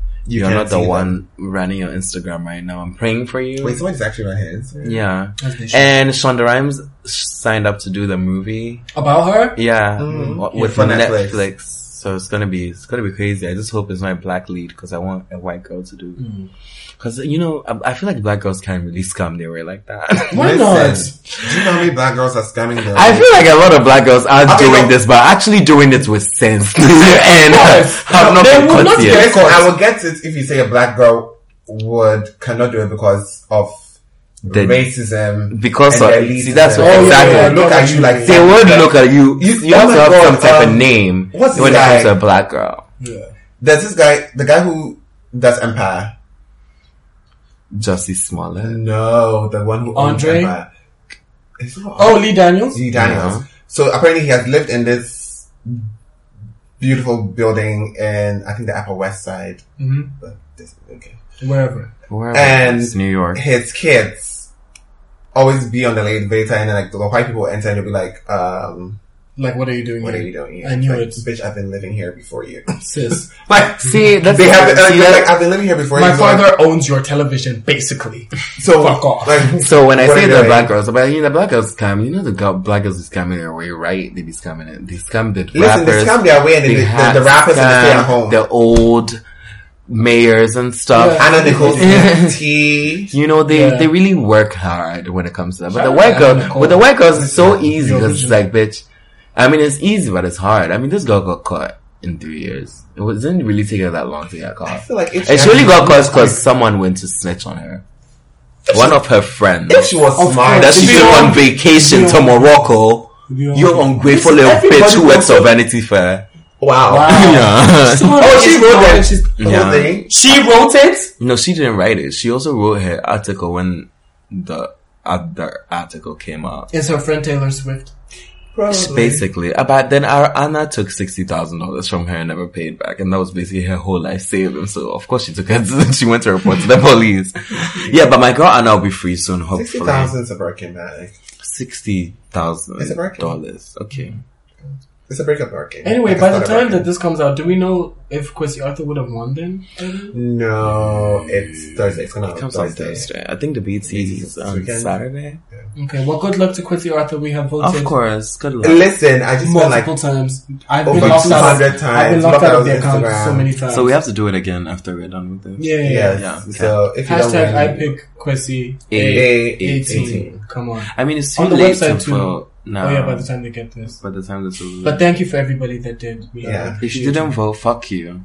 [SPEAKER 2] you
[SPEAKER 3] You
[SPEAKER 2] are
[SPEAKER 3] can't
[SPEAKER 2] not the
[SPEAKER 3] see them.
[SPEAKER 2] one running your Instagram right now. I'm praying for you.
[SPEAKER 3] Wait, somebody's actually right here. It's-
[SPEAKER 2] yeah.
[SPEAKER 1] As they should.
[SPEAKER 2] And Shonda Rhimes signed up to do the movie.
[SPEAKER 1] About her?
[SPEAKER 2] Yeah,
[SPEAKER 3] Mhm.
[SPEAKER 2] with
[SPEAKER 3] For Netflix.
[SPEAKER 2] Netflix. So it's gonna be it's gonna be crazy. I just hope it's not a black lead because I want a white girl to do.
[SPEAKER 3] Mm.
[SPEAKER 2] Because you know I, I feel like black girls can't really scam their way like
[SPEAKER 3] [LAUGHS]
[SPEAKER 2] that.
[SPEAKER 1] Why
[SPEAKER 3] Listen, Do you know how many black girls are scamming their
[SPEAKER 2] [LAUGHS] I feel like a lot of black girls are
[SPEAKER 3] mean,
[SPEAKER 2] doing
[SPEAKER 3] no-
[SPEAKER 2] this, but actually doing it with sense [LAUGHS] and
[SPEAKER 1] course.
[SPEAKER 2] have not
[SPEAKER 1] They
[SPEAKER 2] been
[SPEAKER 1] will
[SPEAKER 2] caught
[SPEAKER 1] not
[SPEAKER 2] yet.
[SPEAKER 1] get
[SPEAKER 3] Listen, I will get it if you say a black girl would cannot do it because of
[SPEAKER 2] The-
[SPEAKER 3] racism.
[SPEAKER 2] because
[SPEAKER 3] and
[SPEAKER 2] of-
[SPEAKER 3] elitism.
[SPEAKER 2] see, that's what-
[SPEAKER 3] Oh, yeah,
[SPEAKER 2] exactly.
[SPEAKER 3] yeah, look at you like
[SPEAKER 2] They would look at you.
[SPEAKER 3] You-
[SPEAKER 2] You,
[SPEAKER 3] oh
[SPEAKER 2] have
[SPEAKER 3] my
[SPEAKER 2] to have
[SPEAKER 3] God,
[SPEAKER 2] some type
[SPEAKER 3] um,
[SPEAKER 2] of name
[SPEAKER 3] what's
[SPEAKER 2] when it
[SPEAKER 3] his
[SPEAKER 2] comes
[SPEAKER 3] guy?
[SPEAKER 2] to a black girl.
[SPEAKER 1] Yeah.
[SPEAKER 3] There's this guy, the guy who does Empire.
[SPEAKER 2] Jussie Smollett.
[SPEAKER 3] No, the one who owns
[SPEAKER 1] Andre?
[SPEAKER 3] Empire. Is it not
[SPEAKER 1] Oh, Lee Daniels?
[SPEAKER 3] Lee Daniels.
[SPEAKER 2] No.
[SPEAKER 3] So apparently he has lived in this beautiful building in I think the Upper West Side.
[SPEAKER 1] hmm
[SPEAKER 3] But this, okay.
[SPEAKER 1] Wherever.
[SPEAKER 2] Where
[SPEAKER 3] And-
[SPEAKER 2] was New York.
[SPEAKER 3] His kids always be on the elevator and then like the white people enter and they'll be like, um,
[SPEAKER 1] Like, what are you doing
[SPEAKER 3] what are
[SPEAKER 1] here?
[SPEAKER 3] you doing here?
[SPEAKER 1] I knew
[SPEAKER 3] Like,
[SPEAKER 1] it.
[SPEAKER 3] Bitch, I've been living here before you. [LAUGHS]
[SPEAKER 1] Sis.
[SPEAKER 3] like
[SPEAKER 2] See, that's
[SPEAKER 3] they
[SPEAKER 2] the
[SPEAKER 3] have
[SPEAKER 2] thing.
[SPEAKER 3] like,
[SPEAKER 2] See,
[SPEAKER 3] they're
[SPEAKER 2] that-
[SPEAKER 3] like, I've been living here before
[SPEAKER 1] My
[SPEAKER 3] you. So,
[SPEAKER 1] father owns your television, basically.
[SPEAKER 3] so
[SPEAKER 1] fuck off. [LAUGHS]
[SPEAKER 3] Like,
[SPEAKER 2] So when I
[SPEAKER 3] What
[SPEAKER 2] say
[SPEAKER 3] are
[SPEAKER 2] the
[SPEAKER 3] they?
[SPEAKER 2] black girls, but you know, the black girls scam. You know, the girl, black girls are scamming their way, right? They be scamming it. They scam the
[SPEAKER 3] listen, they
[SPEAKER 2] rappers.
[SPEAKER 3] scam their way and
[SPEAKER 2] they
[SPEAKER 3] then the,
[SPEAKER 2] hat
[SPEAKER 3] the, the rappers and they stay at
[SPEAKER 2] scam,
[SPEAKER 3] home.
[SPEAKER 2] the old mayors and stuff.
[SPEAKER 1] Yeah.
[SPEAKER 2] [LAUGHS]
[SPEAKER 3] Anna Nicole Smith, T.
[SPEAKER 2] You know, they,
[SPEAKER 1] Yeah.
[SPEAKER 2] they really work hard when it comes to that. But
[SPEAKER 1] Shout
[SPEAKER 2] the
[SPEAKER 1] out
[SPEAKER 2] white
[SPEAKER 1] to
[SPEAKER 2] girl,
[SPEAKER 1] Anna Nicole.
[SPEAKER 2] but the white girls is so
[SPEAKER 1] Listen,
[SPEAKER 2] easy
[SPEAKER 1] the
[SPEAKER 2] because it's
[SPEAKER 1] original.
[SPEAKER 2] like, bitch. I mean, it's easy, but it's hard. I mean, this girl got caught in three years. It was, didn't really take her that long to get
[SPEAKER 3] I
[SPEAKER 2] caught.
[SPEAKER 3] feel like if
[SPEAKER 2] And she
[SPEAKER 3] had-
[SPEAKER 2] only got caught because someone went to snitch on her. One of her friends.
[SPEAKER 3] if she was
[SPEAKER 1] Of
[SPEAKER 3] smart,
[SPEAKER 2] that
[SPEAKER 1] course.
[SPEAKER 2] she's
[SPEAKER 3] she'd
[SPEAKER 1] Be
[SPEAKER 3] be
[SPEAKER 2] going
[SPEAKER 3] on-
[SPEAKER 2] on vacation to
[SPEAKER 1] be on-
[SPEAKER 2] Morocco. You're ungrateful little bitch who works for Vanity Fair.
[SPEAKER 3] Wow.
[SPEAKER 1] [LAUGHS]
[SPEAKER 2] Yeah.
[SPEAKER 3] Oh, she wrote that.
[SPEAKER 1] She's,
[SPEAKER 2] Yeah.
[SPEAKER 3] Thing.
[SPEAKER 1] she wrote it?
[SPEAKER 2] No, she didn't write it. She also wrote her article when the other article came out.
[SPEAKER 1] Is her friend Taylor Swift.
[SPEAKER 3] Probably.
[SPEAKER 2] Basically, about then our Anna took sixty thousand dollars from her and never paid back, and that was basically her whole life savings. So of course she took her. [LAUGHS] she went to report to the
[SPEAKER 3] [LAUGHS]
[SPEAKER 2] police. Yeah, but my girl Anna will be free soon.
[SPEAKER 3] Sixty
[SPEAKER 2] Hopefully,
[SPEAKER 3] thousand is a Birkin bag.
[SPEAKER 2] sixty thousand
[SPEAKER 3] It's a record.
[SPEAKER 2] dollars. Okay.
[SPEAKER 3] It's a breakup Birkin.
[SPEAKER 1] Anyway,
[SPEAKER 3] Like,
[SPEAKER 1] by
[SPEAKER 3] it's
[SPEAKER 1] the
[SPEAKER 3] not a
[SPEAKER 1] time that
[SPEAKER 3] Birkin.
[SPEAKER 1] this comes out, do we know if Quincy Arthur would have won then?
[SPEAKER 3] no, it's Thursday. It's gonna
[SPEAKER 2] Mm. It
[SPEAKER 3] come
[SPEAKER 2] comes out
[SPEAKER 3] Thursday.
[SPEAKER 2] Thursday. I think the BT is on
[SPEAKER 3] Weekend.
[SPEAKER 2] Saturday.
[SPEAKER 1] Okay, well, good luck to Quincy Arthur. We have voted.
[SPEAKER 2] Of course. Good luck.
[SPEAKER 3] Listen, I just feel like
[SPEAKER 1] multiple times. I've
[SPEAKER 3] over
[SPEAKER 1] been locked out.
[SPEAKER 3] 200
[SPEAKER 1] Times, I've been
[SPEAKER 3] times,
[SPEAKER 1] locked out of the
[SPEAKER 3] locked out of
[SPEAKER 1] account so
[SPEAKER 3] Instagram.
[SPEAKER 1] many times.
[SPEAKER 2] So we have to do it again after we're done with this.
[SPEAKER 1] yeah, yeah. yeah.
[SPEAKER 3] yes.
[SPEAKER 2] Yeah, okay.
[SPEAKER 3] So if you don't
[SPEAKER 1] Hashtag
[SPEAKER 3] win,
[SPEAKER 1] I pick Quincy
[SPEAKER 2] Eh,
[SPEAKER 3] A-
[SPEAKER 1] 18.
[SPEAKER 3] 18.
[SPEAKER 1] Come on.
[SPEAKER 2] I mean, it's too
[SPEAKER 1] On the
[SPEAKER 2] late
[SPEAKER 1] website
[SPEAKER 2] to
[SPEAKER 1] too.
[SPEAKER 2] vote. No.
[SPEAKER 1] Oh yeah, by the time they get this.
[SPEAKER 2] By the time this is.
[SPEAKER 1] But thank you for everybody that did. We
[SPEAKER 3] Yeah.
[SPEAKER 1] yeah.
[SPEAKER 2] if you didn't vote, fuck you.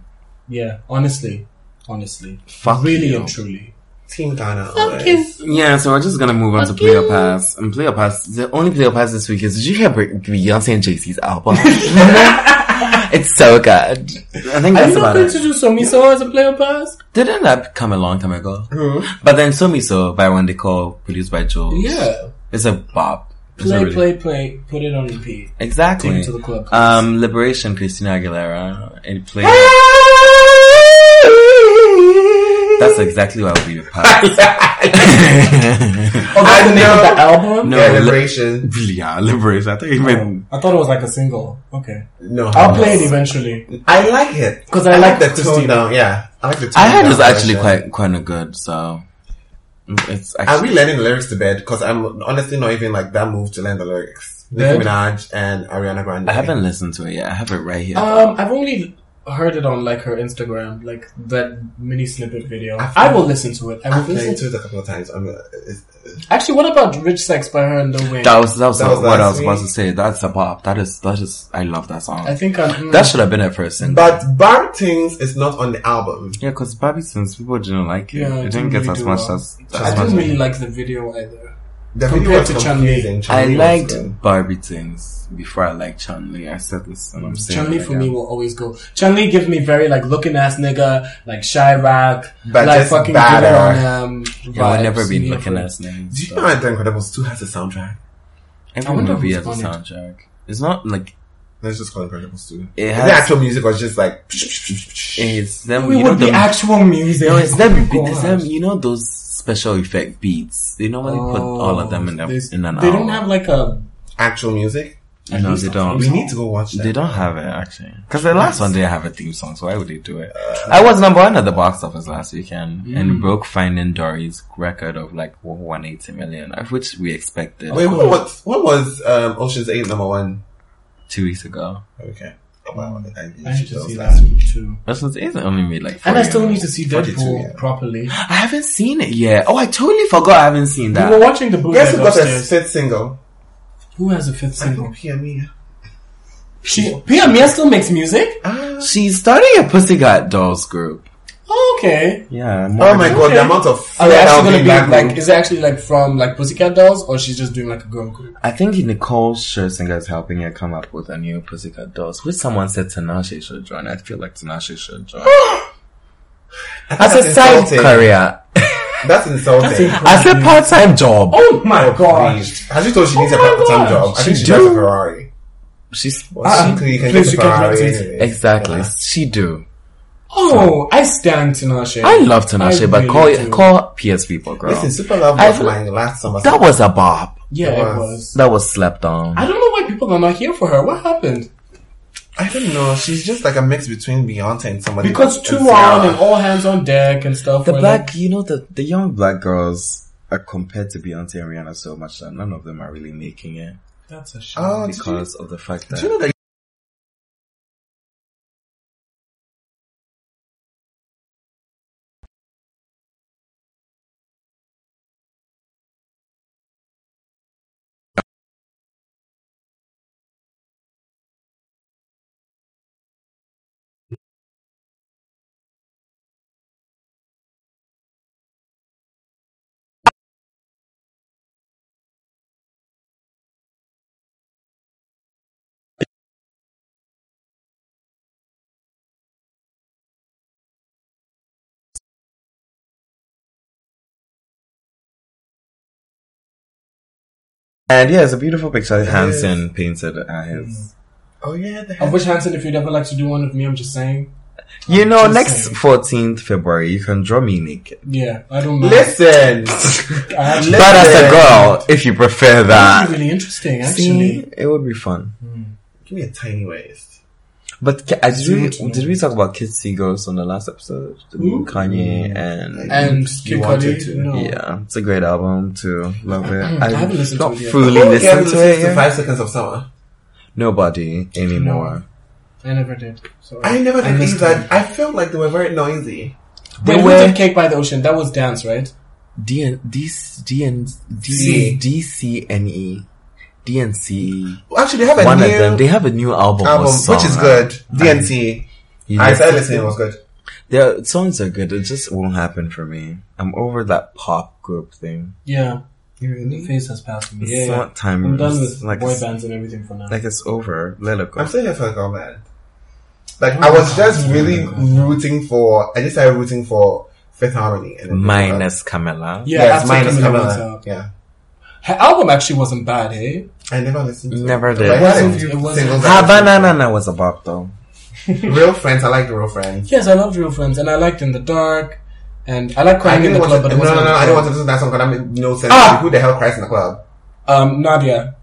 [SPEAKER 1] Yeah, honestly. Honestly.
[SPEAKER 2] Fuck
[SPEAKER 1] really
[SPEAKER 2] you.
[SPEAKER 1] and truly.
[SPEAKER 3] Team Ghana. always. [LAUGHS]
[SPEAKER 2] Yeah, so we're just gonna move on to Player Pass. And Player Pass, the only Player Pass this week is, did you hear Bey- Beyonce and JC's
[SPEAKER 1] [LAUGHS]
[SPEAKER 2] album? [LAUGHS] it's so good. I think
[SPEAKER 1] I'm
[SPEAKER 2] that's
[SPEAKER 1] not
[SPEAKER 2] about
[SPEAKER 1] going
[SPEAKER 2] it.
[SPEAKER 1] to do so. so as a player pass.
[SPEAKER 2] Didn't that come a long time ago?
[SPEAKER 3] Who?
[SPEAKER 2] But then So Me So by Wendy Cole, produced by Jules.
[SPEAKER 1] Yeah.
[SPEAKER 2] It's a bop. It's a
[SPEAKER 1] Play,
[SPEAKER 2] really-
[SPEAKER 1] play, play. Put it on repeat.
[SPEAKER 2] Exactly.
[SPEAKER 1] Take it to the club, please.
[SPEAKER 2] Um, Liberation, Christina Aguilera. It played. That's exactly why we were
[SPEAKER 1] [LAUGHS]
[SPEAKER 2] passed.
[SPEAKER 1] Oh, that's
[SPEAKER 3] I
[SPEAKER 1] the name of
[SPEAKER 3] know.
[SPEAKER 1] the album? Oh,
[SPEAKER 2] No,
[SPEAKER 3] Yeah,
[SPEAKER 2] li-
[SPEAKER 3] liberation.
[SPEAKER 2] yeah, Liberation. I thought you meant.
[SPEAKER 1] I thought it was like a single. Okay.
[SPEAKER 3] No,
[SPEAKER 1] I'll
[SPEAKER 3] no.
[SPEAKER 1] play it eventually.
[SPEAKER 3] I like it
[SPEAKER 1] 'Cause I like
[SPEAKER 3] the
[SPEAKER 1] Christina.
[SPEAKER 3] tone down. Yeah, I like the. Tone
[SPEAKER 2] I heard
[SPEAKER 3] down
[SPEAKER 2] it's actually
[SPEAKER 3] version.
[SPEAKER 2] quite quite a good. So it's
[SPEAKER 3] I'm
[SPEAKER 2] actually.
[SPEAKER 3] relearning the lyrics to bed because I'm honestly not even like that moved to learn the lyrics. Nicki
[SPEAKER 1] Bed?
[SPEAKER 3] Minaj and Ariana Grande.
[SPEAKER 2] I haven't listened to it yet. I have it right here.
[SPEAKER 1] Um, I've only heard it on like her Instagram, like that mini snippet video.
[SPEAKER 3] I've-
[SPEAKER 1] I will listen to it. I
[SPEAKER 3] I've
[SPEAKER 1] will listen
[SPEAKER 3] listened
[SPEAKER 1] to
[SPEAKER 3] to
[SPEAKER 1] it.
[SPEAKER 3] it a couple of times. I'm, uh, it's, it's-
[SPEAKER 1] Actually, what about Rich Sex by her and Lil Wayne?
[SPEAKER 2] that was that was,
[SPEAKER 3] that was
[SPEAKER 2] what I
[SPEAKER 3] last
[SPEAKER 2] was supposed
[SPEAKER 3] week.
[SPEAKER 2] to say. That's a pop. That is that is. I love that song.
[SPEAKER 1] I think I'm. mm,
[SPEAKER 2] that should have been her first single.
[SPEAKER 3] but Bad Things is not on the album.
[SPEAKER 2] yeah, because Bobby since people didn't like it,
[SPEAKER 1] Yeah,
[SPEAKER 2] it didn't
[SPEAKER 1] it didn't
[SPEAKER 2] get
[SPEAKER 1] really
[SPEAKER 2] as
[SPEAKER 1] do
[SPEAKER 2] much
[SPEAKER 1] well.
[SPEAKER 2] as.
[SPEAKER 1] I
[SPEAKER 2] as much.
[SPEAKER 1] didn't really like the video either.
[SPEAKER 3] The video
[SPEAKER 1] Compared
[SPEAKER 3] was
[SPEAKER 1] to Chun-Li.
[SPEAKER 3] confusing.
[SPEAKER 2] I
[SPEAKER 3] Chun-Li was
[SPEAKER 2] liked
[SPEAKER 3] good.
[SPEAKER 2] Barbie things before I liked Chun Li. I said this and I'm saying
[SPEAKER 1] Chun Li
[SPEAKER 2] it
[SPEAKER 1] for
[SPEAKER 2] again.
[SPEAKER 1] me will always go. Chun Li gives me very like looking ass nigga, like Chirac,
[SPEAKER 3] But
[SPEAKER 1] like
[SPEAKER 3] just
[SPEAKER 1] fucking
[SPEAKER 3] badder.
[SPEAKER 1] give it on him.
[SPEAKER 2] Yeah, I would
[SPEAKER 1] vibes,
[SPEAKER 2] never been
[SPEAKER 1] yeah.
[SPEAKER 2] looking at names.
[SPEAKER 3] Do you
[SPEAKER 2] so.
[SPEAKER 3] know that The Incredibles 2 has a soundtrack?
[SPEAKER 2] Every
[SPEAKER 1] I wonder
[SPEAKER 2] movie
[SPEAKER 1] who's
[SPEAKER 2] has a
[SPEAKER 1] on it.
[SPEAKER 2] soundtrack. It's not like
[SPEAKER 3] Let's just call it Incredible Student.
[SPEAKER 2] It
[SPEAKER 3] Is
[SPEAKER 2] has-
[SPEAKER 3] the actual music was just like.
[SPEAKER 2] It's them.
[SPEAKER 1] We
[SPEAKER 2] you
[SPEAKER 1] would
[SPEAKER 2] know
[SPEAKER 1] be
[SPEAKER 2] the,
[SPEAKER 1] actual music.
[SPEAKER 2] no, it's them.
[SPEAKER 1] Oh,
[SPEAKER 2] It's them. You know those special effect beats. They normally put all of them in their,
[SPEAKER 1] They-
[SPEAKER 2] in an
[SPEAKER 1] Oh, They don't
[SPEAKER 2] hour.
[SPEAKER 1] have like a.
[SPEAKER 3] Actual music?
[SPEAKER 1] at
[SPEAKER 2] No,
[SPEAKER 1] least
[SPEAKER 2] they
[SPEAKER 1] a
[SPEAKER 2] don't.
[SPEAKER 3] We
[SPEAKER 1] theme
[SPEAKER 3] need to
[SPEAKER 1] song.
[SPEAKER 3] go watch that.
[SPEAKER 2] They don't have it actually, because the last one didn't have a theme song, so why would they do it? I was number one at the box office last weekend and broke Finding Dory's record of like 180 million, of which we expected
[SPEAKER 3] Wait, what was, what was um, Ocean's 8 number one?
[SPEAKER 2] two weeks ago.
[SPEAKER 3] Okay. Wow, I, I,
[SPEAKER 1] I need to
[SPEAKER 3] those
[SPEAKER 1] see
[SPEAKER 3] last
[SPEAKER 1] that
[SPEAKER 3] week.
[SPEAKER 1] too.
[SPEAKER 2] That's what it only made like. 40
[SPEAKER 1] And I still
[SPEAKER 2] million.
[SPEAKER 1] need to see
[SPEAKER 3] 42,
[SPEAKER 1] Deadpool
[SPEAKER 3] yeah.
[SPEAKER 1] properly.
[SPEAKER 2] I haven't seen it yet. Oh, I totally forgot. I haven't seen
[SPEAKER 1] We
[SPEAKER 2] that.
[SPEAKER 1] were watching the
[SPEAKER 3] Guess
[SPEAKER 1] bootleg
[SPEAKER 3] who got their
[SPEAKER 1] upstairs.
[SPEAKER 3] fifth single?
[SPEAKER 1] Who has a fifth
[SPEAKER 3] I
[SPEAKER 1] single?
[SPEAKER 3] hope you hear me.
[SPEAKER 1] She Pia Mia still makes music.
[SPEAKER 3] Ah.
[SPEAKER 2] She's starting a Pussycat Dolls group.
[SPEAKER 1] Oh, okay.
[SPEAKER 2] Yeah.
[SPEAKER 3] Oh my god,
[SPEAKER 1] Okay.
[SPEAKER 3] the amount of
[SPEAKER 1] Are
[SPEAKER 2] Oh,
[SPEAKER 3] flair
[SPEAKER 1] they
[SPEAKER 3] that
[SPEAKER 1] actually
[SPEAKER 3] was
[SPEAKER 1] gonna
[SPEAKER 3] in
[SPEAKER 1] be
[SPEAKER 3] that
[SPEAKER 1] like?
[SPEAKER 3] room.
[SPEAKER 1] Is it actually like from like Pussycat Dolls, or she's just doing like a girl group?
[SPEAKER 2] I think Nicole Scherzinger is helping her come up with a new Pussycat Dolls, which someone said Tinashe should join. I feel like Tinashe should [GASPS] join. As a
[SPEAKER 3] That's
[SPEAKER 2] side
[SPEAKER 3] insulting.
[SPEAKER 2] career.
[SPEAKER 3] That's insulting.
[SPEAKER 2] As a part-time job.
[SPEAKER 1] Oh my god!
[SPEAKER 3] Please. Has she told she needs a part-time job? I think she
[SPEAKER 2] She
[SPEAKER 3] drives a
[SPEAKER 2] do.
[SPEAKER 3] Ferrari.
[SPEAKER 2] She's
[SPEAKER 3] Well, she- you can get
[SPEAKER 1] please,
[SPEAKER 3] a
[SPEAKER 1] you can't
[SPEAKER 3] Ferrari.
[SPEAKER 1] drive
[SPEAKER 3] anyway.
[SPEAKER 2] exactly. She do.
[SPEAKER 1] Oh, I stand Tinashe.
[SPEAKER 2] I love Tinashe,
[SPEAKER 1] I
[SPEAKER 2] but
[SPEAKER 1] really
[SPEAKER 2] call
[SPEAKER 1] do.
[SPEAKER 2] call PS people, girl.
[SPEAKER 3] Listen, Super Love
[SPEAKER 2] I
[SPEAKER 3] was
[SPEAKER 2] feel-
[SPEAKER 3] my last summer.
[SPEAKER 2] that was a bop.
[SPEAKER 1] Yeah,
[SPEAKER 3] It
[SPEAKER 1] it
[SPEAKER 3] was.
[SPEAKER 1] was.
[SPEAKER 2] That was slept on.
[SPEAKER 1] I don't know why people are not here for her. What happened?
[SPEAKER 3] I don't know. She's just like a mix between Beyonce and somebody.
[SPEAKER 1] Because
[SPEAKER 3] else.
[SPEAKER 1] two
[SPEAKER 3] Sarah.
[SPEAKER 1] on and all hands on deck and stuff.
[SPEAKER 2] The
[SPEAKER 1] were
[SPEAKER 2] black, you know, the, the young black girls are compared to Beyonce and Rihanna so much that none of them are really making it
[SPEAKER 1] like, That's a shame.
[SPEAKER 3] Oh, did you,
[SPEAKER 2] because of the fact
[SPEAKER 3] did
[SPEAKER 2] that
[SPEAKER 3] you know that?
[SPEAKER 2] And yeah, it's a beautiful picture
[SPEAKER 3] is.
[SPEAKER 2] Hansen painted at his.
[SPEAKER 3] Oh yeah, the
[SPEAKER 1] I wish Hanson, if you'd ever like to do one with me, I'm just saying.
[SPEAKER 2] You know,
[SPEAKER 1] Just
[SPEAKER 2] next
[SPEAKER 1] saying.
[SPEAKER 2] 14th February, you can draw me naked.
[SPEAKER 1] Yeah, I don't mind.
[SPEAKER 3] Listen,
[SPEAKER 1] I actually,
[SPEAKER 2] [LAUGHS]
[SPEAKER 3] Let-
[SPEAKER 2] But as a
[SPEAKER 3] Naked.
[SPEAKER 2] girl, if you prefer
[SPEAKER 1] that'd
[SPEAKER 2] that.
[SPEAKER 1] be really interesting, actually.
[SPEAKER 2] See, it would be fun.
[SPEAKER 3] give me a tiny waist.
[SPEAKER 2] But ca- I, did, we,
[SPEAKER 1] Sweet.
[SPEAKER 2] did we talk about Kid Seagulls on the last episode?
[SPEAKER 1] Ooh.
[SPEAKER 2] Kanye and.
[SPEAKER 1] And
[SPEAKER 3] You
[SPEAKER 1] Kid
[SPEAKER 3] wanted
[SPEAKER 1] Cudi,
[SPEAKER 3] to.
[SPEAKER 1] no.
[SPEAKER 2] yeah, it's a great album too. Love it. I,
[SPEAKER 1] haven't listened to
[SPEAKER 2] not
[SPEAKER 1] it yet.
[SPEAKER 2] fully listened to it.
[SPEAKER 3] to
[SPEAKER 2] yet.
[SPEAKER 3] five seconds of summer.
[SPEAKER 2] Nobody anymore.
[SPEAKER 1] I never did. Sorry.
[SPEAKER 3] I never did
[SPEAKER 1] missed
[SPEAKER 3] either.
[SPEAKER 1] it.
[SPEAKER 3] I felt like they were very noisy.
[SPEAKER 2] They
[SPEAKER 1] Wait, who
[SPEAKER 2] were-
[SPEAKER 1] did Cake by the Ocean? That was dance, right?
[SPEAKER 2] DN, D, DN,
[SPEAKER 3] C.
[SPEAKER 2] D, E. DCNE, DNCE.
[SPEAKER 3] Actually, they have a
[SPEAKER 2] One
[SPEAKER 3] new
[SPEAKER 2] of them, they have a new album, or
[SPEAKER 3] album,
[SPEAKER 2] song,
[SPEAKER 3] which is
[SPEAKER 2] right?
[SPEAKER 3] good. DNC.
[SPEAKER 2] You
[SPEAKER 3] I
[SPEAKER 2] listen-
[SPEAKER 3] started listening. It was good.
[SPEAKER 2] Their songs are good. It just won't happen for me. I'm over that pop group thing.
[SPEAKER 1] Yeah.
[SPEAKER 3] You
[SPEAKER 1] The phase has passed me.
[SPEAKER 2] It's
[SPEAKER 1] Yeah. yeah.
[SPEAKER 2] not time.
[SPEAKER 1] I'm done with
[SPEAKER 2] like
[SPEAKER 1] boy
[SPEAKER 2] it's,
[SPEAKER 1] bands and everything for now.
[SPEAKER 2] like it's over. Let it go.
[SPEAKER 3] I'm still here for a girl band. Like I was just really rooting for. I just started rooting for Fifth Harmony and then-
[SPEAKER 2] Minus Camilla.
[SPEAKER 1] yeah,
[SPEAKER 3] Yes,
[SPEAKER 1] after
[SPEAKER 3] minus
[SPEAKER 1] Camila went
[SPEAKER 3] Camilla.
[SPEAKER 1] out.
[SPEAKER 3] Yeah,
[SPEAKER 1] Her album actually wasn't bad, eh?
[SPEAKER 3] I never listened. to
[SPEAKER 2] Never
[SPEAKER 3] it.
[SPEAKER 2] did.
[SPEAKER 3] But I had a
[SPEAKER 1] Wasn't-
[SPEAKER 3] few
[SPEAKER 1] it wasn't.
[SPEAKER 3] singles that I
[SPEAKER 2] Havana Nana was a bop though.
[SPEAKER 3] listened to. Real friends. I like the real friends.
[SPEAKER 1] Yes, I loved Real Friends, and I liked In the Dark, and I liked
[SPEAKER 3] I
[SPEAKER 1] Crying in
[SPEAKER 3] didn't
[SPEAKER 1] the
[SPEAKER 3] want
[SPEAKER 1] Club,
[SPEAKER 3] to.
[SPEAKER 1] but it
[SPEAKER 3] No, no,
[SPEAKER 1] wasn't.
[SPEAKER 3] no.
[SPEAKER 1] on
[SPEAKER 3] I
[SPEAKER 1] the
[SPEAKER 3] don't
[SPEAKER 1] club.
[SPEAKER 3] want to listen to that song because I'm no sense.
[SPEAKER 1] Ah!
[SPEAKER 3] Who the hell cries in the club?
[SPEAKER 1] Um, Nadia.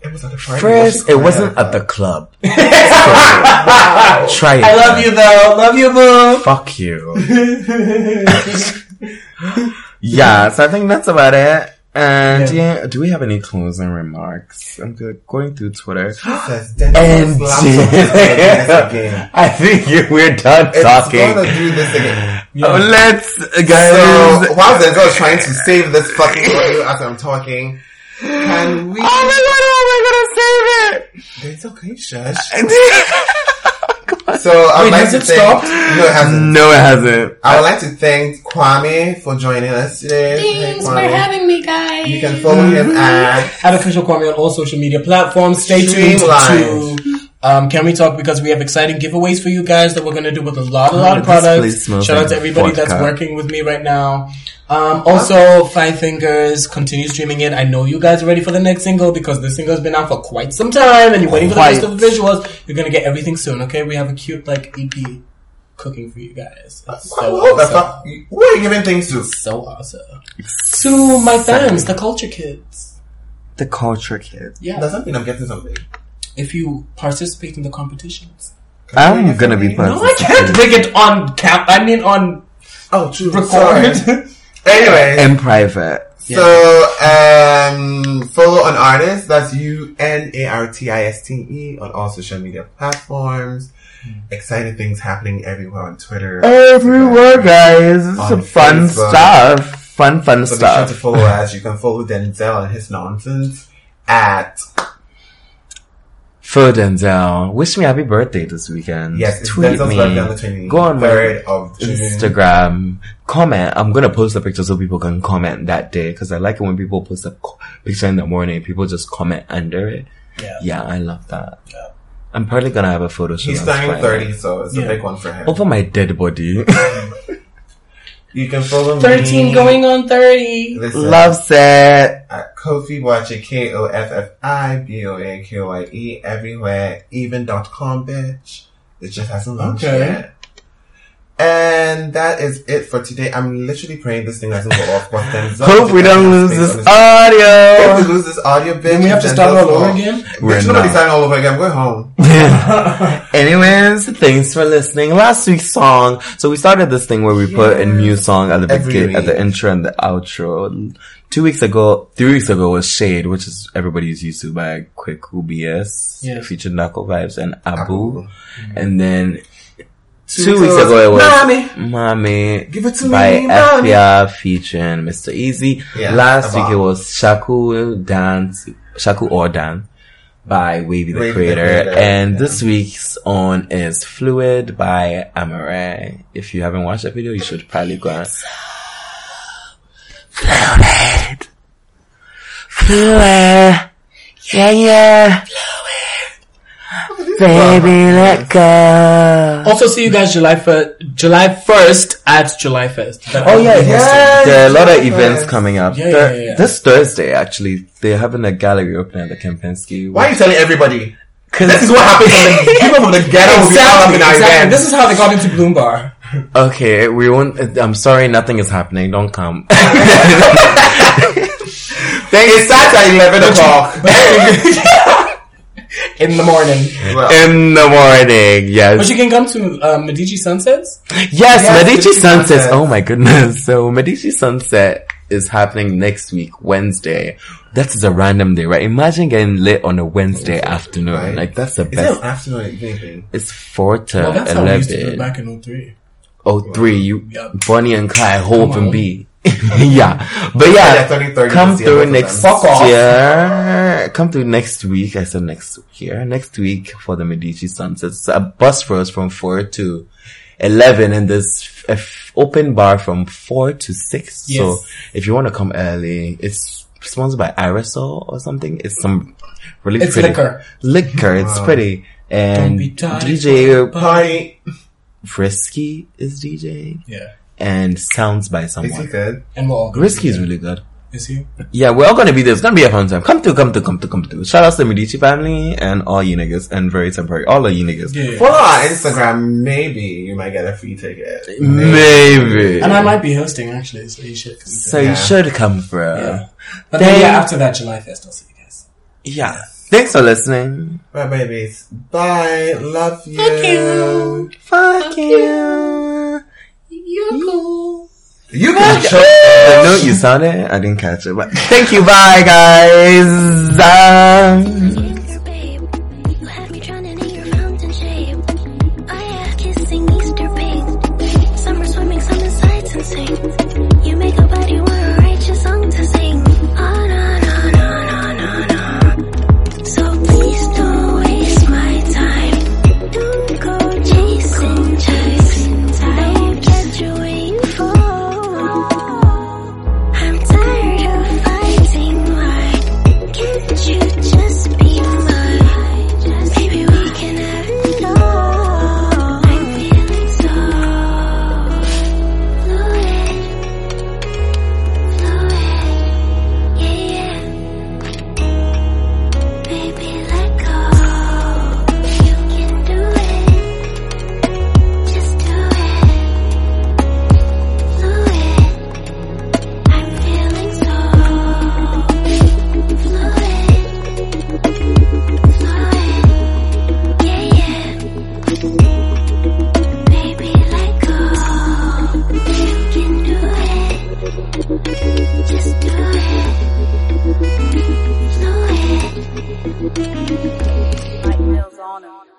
[SPEAKER 3] It was at the party.
[SPEAKER 2] First,
[SPEAKER 3] Why
[SPEAKER 2] it
[SPEAKER 3] she
[SPEAKER 2] wasn't
[SPEAKER 3] crying?
[SPEAKER 2] at the club. Try it.
[SPEAKER 1] I love you though. Love you, boo.
[SPEAKER 2] Fuck you. yeah, so I think that's about it. And yeah. do we have any closing remarks? I'm good. going through Twitter.
[SPEAKER 3] Jesus, Dennis
[SPEAKER 2] And-
[SPEAKER 3] slapped someone in the
[SPEAKER 2] [LAUGHS]
[SPEAKER 3] face again.
[SPEAKER 2] I think you- we're done
[SPEAKER 3] It's
[SPEAKER 2] talking.
[SPEAKER 3] gonna do this again.
[SPEAKER 2] Oh, let's, guys.
[SPEAKER 3] So while Denzel is trying to save this fucking audio as I'm talking, can we?
[SPEAKER 2] oh my god, oh my god, I saved it!
[SPEAKER 3] Denzel, can you shush?
[SPEAKER 2] God.
[SPEAKER 3] So I would
[SPEAKER 1] Wait,
[SPEAKER 3] like
[SPEAKER 1] has
[SPEAKER 3] to
[SPEAKER 1] it
[SPEAKER 3] thank.
[SPEAKER 1] stopped?
[SPEAKER 3] No, it hasn't.
[SPEAKER 2] no, it hasn't.
[SPEAKER 3] I would like to thank Kwame for joining us today. Thanks for having me, guys. You can follow him at
[SPEAKER 1] At official Kwame on all social media platforms. Stay tuned
[SPEAKER 3] Streamlined.
[SPEAKER 1] to Um, can we talk because we have exciting giveaways for you guys that we're going to do with a lot, a lot of
[SPEAKER 2] this
[SPEAKER 1] products.
[SPEAKER 2] place smells
[SPEAKER 1] Shout out
[SPEAKER 2] like
[SPEAKER 1] to everybody that's
[SPEAKER 2] vodka.
[SPEAKER 1] working with me right now. Um, also, Five Fingers, continue streaming it. I know you guys are ready for the next single because this single's been out for quite some time and you're waiting for the
[SPEAKER 2] Quite.
[SPEAKER 1] rest of the visuals. You're going to get everything soon, okay? We have a cute, like, EP cooking for you guys. It's so
[SPEAKER 3] Whoa, that's
[SPEAKER 1] awesome.
[SPEAKER 3] not, who are you giving things to?
[SPEAKER 1] so awesome. To my fans, the culture kids.
[SPEAKER 2] The culture kid.
[SPEAKER 1] Yeah.
[SPEAKER 3] Doesn't mean I'm getting something.
[SPEAKER 1] if you participate in the competitions.
[SPEAKER 2] I'm gonna be
[SPEAKER 1] No, I can't bring it on cap. I mean, on
[SPEAKER 3] Oh, true.
[SPEAKER 1] record.
[SPEAKER 3] Sorry.
[SPEAKER 1] [LAUGHS]
[SPEAKER 3] Anyway,
[SPEAKER 2] in private.
[SPEAKER 3] so um, follow an artist. That's U N A R T I S T E on all social media platforms.
[SPEAKER 2] Hmm.
[SPEAKER 3] Exciting things happening everywhere on Twitter.
[SPEAKER 2] Everywhere, guys. This is
[SPEAKER 3] On
[SPEAKER 2] some fun
[SPEAKER 3] Facebook.
[SPEAKER 2] stuff. Fun, fun
[SPEAKER 3] So be sure to
[SPEAKER 2] stuff.
[SPEAKER 3] follow us. You can follow Denzel and his nonsense at
[SPEAKER 2] For Denzel, wish me happy birthday this weekend.
[SPEAKER 3] yes, it's
[SPEAKER 2] tweet
[SPEAKER 3] Denzel's
[SPEAKER 2] me.
[SPEAKER 3] birthday on the twenty
[SPEAKER 2] Go on
[SPEAKER 3] third
[SPEAKER 2] my
[SPEAKER 3] of June.
[SPEAKER 2] Instagram. Comment. I'm gonna post the picture so people can comment that day because I like it when people post a co- picture in the morning. People just comment under it.
[SPEAKER 1] [LAUGHS] Yeah.
[SPEAKER 2] Yeah, I love that. I'm probably gonna have a photo shoot.
[SPEAKER 3] He's
[SPEAKER 2] on
[SPEAKER 3] turning
[SPEAKER 2] Friday.
[SPEAKER 3] thirty, so it's a
[SPEAKER 1] Yeah.
[SPEAKER 3] big one for him.
[SPEAKER 2] Over my dead [LAUGHS] body.
[SPEAKER 3] You can follow me.
[SPEAKER 1] 13 going on 30.
[SPEAKER 3] Listen,
[SPEAKER 2] Loves it.
[SPEAKER 3] at Kofi Boache, K O F F I B O A Q Y E, everywhere, even dot com, bitch. It just hasn't launched
[SPEAKER 1] Okay.
[SPEAKER 3] yet. And that is it for today. I'm literally praying this thing doesn't go off. But
[SPEAKER 1] [LAUGHS]
[SPEAKER 3] then
[SPEAKER 2] Hope we don't lose this
[SPEAKER 3] If
[SPEAKER 2] audio.
[SPEAKER 3] we lose this audio, bitch,
[SPEAKER 1] Then we have to
[SPEAKER 3] then
[SPEAKER 1] start
[SPEAKER 3] that's
[SPEAKER 1] all over
[SPEAKER 3] all.
[SPEAKER 1] again?
[SPEAKER 2] We're
[SPEAKER 3] Bitch, nobody's
[SPEAKER 2] not.
[SPEAKER 3] starting all over again. We're home. [LAUGHS]
[SPEAKER 2] Anyways, thanks for listening. Last week's song. So we started this thing where we put a new song at the
[SPEAKER 3] Every
[SPEAKER 2] begin, at the
[SPEAKER 3] week.
[SPEAKER 2] intro and the outro. Two weeks ago, three weeks ago was Shade, which is everybody's used to by Quick UBS,
[SPEAKER 1] Yes.
[SPEAKER 2] featured Knuckle Vibes and Abu.
[SPEAKER 3] Abu.
[SPEAKER 2] And then two,
[SPEAKER 3] weeks
[SPEAKER 2] weeks
[SPEAKER 3] ago
[SPEAKER 2] ago it was
[SPEAKER 3] Mommy.
[SPEAKER 2] Mommy
[SPEAKER 3] Give it to
[SPEAKER 2] by
[SPEAKER 3] me, mommy.
[SPEAKER 2] Afia featuring Mr. Easy.
[SPEAKER 3] Yeah,
[SPEAKER 2] Last
[SPEAKER 3] about-
[SPEAKER 2] week it was Shaku Dance, Shaku or Dance by Wavy the
[SPEAKER 3] Wavy the
[SPEAKER 2] Creator.
[SPEAKER 3] Creator,
[SPEAKER 2] and
[SPEAKER 3] yeah.
[SPEAKER 2] this week's on is Fluid by Amare. If you haven't watched that video, you should probably go and. Fluid. Fluid. Yeah, yeah. Fluid. Baby, let go.
[SPEAKER 1] Also, see you guys July 1st, July 1st at July 1st. That-
[SPEAKER 2] Oh yeah,
[SPEAKER 3] Yes,
[SPEAKER 2] there are a lot of
[SPEAKER 3] yes.
[SPEAKER 2] events coming up.
[SPEAKER 1] Yeah, yeah,
[SPEAKER 2] Thur-
[SPEAKER 1] yeah, yeah.
[SPEAKER 2] This Thursday, actually, they're having a gallery opening at the Kempinski. [LAUGHS]
[SPEAKER 3] Why are you telling everybody? This
[SPEAKER 2] Because
[SPEAKER 3] is what happens when
[SPEAKER 1] [LAUGHS]
[SPEAKER 3] the people from the ghetto will be all up
[SPEAKER 1] Exactly,
[SPEAKER 3] in our
[SPEAKER 1] exactly.
[SPEAKER 3] events.
[SPEAKER 1] This is how they got into Bloom Bar.
[SPEAKER 2] okay, we won't. I'm sorry, nothing is happening. Don't
[SPEAKER 3] [LAUGHS]
[SPEAKER 2] come.
[SPEAKER 3] it starts at 11 o'clock.
[SPEAKER 1] [LAUGHS] In the morning.
[SPEAKER 2] [LAUGHS]
[SPEAKER 3] Well,
[SPEAKER 2] In the morning,
[SPEAKER 1] But
[SPEAKER 2] yes,
[SPEAKER 1] you can come to uh, Medici Sunsets.
[SPEAKER 2] yes,
[SPEAKER 3] Yes,
[SPEAKER 2] Medici
[SPEAKER 3] Medici
[SPEAKER 2] Sunset.
[SPEAKER 3] Sunset.
[SPEAKER 2] Oh my goodness! So Medici Sunset is happening next week, Wednesday. That is a random day, right? Imagine getting lit on a Wednesday afternoon.
[SPEAKER 3] Right.
[SPEAKER 2] Like that's the
[SPEAKER 3] is it
[SPEAKER 2] best.
[SPEAKER 3] an afternoon or evening?
[SPEAKER 2] It's four to
[SPEAKER 1] Well, that's how we used to do it
[SPEAKER 2] eleven.
[SPEAKER 1] back in 03.
[SPEAKER 2] Oh three, you
[SPEAKER 1] Yeah.
[SPEAKER 2] Bonnie and Clyde, Hope
[SPEAKER 1] Come on.
[SPEAKER 2] and B. [LAUGHS] yeah, but yeah,
[SPEAKER 3] Yeah, 30, 30
[SPEAKER 2] come
[SPEAKER 3] this year, both
[SPEAKER 2] through
[SPEAKER 3] of
[SPEAKER 2] next
[SPEAKER 3] them.
[SPEAKER 1] Fuck off.
[SPEAKER 2] year. Come through next week. I said next year, next week for the Medici Sunset. It's a bus for us from four to eleven, and there's f- a f- open bar from four to six. So
[SPEAKER 1] Yes.
[SPEAKER 2] if you want to come early, it's sponsored by Aerosol or something. It's some really
[SPEAKER 1] It's
[SPEAKER 2] pretty
[SPEAKER 1] liquor.
[SPEAKER 2] Liquor, it's
[SPEAKER 1] [LAUGHS]
[SPEAKER 3] Wow.
[SPEAKER 2] pretty. And
[SPEAKER 1] be tied
[SPEAKER 2] DJ
[SPEAKER 1] by-
[SPEAKER 3] Party.
[SPEAKER 2] Frisky is DJing
[SPEAKER 1] Yeah.
[SPEAKER 2] and sounds by
[SPEAKER 3] Is he
[SPEAKER 2] someone.
[SPEAKER 3] good?
[SPEAKER 1] And we're all good.
[SPEAKER 2] Risky is really good.
[SPEAKER 1] Is he?
[SPEAKER 2] Yeah, we're all gonna be there. It's gonna be a fun time. Come through, come through, come through, come through. Shout out to the Medici family and all you niggas and very temporary. All of you niggas.
[SPEAKER 1] Yeah.
[SPEAKER 3] Follow our Instagram. Maybe you might get a free ticket.
[SPEAKER 2] Maybe.
[SPEAKER 1] And I might be hosting actually, so you should.
[SPEAKER 2] so
[SPEAKER 3] Yeah.
[SPEAKER 2] you should come through. Yeah.
[SPEAKER 1] yeah. But then, yeah,
[SPEAKER 2] Thank-
[SPEAKER 1] after that July 1st, I'll see you guys.
[SPEAKER 2] Thanks for listening.
[SPEAKER 3] Right, babies. Bye. Love you.
[SPEAKER 1] you.
[SPEAKER 2] Fuck you.
[SPEAKER 3] You can choke.
[SPEAKER 2] The note you sounded, I didn't catch it. But thank you. Bye, guys. Um,
[SPEAKER 4] You had me drowning in your fountain shape. I am kissing Easter babe. Some are swimming, some in sights and sing. You make a body want a righteous song to sing. Oh no, no, no, no, no, no. So please don't waste my time. Don't go chasing chase. Don't get you where you fall. I'm tired of fighting why. Can't you just
[SPEAKER 5] Light feels on 'em.